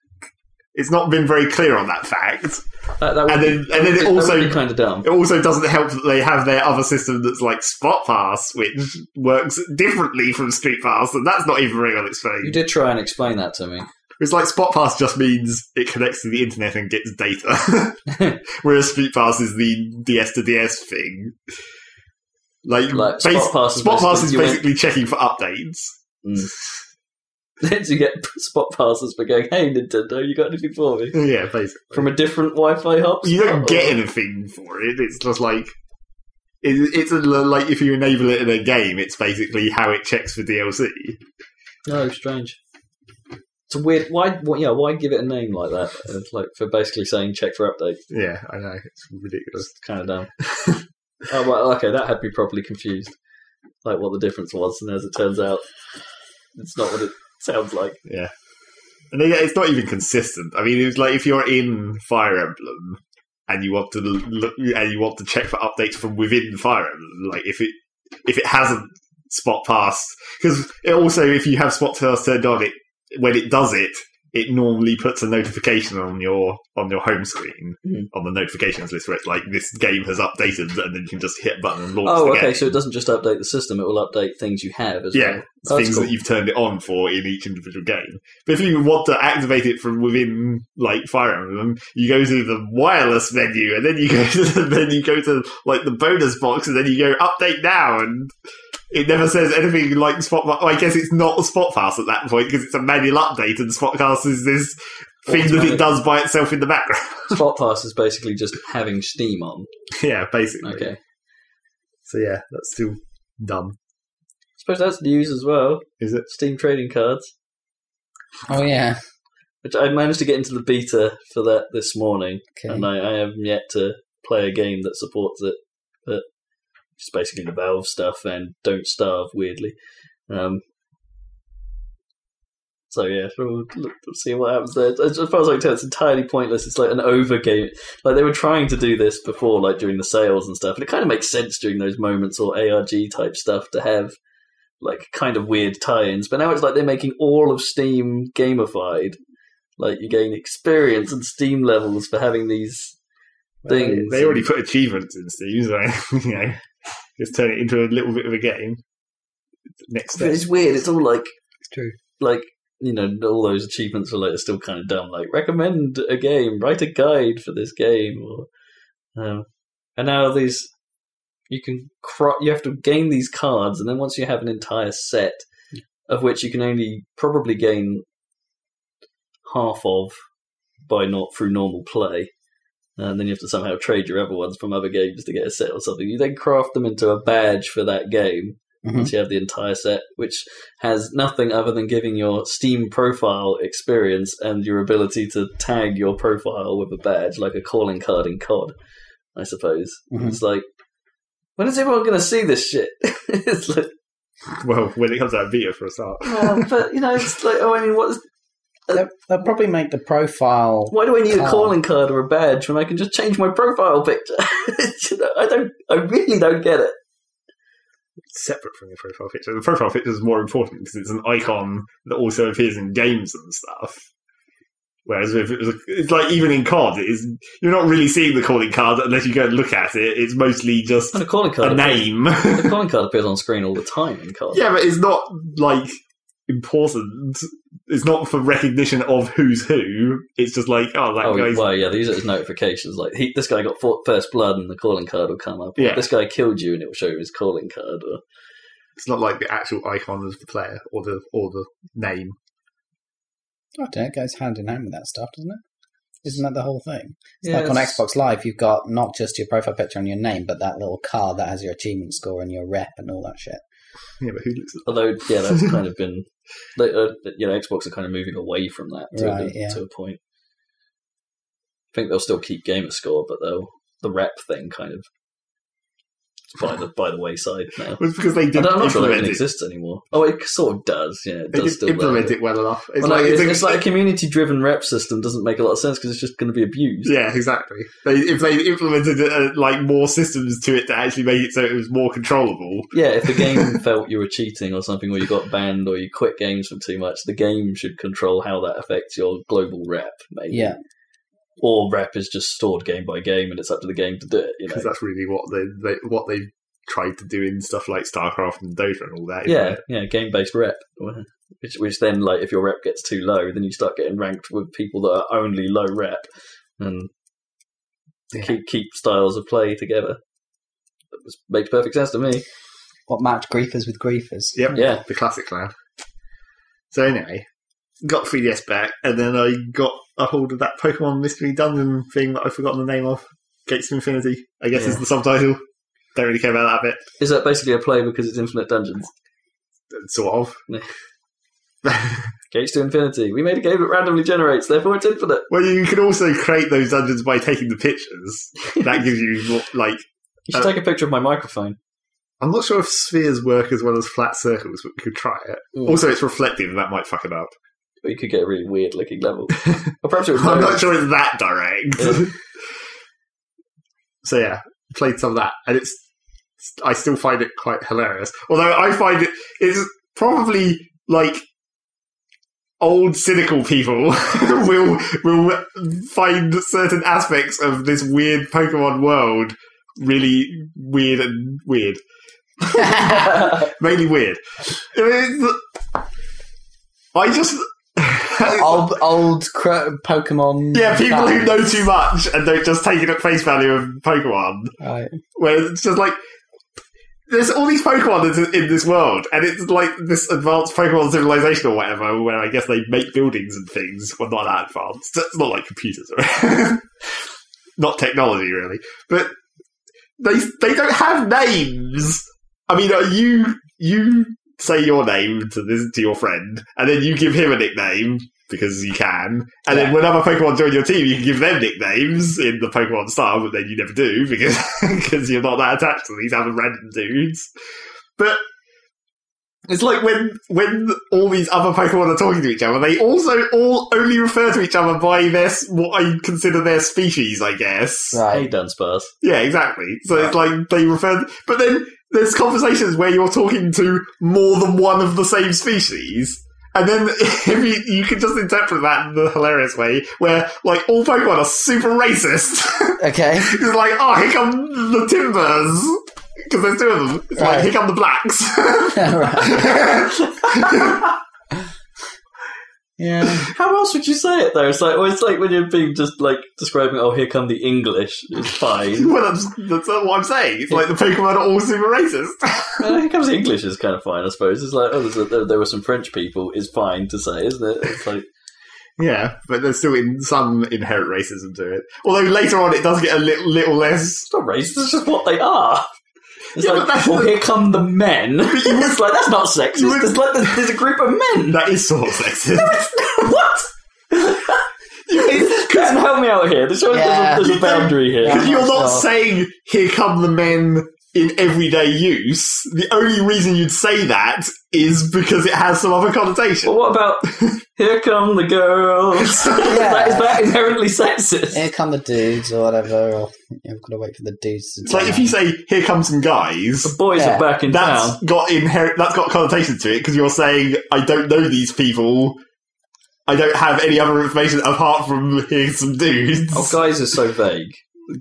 it's not been very clear on that fact.
That, that would
And
be-
then and then
that
it
would
also
be kind of dumb.
It also doesn't help that they have their other system that's like Spot Pass, which works differently from Street Pass, and that's not even very well
You
explained.
did try and explain that to me.
It's like Spot Pass just means it connects to the internet and gets data, whereas Street Pass is the DS to DS thing. Like,
Like,
bas-
Spot Pass is
Pass
basically-
is
you went-
basically checking for updates.
Then you get spot passes for going, "Hey Nintendo, you got anything for me
Oh, Yeah, basically.
from a different Wi-Fi hub?"
You don't
Oh.
get anything for it. It's just like it, it's a, like if you enable it in a game, it's basically how it checks for DLC.
No, strange. It's a weird. Why? why- yeah, why give it a name like that? It's like for basically saying check for update.
Yeah, I know it's ridiculous.
It's kind of dumb. oh well, okay, that had me properly confused. Like what the difference was, and as it turns out, it's not what it sounds like.
And then, yeah, it's not even consistent. I mean, it's like if you're in Fire Emblem and you want to l- look and you want to check for updates from within Fire Emblem, like if it if it hasn't spot passed, because also if you have spot pass turned on, it when it does it, it normally puts a notification on your on your home screen
Mhm.
on the notifications list where it's like this game has updated, and then you can just hit a button and launch.
Oh,
the
okay.
game.
So it doesn't just update the system; it will update things you have as
Yeah,
well. That's
things
cool.
that you've turned it on for in each individual game. But if you want to activate it from within, like Fire Emblem, you go to the wireless menu, and then you go to the, then you go to like the bonus box, and then you go update now, and it never says anything like Spot. well, I guess it's not Spotcast at that point because it's a manual update, and Spotcast is this thing that it
Automatic.
does by itself in the background.
Spot pass is basically just having Steam on.
yeah, basically.
Okay. I
So yeah, that's still dumb.
suppose that's news as well.
Is it?
Steam trading cards,
Oh yeah.
which I managed to get into the beta for that this morning,
Okay.
and I, I have yet to play a game that supports it. But it's basically the Valve stuff and Don't Starve, weirdly. Um, so yeah, we'll look, we'll see what happens there. As as far as I can tell, it's entirely pointless. It's like an over game. Like they were trying to do this before, like during the sales and stuff, and it kind of makes sense during those moments or ARG type stuff to have like kind of weird tie-ins. But now it's like they're making all of Steam gamified. Like you gain experience and Steam levels for having these things.
They already put achievements in Steam, so you know, just turn it into a little bit of a game. Next
But
step.
it's weird. It's all like
It's true.
like you know, all those achievements were like are still kind of dumb. Like recommend a game, write a guide for this game, or um, and now these you can cro- you have to gain these cards, and then once you have an entire set of which you can only probably gain half of by not through normal play. And then you have to somehow trade your other ones from other games to get a set or something. You then craft them into a badge for that game
Mhm.
once you have the entire set, which has nothing other than giving your Steam profile experience and your ability to tag your profile with a badge, like a calling card in COD, I suppose.
Mhm.
It's like, when is everyone going to see this shit? it's like,
Well, when it comes out of beta for a start.
oh, but you know, it's like, oh, I mean, what's
They'll, they'll probably make the profile.
Why do I need a
Oh.
calling card or a badge when I can just change my profile picture? You know, I don't. I really don't get it.
Separate from your profile picture. The profile picture is more important because it's an icon that also appears in games and stuff. Whereas if it was a, it's like even in COD, it is, you're not really seeing the calling card unless you go and look at it. It's mostly just
The calling
a
card. appears-
name.
The calling card appears on screen all the time in cards.
Yeah, but it's not like important. It's not for recognition of who's who. It's just like, oh, that
Oh
guy's.
well, yeah. These are his notifications. Like he, this guy got fought first blood, and the calling card will come up. Or
Yeah.
This guy killed you, and it will show you his calling card. Or
It's not like the actual icon of the player or the or the name.
I don't know, it goes hand in hand with that stuff, doesn't it? Isn't that the whole thing? It's
Yeah,
like on
it's-
Xbox Live, you've got not just your profile picture and your name, but that little card that has your achievement score and your rep and all that shit.
Yeah, but who looks at
Although, yeah, that's kind of been. They, uh, you know, Xbox are kind of moving away from that to,
Right,
a,
yeah.
to a point. I think they'll still keep gamer score, but they'll the rep thing kind of is by the by the wayside now.
It was because they
And
didn't
I'm not sure that
implement
even
it.
exists anymore. Oh, it sort of does. Yeah, it
They
does
didn't
still
implement
there.
it well enough. It's
Well, no,
like,
it's,
a-
it's like a community-driven rep system doesn't make a lot of sense because it's just going to be abused.
yeah, exactly. They, if they implemented uh, like more systems to it to actually make it so it was more controllable,
Yeah, if the game felt you were cheating or something, or you got banned, or you quit games from too much, the game should control how that affects your global rep, maybe.
Yeah.
Or rep is just stored game by game, and it's up to the game to do it. You know?
because that's really what they, they what they tried to do in stuff like StarCraft and Dota and all that. isn't
yeah,
it?
yeah, game-based rep, which which then like if your rep gets too low, then you start getting ranked with people that are only low rep, and to
Yeah.
keep keep styles of play together. It was- makes perfect sense to me.
What match griefers with griefers?
Yep.
Yeah,
the classic clan. So anyway, got 3DS back, and then I got a hold of that Pokemon Mystery Dungeon thing that I've forgotten the name of. Gates to Infinity, I guess is
Yeah.
the subtitle. Don't really care about that
is that basically a play because it's infinite dungeons?
bit, sort of.
Gates to infinity. We made a game that randomly generates, therefore it's infinite.
well, you can also create those dungeons by taking the pictures. That gives you more, like
You should
Uh,
take a picture of my microphone.
I'm not sure if spheres work as well as flat circles, but we could try it.
Mm.
Also, it's reflective, and that might fuck it up.
Or you could get a really weird looking level. or perhaps it was
I'm not
both.
sure it's that direct.
Yeah.
so yeah, played some of that, and it's I still find it quite hilarious. Although I find it it's probably like old cynical people will will find certain aspects of this weird Pokemon world really weird and weird, mainly weird. I mean, it's- I just.
old old cro- Pokemon.
Yeah, people who
fans.
know too much and don't just take it at face value of Pokemon.
Right.
Where it's just like there's all these Pokemon that's in this world, and it's like this advanced Pokemon civilization or whatever, where I guess they make buildings and things. Well, not that advanced. It's not like computers, or not technology really, but they they don't have names. I mean, uh, you you say your name to this to your friend, and then you give him a nickname because you can. And then when other Pokemon join your team, you can give them nicknames in the Pokemon style, but then you never do because because you're not that attached to these other random dudes. But it's like when when all these other Pokemon are talking to each other, they also all only refer to each other by their s- what I consider their species, I guess.
Hey,
Right.
Dunsparce.
Yeah, exactly. So it's like they refer, but then there's conversations where you're talking to more than one of the same species. And then if you, you can just interpret that in the hilarious way where, like, all Pokemon are super racist.
Okay.
it's like, oh, here come the Timbers. Because there's two of them. It's like,
Right.
here come the Blacks.
right.
Yeah.
How else would you say it though? It's like, well, it's like when you're being just like describing, oh, here come the English. It's fine.
well, that's, that's not what I'm saying. It's like the Pokemon are all super racist.
Uh, here comes the English is kind of fine, I suppose. It's like, oh, there's a, there, there were some French people. It's fine to say, isn't it? It's like,
yeah, but there's still in, some inherent racism to it. Although later on it does get a little, little less.
it's not racist. It's just what they are. It's
Yeah, but
like,
that's
well,
the-
here come the men. it's like that's not sexist. There's, like, there's, there's a group of men.
That is sort of sexist.
what? Couldn't help me out here. There's, there's
Yeah.
a, there's a boundary here.
Yeah.
Because you're not
So-
saying, here come the men in everyday use. The only reason you'd say that is because it has some other connotation.
Well, what about here come the girls?
Yeah.
that, is that inherently sexist?
Here come the dudes or whatever. Or you've got to wait for the dudes. To
It's like if
turn
you say, here come some guys,
The boys
Yeah.
are back in
that's
town.
got inherent, that's got connotation to it because you're saying, I don't know these people. I don't have any other information apart from here's some dudes.
Oh, guys is so vague.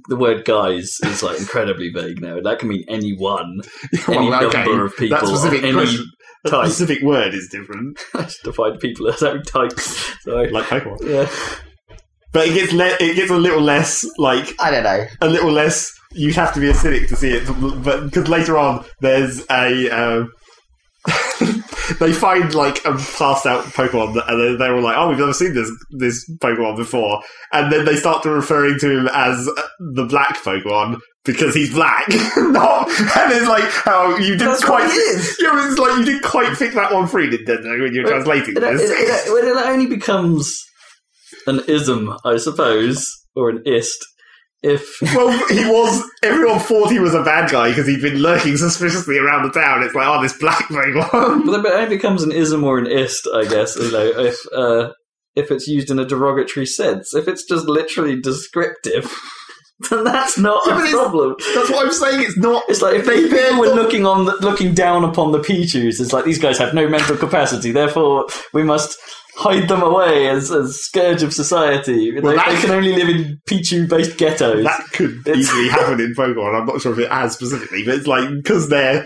The word "guys" is like incredibly vague now. That can mean anyone,
Well,
any
okay.
number of people,
That
of
specific,
any
person- that
type.
specific word is different,
defined people as having types. So,
like Pokemon.
yeah.
But it gets le- it gets a little less like
I don't know.
a little less. You'd have to be a cynic to see it, but because later on there's a. Um, they find like a passed out Pokemon, and they, they were like, "Oh, we've never seen this this Pokemon before." And then they start to referring to him as uh, the Black Pokemon because he's black. Not, and it's like, "How you didn't
That's what
quite."
it is.
Yeah, but it's like you didn't quite pick that one through, Nintendo, when you're
Well,
translating
It, it,
this.
it, well, it only becomes an ism, I suppose, or an ist, if
Well, he was. Everyone thought he was a bad guy because he'd been lurking suspiciously around the town. It's like, oh, this black Pokemon.
But then- but it only becomes an ism or an ist, I guess, you know, if uh, if it's used in a derogatory sense. If it's just literally descriptive, then that's not
Yeah, but
a
it's-
problem.
That's what I'm saying. It's not.
It's like if
They-
they
they're
people were
not-
looking on, the, looking down upon the Pichus, it's like these guys have no mental capacity. Therefore, we must hide them away as as scourge of society. They-
Well, that-
they can only live in Pichu-based ghettos.
That could
It's-
easily happen in Pokemon. I'm not sure if it has specifically, but it's like because they're,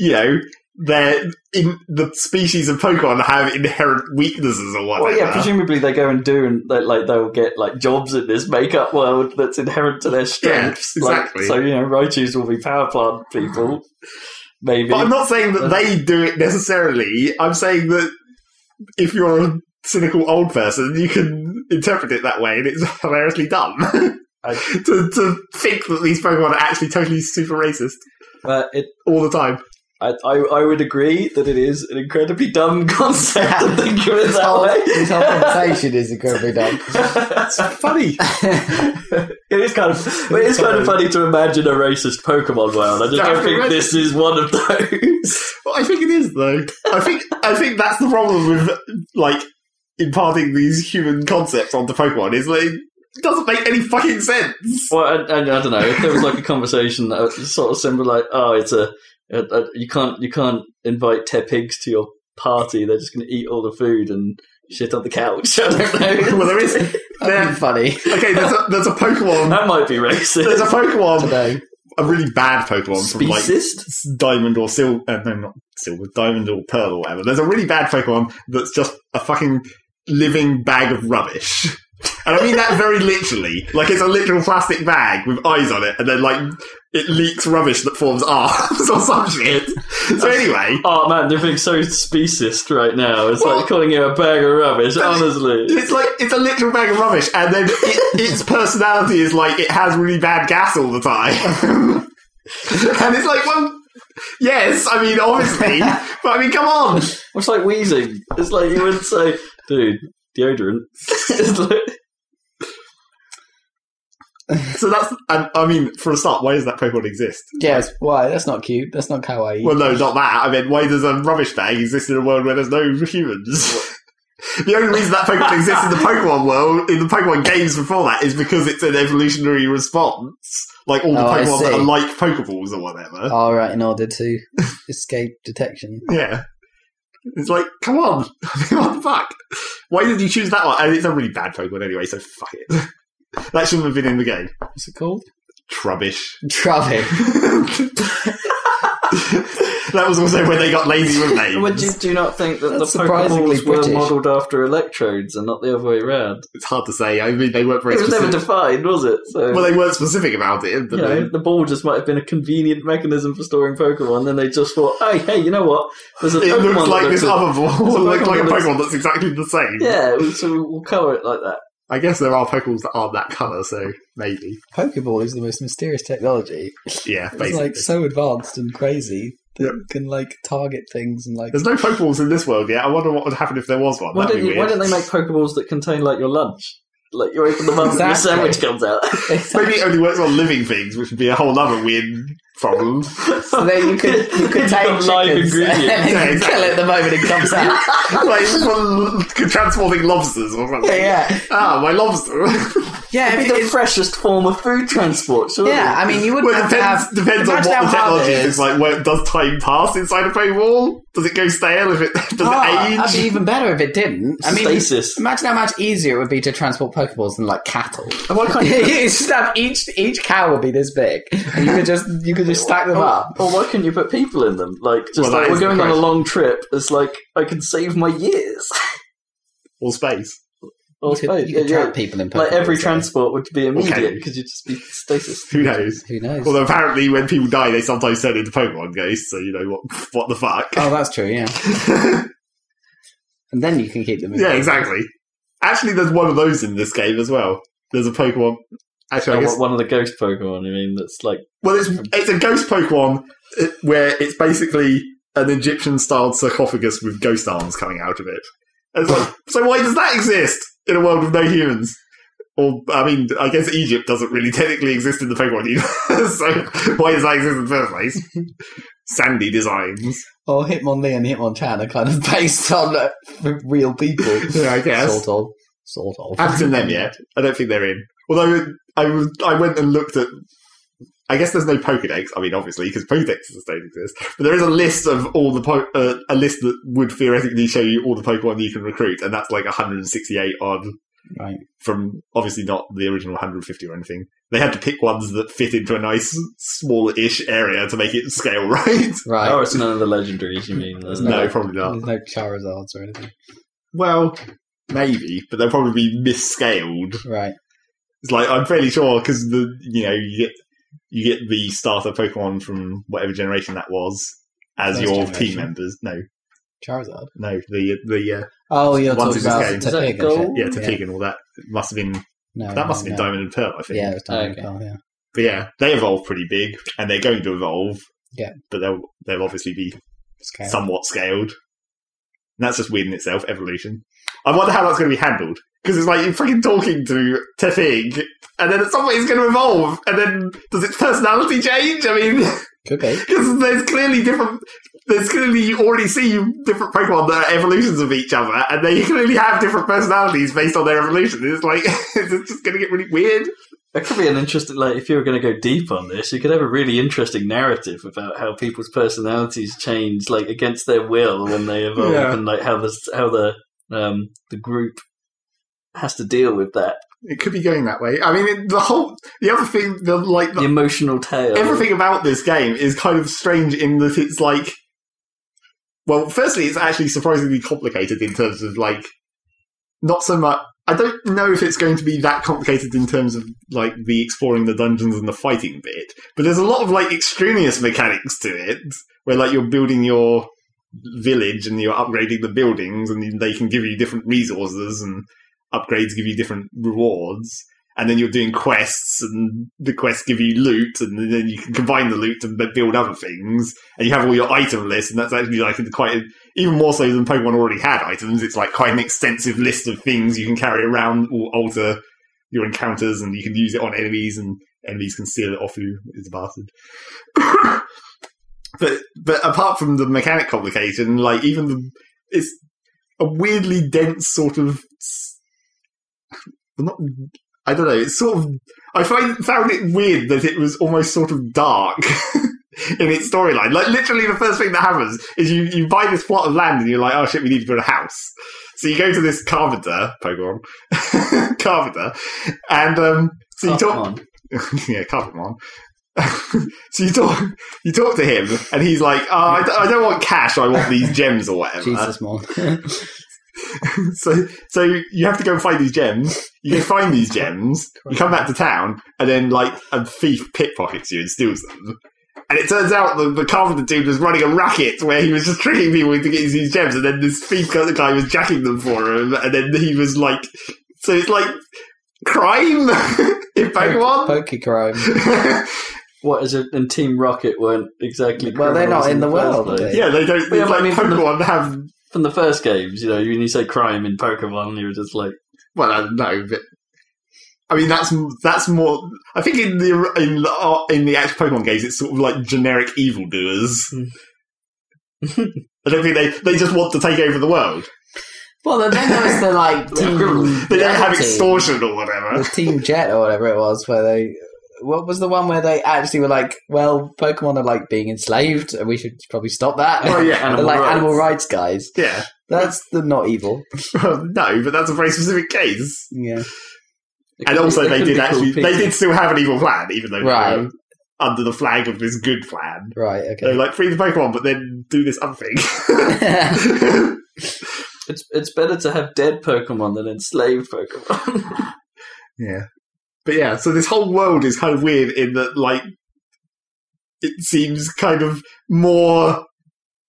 you know, they're in the species of Pokemon have inherent weaknesses or whatever.
Well, yeah, presumably they go and do, and they, like they'll get like jobs in this makeup world that's inherent to their strengths.
Yeah,
Like,
exactly.
so you know, Raichus will be power plant people, maybe.
But I'm not saying that they do it necessarily. I'm saying that if you're a cynical old person, you can interpret it that way, and it's hilariously dumb
I-
to, to think that these Pokemon are actually totally super racist
But it,
all the time.
I, I, I would agree that it is an incredibly dumb concept to think of it
This
that
whole, this whole
way.
conversation is incredibly dumb.
It's funny.
it is kind of it is kind of funny to imagine a racist Pokemon world. I just don't think this is one of those.
Well, I think it is though. I think I think that's the problem with like imparting these human concepts onto Pokemon is like it doesn't make any fucking sense.
Well, I, I, I don't know. If there was like a conversation that was sort of similar, like, oh, it's a, a, a you can't you can't invite te pigs to your party. They're just going to eat all the food and shit on the couch. I don't know.
well, there is
That'd
there,
be funny
okay. There's a, there's a Pokemon.
that might be racist.
There's a Pokemon
today.
a really bad Pokemon from like
Speciest?
s- Diamond or Silver. Uh, no, not Silver. Diamond or Pearl or whatever. There's a really bad Pokemon that's just a fucking living bag of rubbish. And I mean that very literally. Like it's a literal plastic bag with eyes on it, and then like it leaks rubbish that forms arms or some shit. So anyway,
Oh man, they're being so speciest right now. It's
Well-
like calling you a bag of rubbish. Honestly,
It's like it's a literal bag of rubbish, and then it, its personality is like it has really bad gas all the time, and it's like, well, yes, I mean, obviously, but I mean, come on,
it's like wheezing. It's like you would say, dude, deodorant. It's like-
So that's, and, I mean, for a start, why does that Pokemon exist?
Yes, why? That's not cute. That's not kawaii.
Well, no, not that. I mean, why does a rubbish bag exist in a world where there's no humans? the only reason that Pokemon exists in the Pokemon world, in the Pokemon games before that, is because it's an evolutionary response. Like all the
Oh, I
Pokemon that
see. Oh.
are like Pokeballs or whatever.
All right, in order to escape detection.
Yeah. It's like, come on, what the fuck? Why did you choose that one? And it's a really bad Pokemon anyway, so fuck it. that shouldn't have been in the game.
What's it called?
Trubbish.
Travis.
that was also when they got lazy with names.
Would you do you not think that the
That's surprisingly
Pokeballs were
British.
modelled after electrodes and not the other way around?
It's hard to say. I mean, they weren't very
It was never
specific.
defined, was it? So
well, they weren't specific about it. But
you know, the ball just might have been a convenient mechanism for storing Pokemon. And then they just thought, hey, hey, you know what? There's a
it
Pokemon
looks
that
like
looks
this
a-
other ball.
it's a
looks like a
Pokemon that's-
Pokemon that's exactly the same.
Yeah, we- so we'll colour it like that.
I guess there are Pokeballs that aren't that colour, so maybe.
Pokeball is the most mysterious technology.
Yeah,
It's
basically.
like so advanced and crazy that
Yep.
it can like target things and like.
There's no Pokeballs in this world yet. I wonder what would happen if there was one.
Why
That'd
don't
be
you, why
weird.
don't they make Pokeballs that contain like your lunch? Like you open them up and your
Exactly.
sandwich comes out.
Maybe it only works on living things, which would be a whole other weird problem.
So then you could you could
You've
take
got live
chickens and
ingredients.
then you
Yeah,
can
exactly.
kill it the moment it comes out.
like for transporting lobsters or something.
yeah,
Ah, my lobster.
yeah,
It'd
if
be the
it-
freshest form of food transport, surely.
yeah. I mean, you wouldn't
well, it
have to
depends,
have
depends on
imagine
what the
how hard
technology
it
is. Like, where, does time pass inside a paywall? Does it go stale? If it does
Ah,
it age?
That'd be even better if it didn't. I mean,
Stasis.
imagine how much easier it would be to transport Pokeballs than like cattle.
Why can't you
you just have each each cow would be this big, and you could just you could just stack them
Or,
up.
or "Oh, why couldn't you put people in them? Like, just
Oh. Well, that
like,
is
we're
the
going on a
question.
long trip. It's like I can save my years.
or space?
Or
You
space,
could, you could
yeah, yeah.
trap people in Pokeballs.
Like every
though.
transport would be immediate
Okay.
because you'd just be stasis.
Who knows?
Who knows?
Although apparently, when people die, they sometimes turn into Pokemon ghosts. So you know what? What the fuck?
oh, that's true. Yeah, Oh. and then you can keep them. in
yeah, exactly. Actually, there's one of those in this game as well. There's a Pokemon. Actually, I
Oh,
guess
what- one of the ghost Pokemon. I mean, that's like
Well, it's it's a ghost Pokemon uh, where it's basically an Egyptian-style sarcophagus with ghost arms coming out of it. And it's like, so why does that exist in a world with no humans? Or, I mean, I guess Egypt doesn't really technically exist in the Pokemon universe, so why does that exist in the first place? Sandy designs.
Or Hitmonlee and Hitmonchan are kind of based on uh, real people.
Yeah, I guess.
Sort of. Sort of.
I haven't seen them yet. I don't think they're in. Although I, was- I went and looked at. I guess there's no Pokedex. I mean, obviously, because Podexes don't exist. But there is a list of all the po- uh, a list that would theoretically show you all the Pokemon you can recruit, and that's like 168 odd
Right.
from obviously not the original 150 or anything. They had to pick ones that fit into a nice small-ish area to make it scale right.
Right.
oh, it's none of the legendaries. You mean
There's
then.
no, probably not.
There's no Charizards or anything.
Well, maybe, but they'll probably be misscaled.
Right.
It's like I'm fairly sure because the you know you get you get the starter Pokemon from whatever generation that was as
First
your team
generation.
members. No,
Charizard.
no, the the uh,
Oh, you're
Once
talking
it's
about
escaped.
Is that
Tepig and
gold?
shit.
yeah Tepig and all that. It must have been
No,
that must
no,
have been
no.
Diamond and Pearl, I think.
Um, Yeah, it was Diamond
Okay.
and Pearl, yeah.
But yeah, they evolved pretty big and they're going to evolve.
Yeah.
but they'll they'll obviously be
Scale.
somewhat scaled. And that's just weird in itself, evolution. I wonder how that's going to be handled. Because it's like you're freaking talking to Tefig, and then at some point it's going to evolve, and then does its personality change? I mean,
Could be.
Because there's clearly different. There's clearly you already see different Pokemon that are evolutions of each other, and they clearly have different personalities based on their evolution. It's like it's just going to get really weird.
That could be an interesting. Like, if you were going to go deep on this, you could have a really interesting narrative about how people's personalities change, like against their will when they evolve,
Yeah.
and like how the how the um the group has to deal with that.
It could be going that way. I mean, it, the whole the other thing, the like
The
the,
emotional tale.
everything about this game is kind of strange in that it's like. Well, firstly, it's actually surprisingly complicated in terms of like, not so much. I don't know if it's going to be that complicated in terms of like the exploring the dungeons and the fighting bit, but there's a lot of like extraneous mechanics to it where like you're building your village and you're upgrading the buildings and they can give you different resources and upgrades give you different rewards and then you're doing quests and the quests give you loot and then you can combine the loot and build other things and you have all your item list and that's actually like quite a, even more so than pokemon already had items it's like quite an extensive list of things you can carry around or alter your encounters and you can use it on enemies and enemies can steal it off you it's a bastard but but apart from the mechanic complication like even the it's a weirdly dense sort of s- not I don't know. It's sort of. I find, found it weird that it was almost sort of dark in its storyline. Like literally, the first thing that happens is you you buy this plot of land and you're like, oh shit, we need to build a house. So you go to this carpenter, Pokemon carpenter, and um, so you
Oh,
talk
come on.
yeah, Carpetmon. so you talk, you talk to him, and he's like, oh, I, don't, "I don't want cash. I want these gems or whatever."
Jesus, mon.
so so you have to go and find these gems. You go find these gems. You come back to town, and then like a thief pickpockets you and steals them. And it turns out the, the carpenter dude was running a racket where he was just tricking people into getting these gems, and then this thief guy guy was jacking them for him, and then he was like, so it's like crime in Pokemon.
Pokechrome.
What is it? And Team Rocket weren't exactly.
Well, they're not
criminals
in the
first
world,
place.
are they?
Yeah, they don't.
But yeah,
it's
but I
like
mean, from the-
Pokemon have
From the first games, you know, when you say crime in Pokemon, you're just like,
Well, I don't know, but I mean that's that's more. I think in the in the, uh, in the actual Pokemon games, it's sort of like generic evildoers.
Hmm.
I don't think they they just want to take over the world.
Well, then there was the like team.
They don't have
reality.
extortion or
the
whatever.
Team Jet or whatever it was, where they. What was the one where they actually were like, well, Pokemon are like being enslaved, and we should probably stop that?
Oh yeah,
They're
Animal
like
rights.
animal rights guys.
yeah.
That's the not evil.
Well, no, but that's a very specific case.
Yeah.
it
And
could-
also,
it
they
could
did
be called
actually they
Pikachu.
did still have an evil plan, even though they
Right.
were under the flag of this good plan.
Right.
They were
Okay.
like free the Pokemon, but then do this other thing.
It's it's better to have dead Pokemon than enslaved Pokemon.
Yeah. But yeah, so this whole world is kind of weird in that, like, it seems kind of more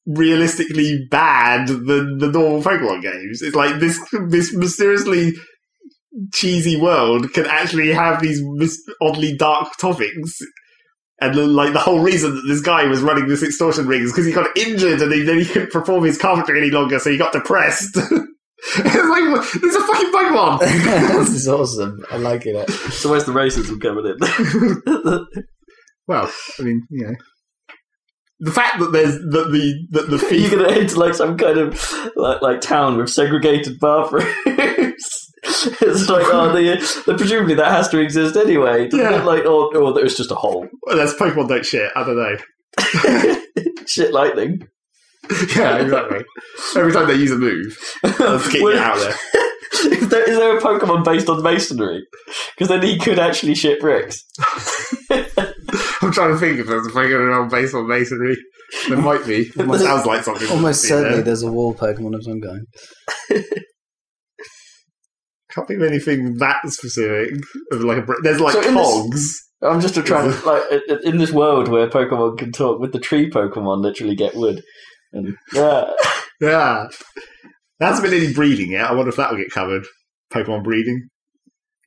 realistically bad than the normal Pokemon games. It's like this this mysteriously cheesy world can actually have these mis- oddly dark topics. And then, like the whole reason that this guy was running this extortion ring is because he got injured and he, then he couldn't perform his commentary any longer, so he got depressed. it's like there's a fucking Pokemon.
this is awesome. I'm liking it.
so where's the racism coming in?
Well, I mean, you know, the fact that there's that the that the
You're
thief.
gonna head to like some kind of like like town with segregated bathrooms. it's like oh, the, the presumably that has to exist anyway. doesn't
Yeah.
it? Like or or that it's just a hole.
well, that's Pokemon don't shit. I don't know.
Shit, lightning.
Yeah, exactly. Every time they use a move, let's get it
Well,
out there.
Is there, is there a Pokemon based on masonry? Because then he could actually shit bricks.
I'm trying to think if there's a Pokemon on based on masonry. There might be. It sounds like something.
Almost
Yeah.
certainly there's a wall Pokemon of some kind.
Can't think of anything that specific. Of like a, br- there's like
So in this-
cogs.
I'm just trying to like i- i- in this world where Pokemon can talk. With the tree Pokemon, literally get wood. And yeah,
Yeah, there hasn't been any breeding yet. I wonder if that will get covered. Pokemon breeding.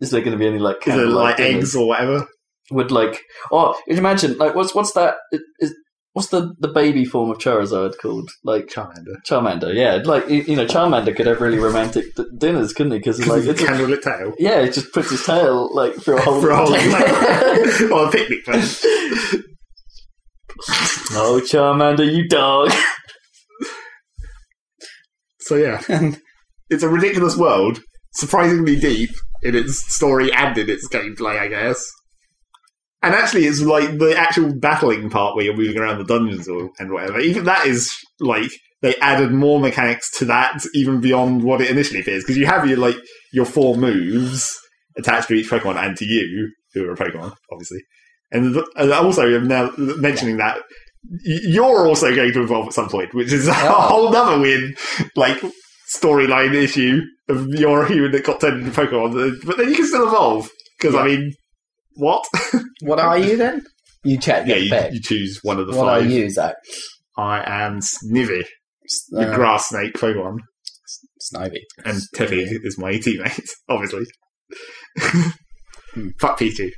is there going to be any like
Is it
candlelight
like
dinners?
eggs or whatever?
would like oh imagine like what's what's that is, is- what's the the baby form of Charizard called like
Charmander.
Charmander yeah like you, you know Charmander could have really romantic d- dinners couldn't he because like it's a-
candlelit tail.
yeah it just puts his tail like through a hole
for a whole
in the
night. or a picnic place.
tail. oh Charmander you dog
So yeah,
And-
it's a ridiculous world, surprisingly deep in its story and in its gameplay, I guess. And actually, it's like the actual battling part where you're moving around the dungeons or, and whatever. Even that is like they added more mechanics to that, even beyond what it initially appears, because you have your like your four moves attached to each Pokemon and to you, who are a Pokemon, obviously. And, th- and also, I'm now mentioning that y- you're also going to evolve at some point, which is a whole other weird, like, storyline issue of you're a human that got turned into Pokemon. But then you can still evolve. Because, I mean, what?
What are you then? You check.
yeah,
Yeah,
you,
pick.
you choose one of the
what
five.
are you, Zach?
I am Snivy, the
Uh,
grass snake Pokemon.
Snivy.
And Tevi is my teammate, obviously.
Hmm.
Fuck Pichu.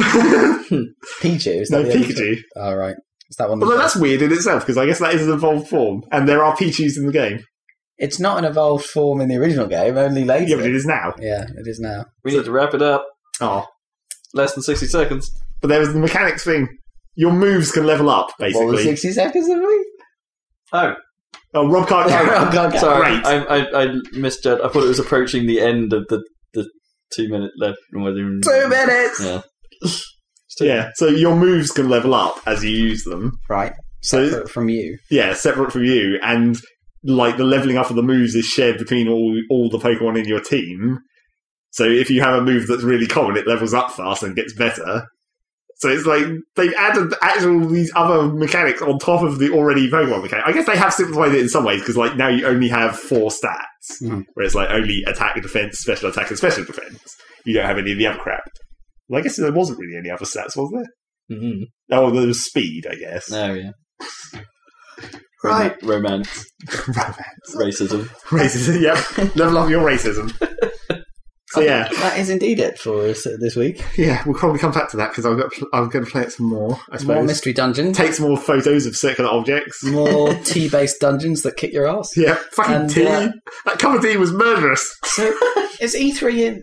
Pichu. Is that
no,
the other two?
Pikachu.
Oh, right. Is that one?
Although that's weird in itself, because I guess that is an evolved form, and there are Pichus in the game.
It's not an evolved form in the original game. Only
Yeah, but
later.
it is now.
Yeah, it is now.
we need to wrap it up
Oh,
less than 60 seconds
but there was the mechanics thing. Your moves can level up,
What was
basically.
sixty seconds of me?
oh
Oh, Rob can't.
Oh, God, God.
sorry
Great.
I, I, I misjudged I thought it was approaching the end of the, the two minute left and whether
Two minutes.
yeah
yeah, so your moves can level up as you use them.
Right.
So-
Separate from you.
Yeah, separate from you, and like the leveling up of the moves is shared between all all the Pokemon in your team. So if you have a move that's really common, it levels up fast and gets better. So it's like they've added actual these other mechanics on top of the already Pokemon mechanic. I guess they have simplified it in some ways because like now you only have four stats,
Mhm.
where it's like only attack, defense, special attack, and special defense. You don't have any of the other crap. Well, I guess there wasn't really any other stats, was there?
Mm-hmm.
Oh, there was speed, I guess.
Oh yeah.
Right.
Romance, racism.
racism. Yep. Level up your racism. So yeah,
That is indeed it for us uh, this week.
yeah, we'll probably come back to that because I've got I'm going to play it some more. I
More
suppose
mystery dungeons,
take some more photos of circular objects.
more tea-based dungeons that kick your ass.
Yeah, fucking
And,
tea.
uh,
that cup of tea was murderous.
So is E3 in,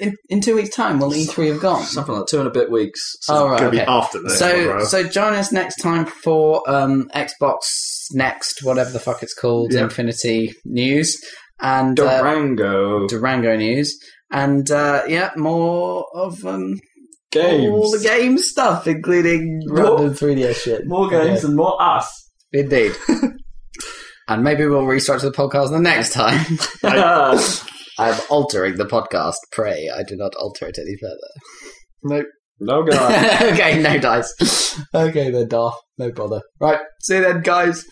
in in two weeks' time? Will E3 have gone?
Something like two and a bit weeks. So
All
Going
right.
to be
Okay.
after this.
So
bro.
so join us next time for um, Xbox Next, whatever the fuck it's called,
Yeah.
Infinity News and uh,
Durango
Durango News, and uh, yeah, more of um, all the
games.
game stuff, including
More-
random 3DS shit.
More games and more us.
Yeah, indeed. and maybe we'll restructure the podcast the next time. I'm altering the podcast. Pray I do not alter it any further.
nope.
no god.
okay, no dice. Okay, then, Darth. No bother. Right, see you then, guys.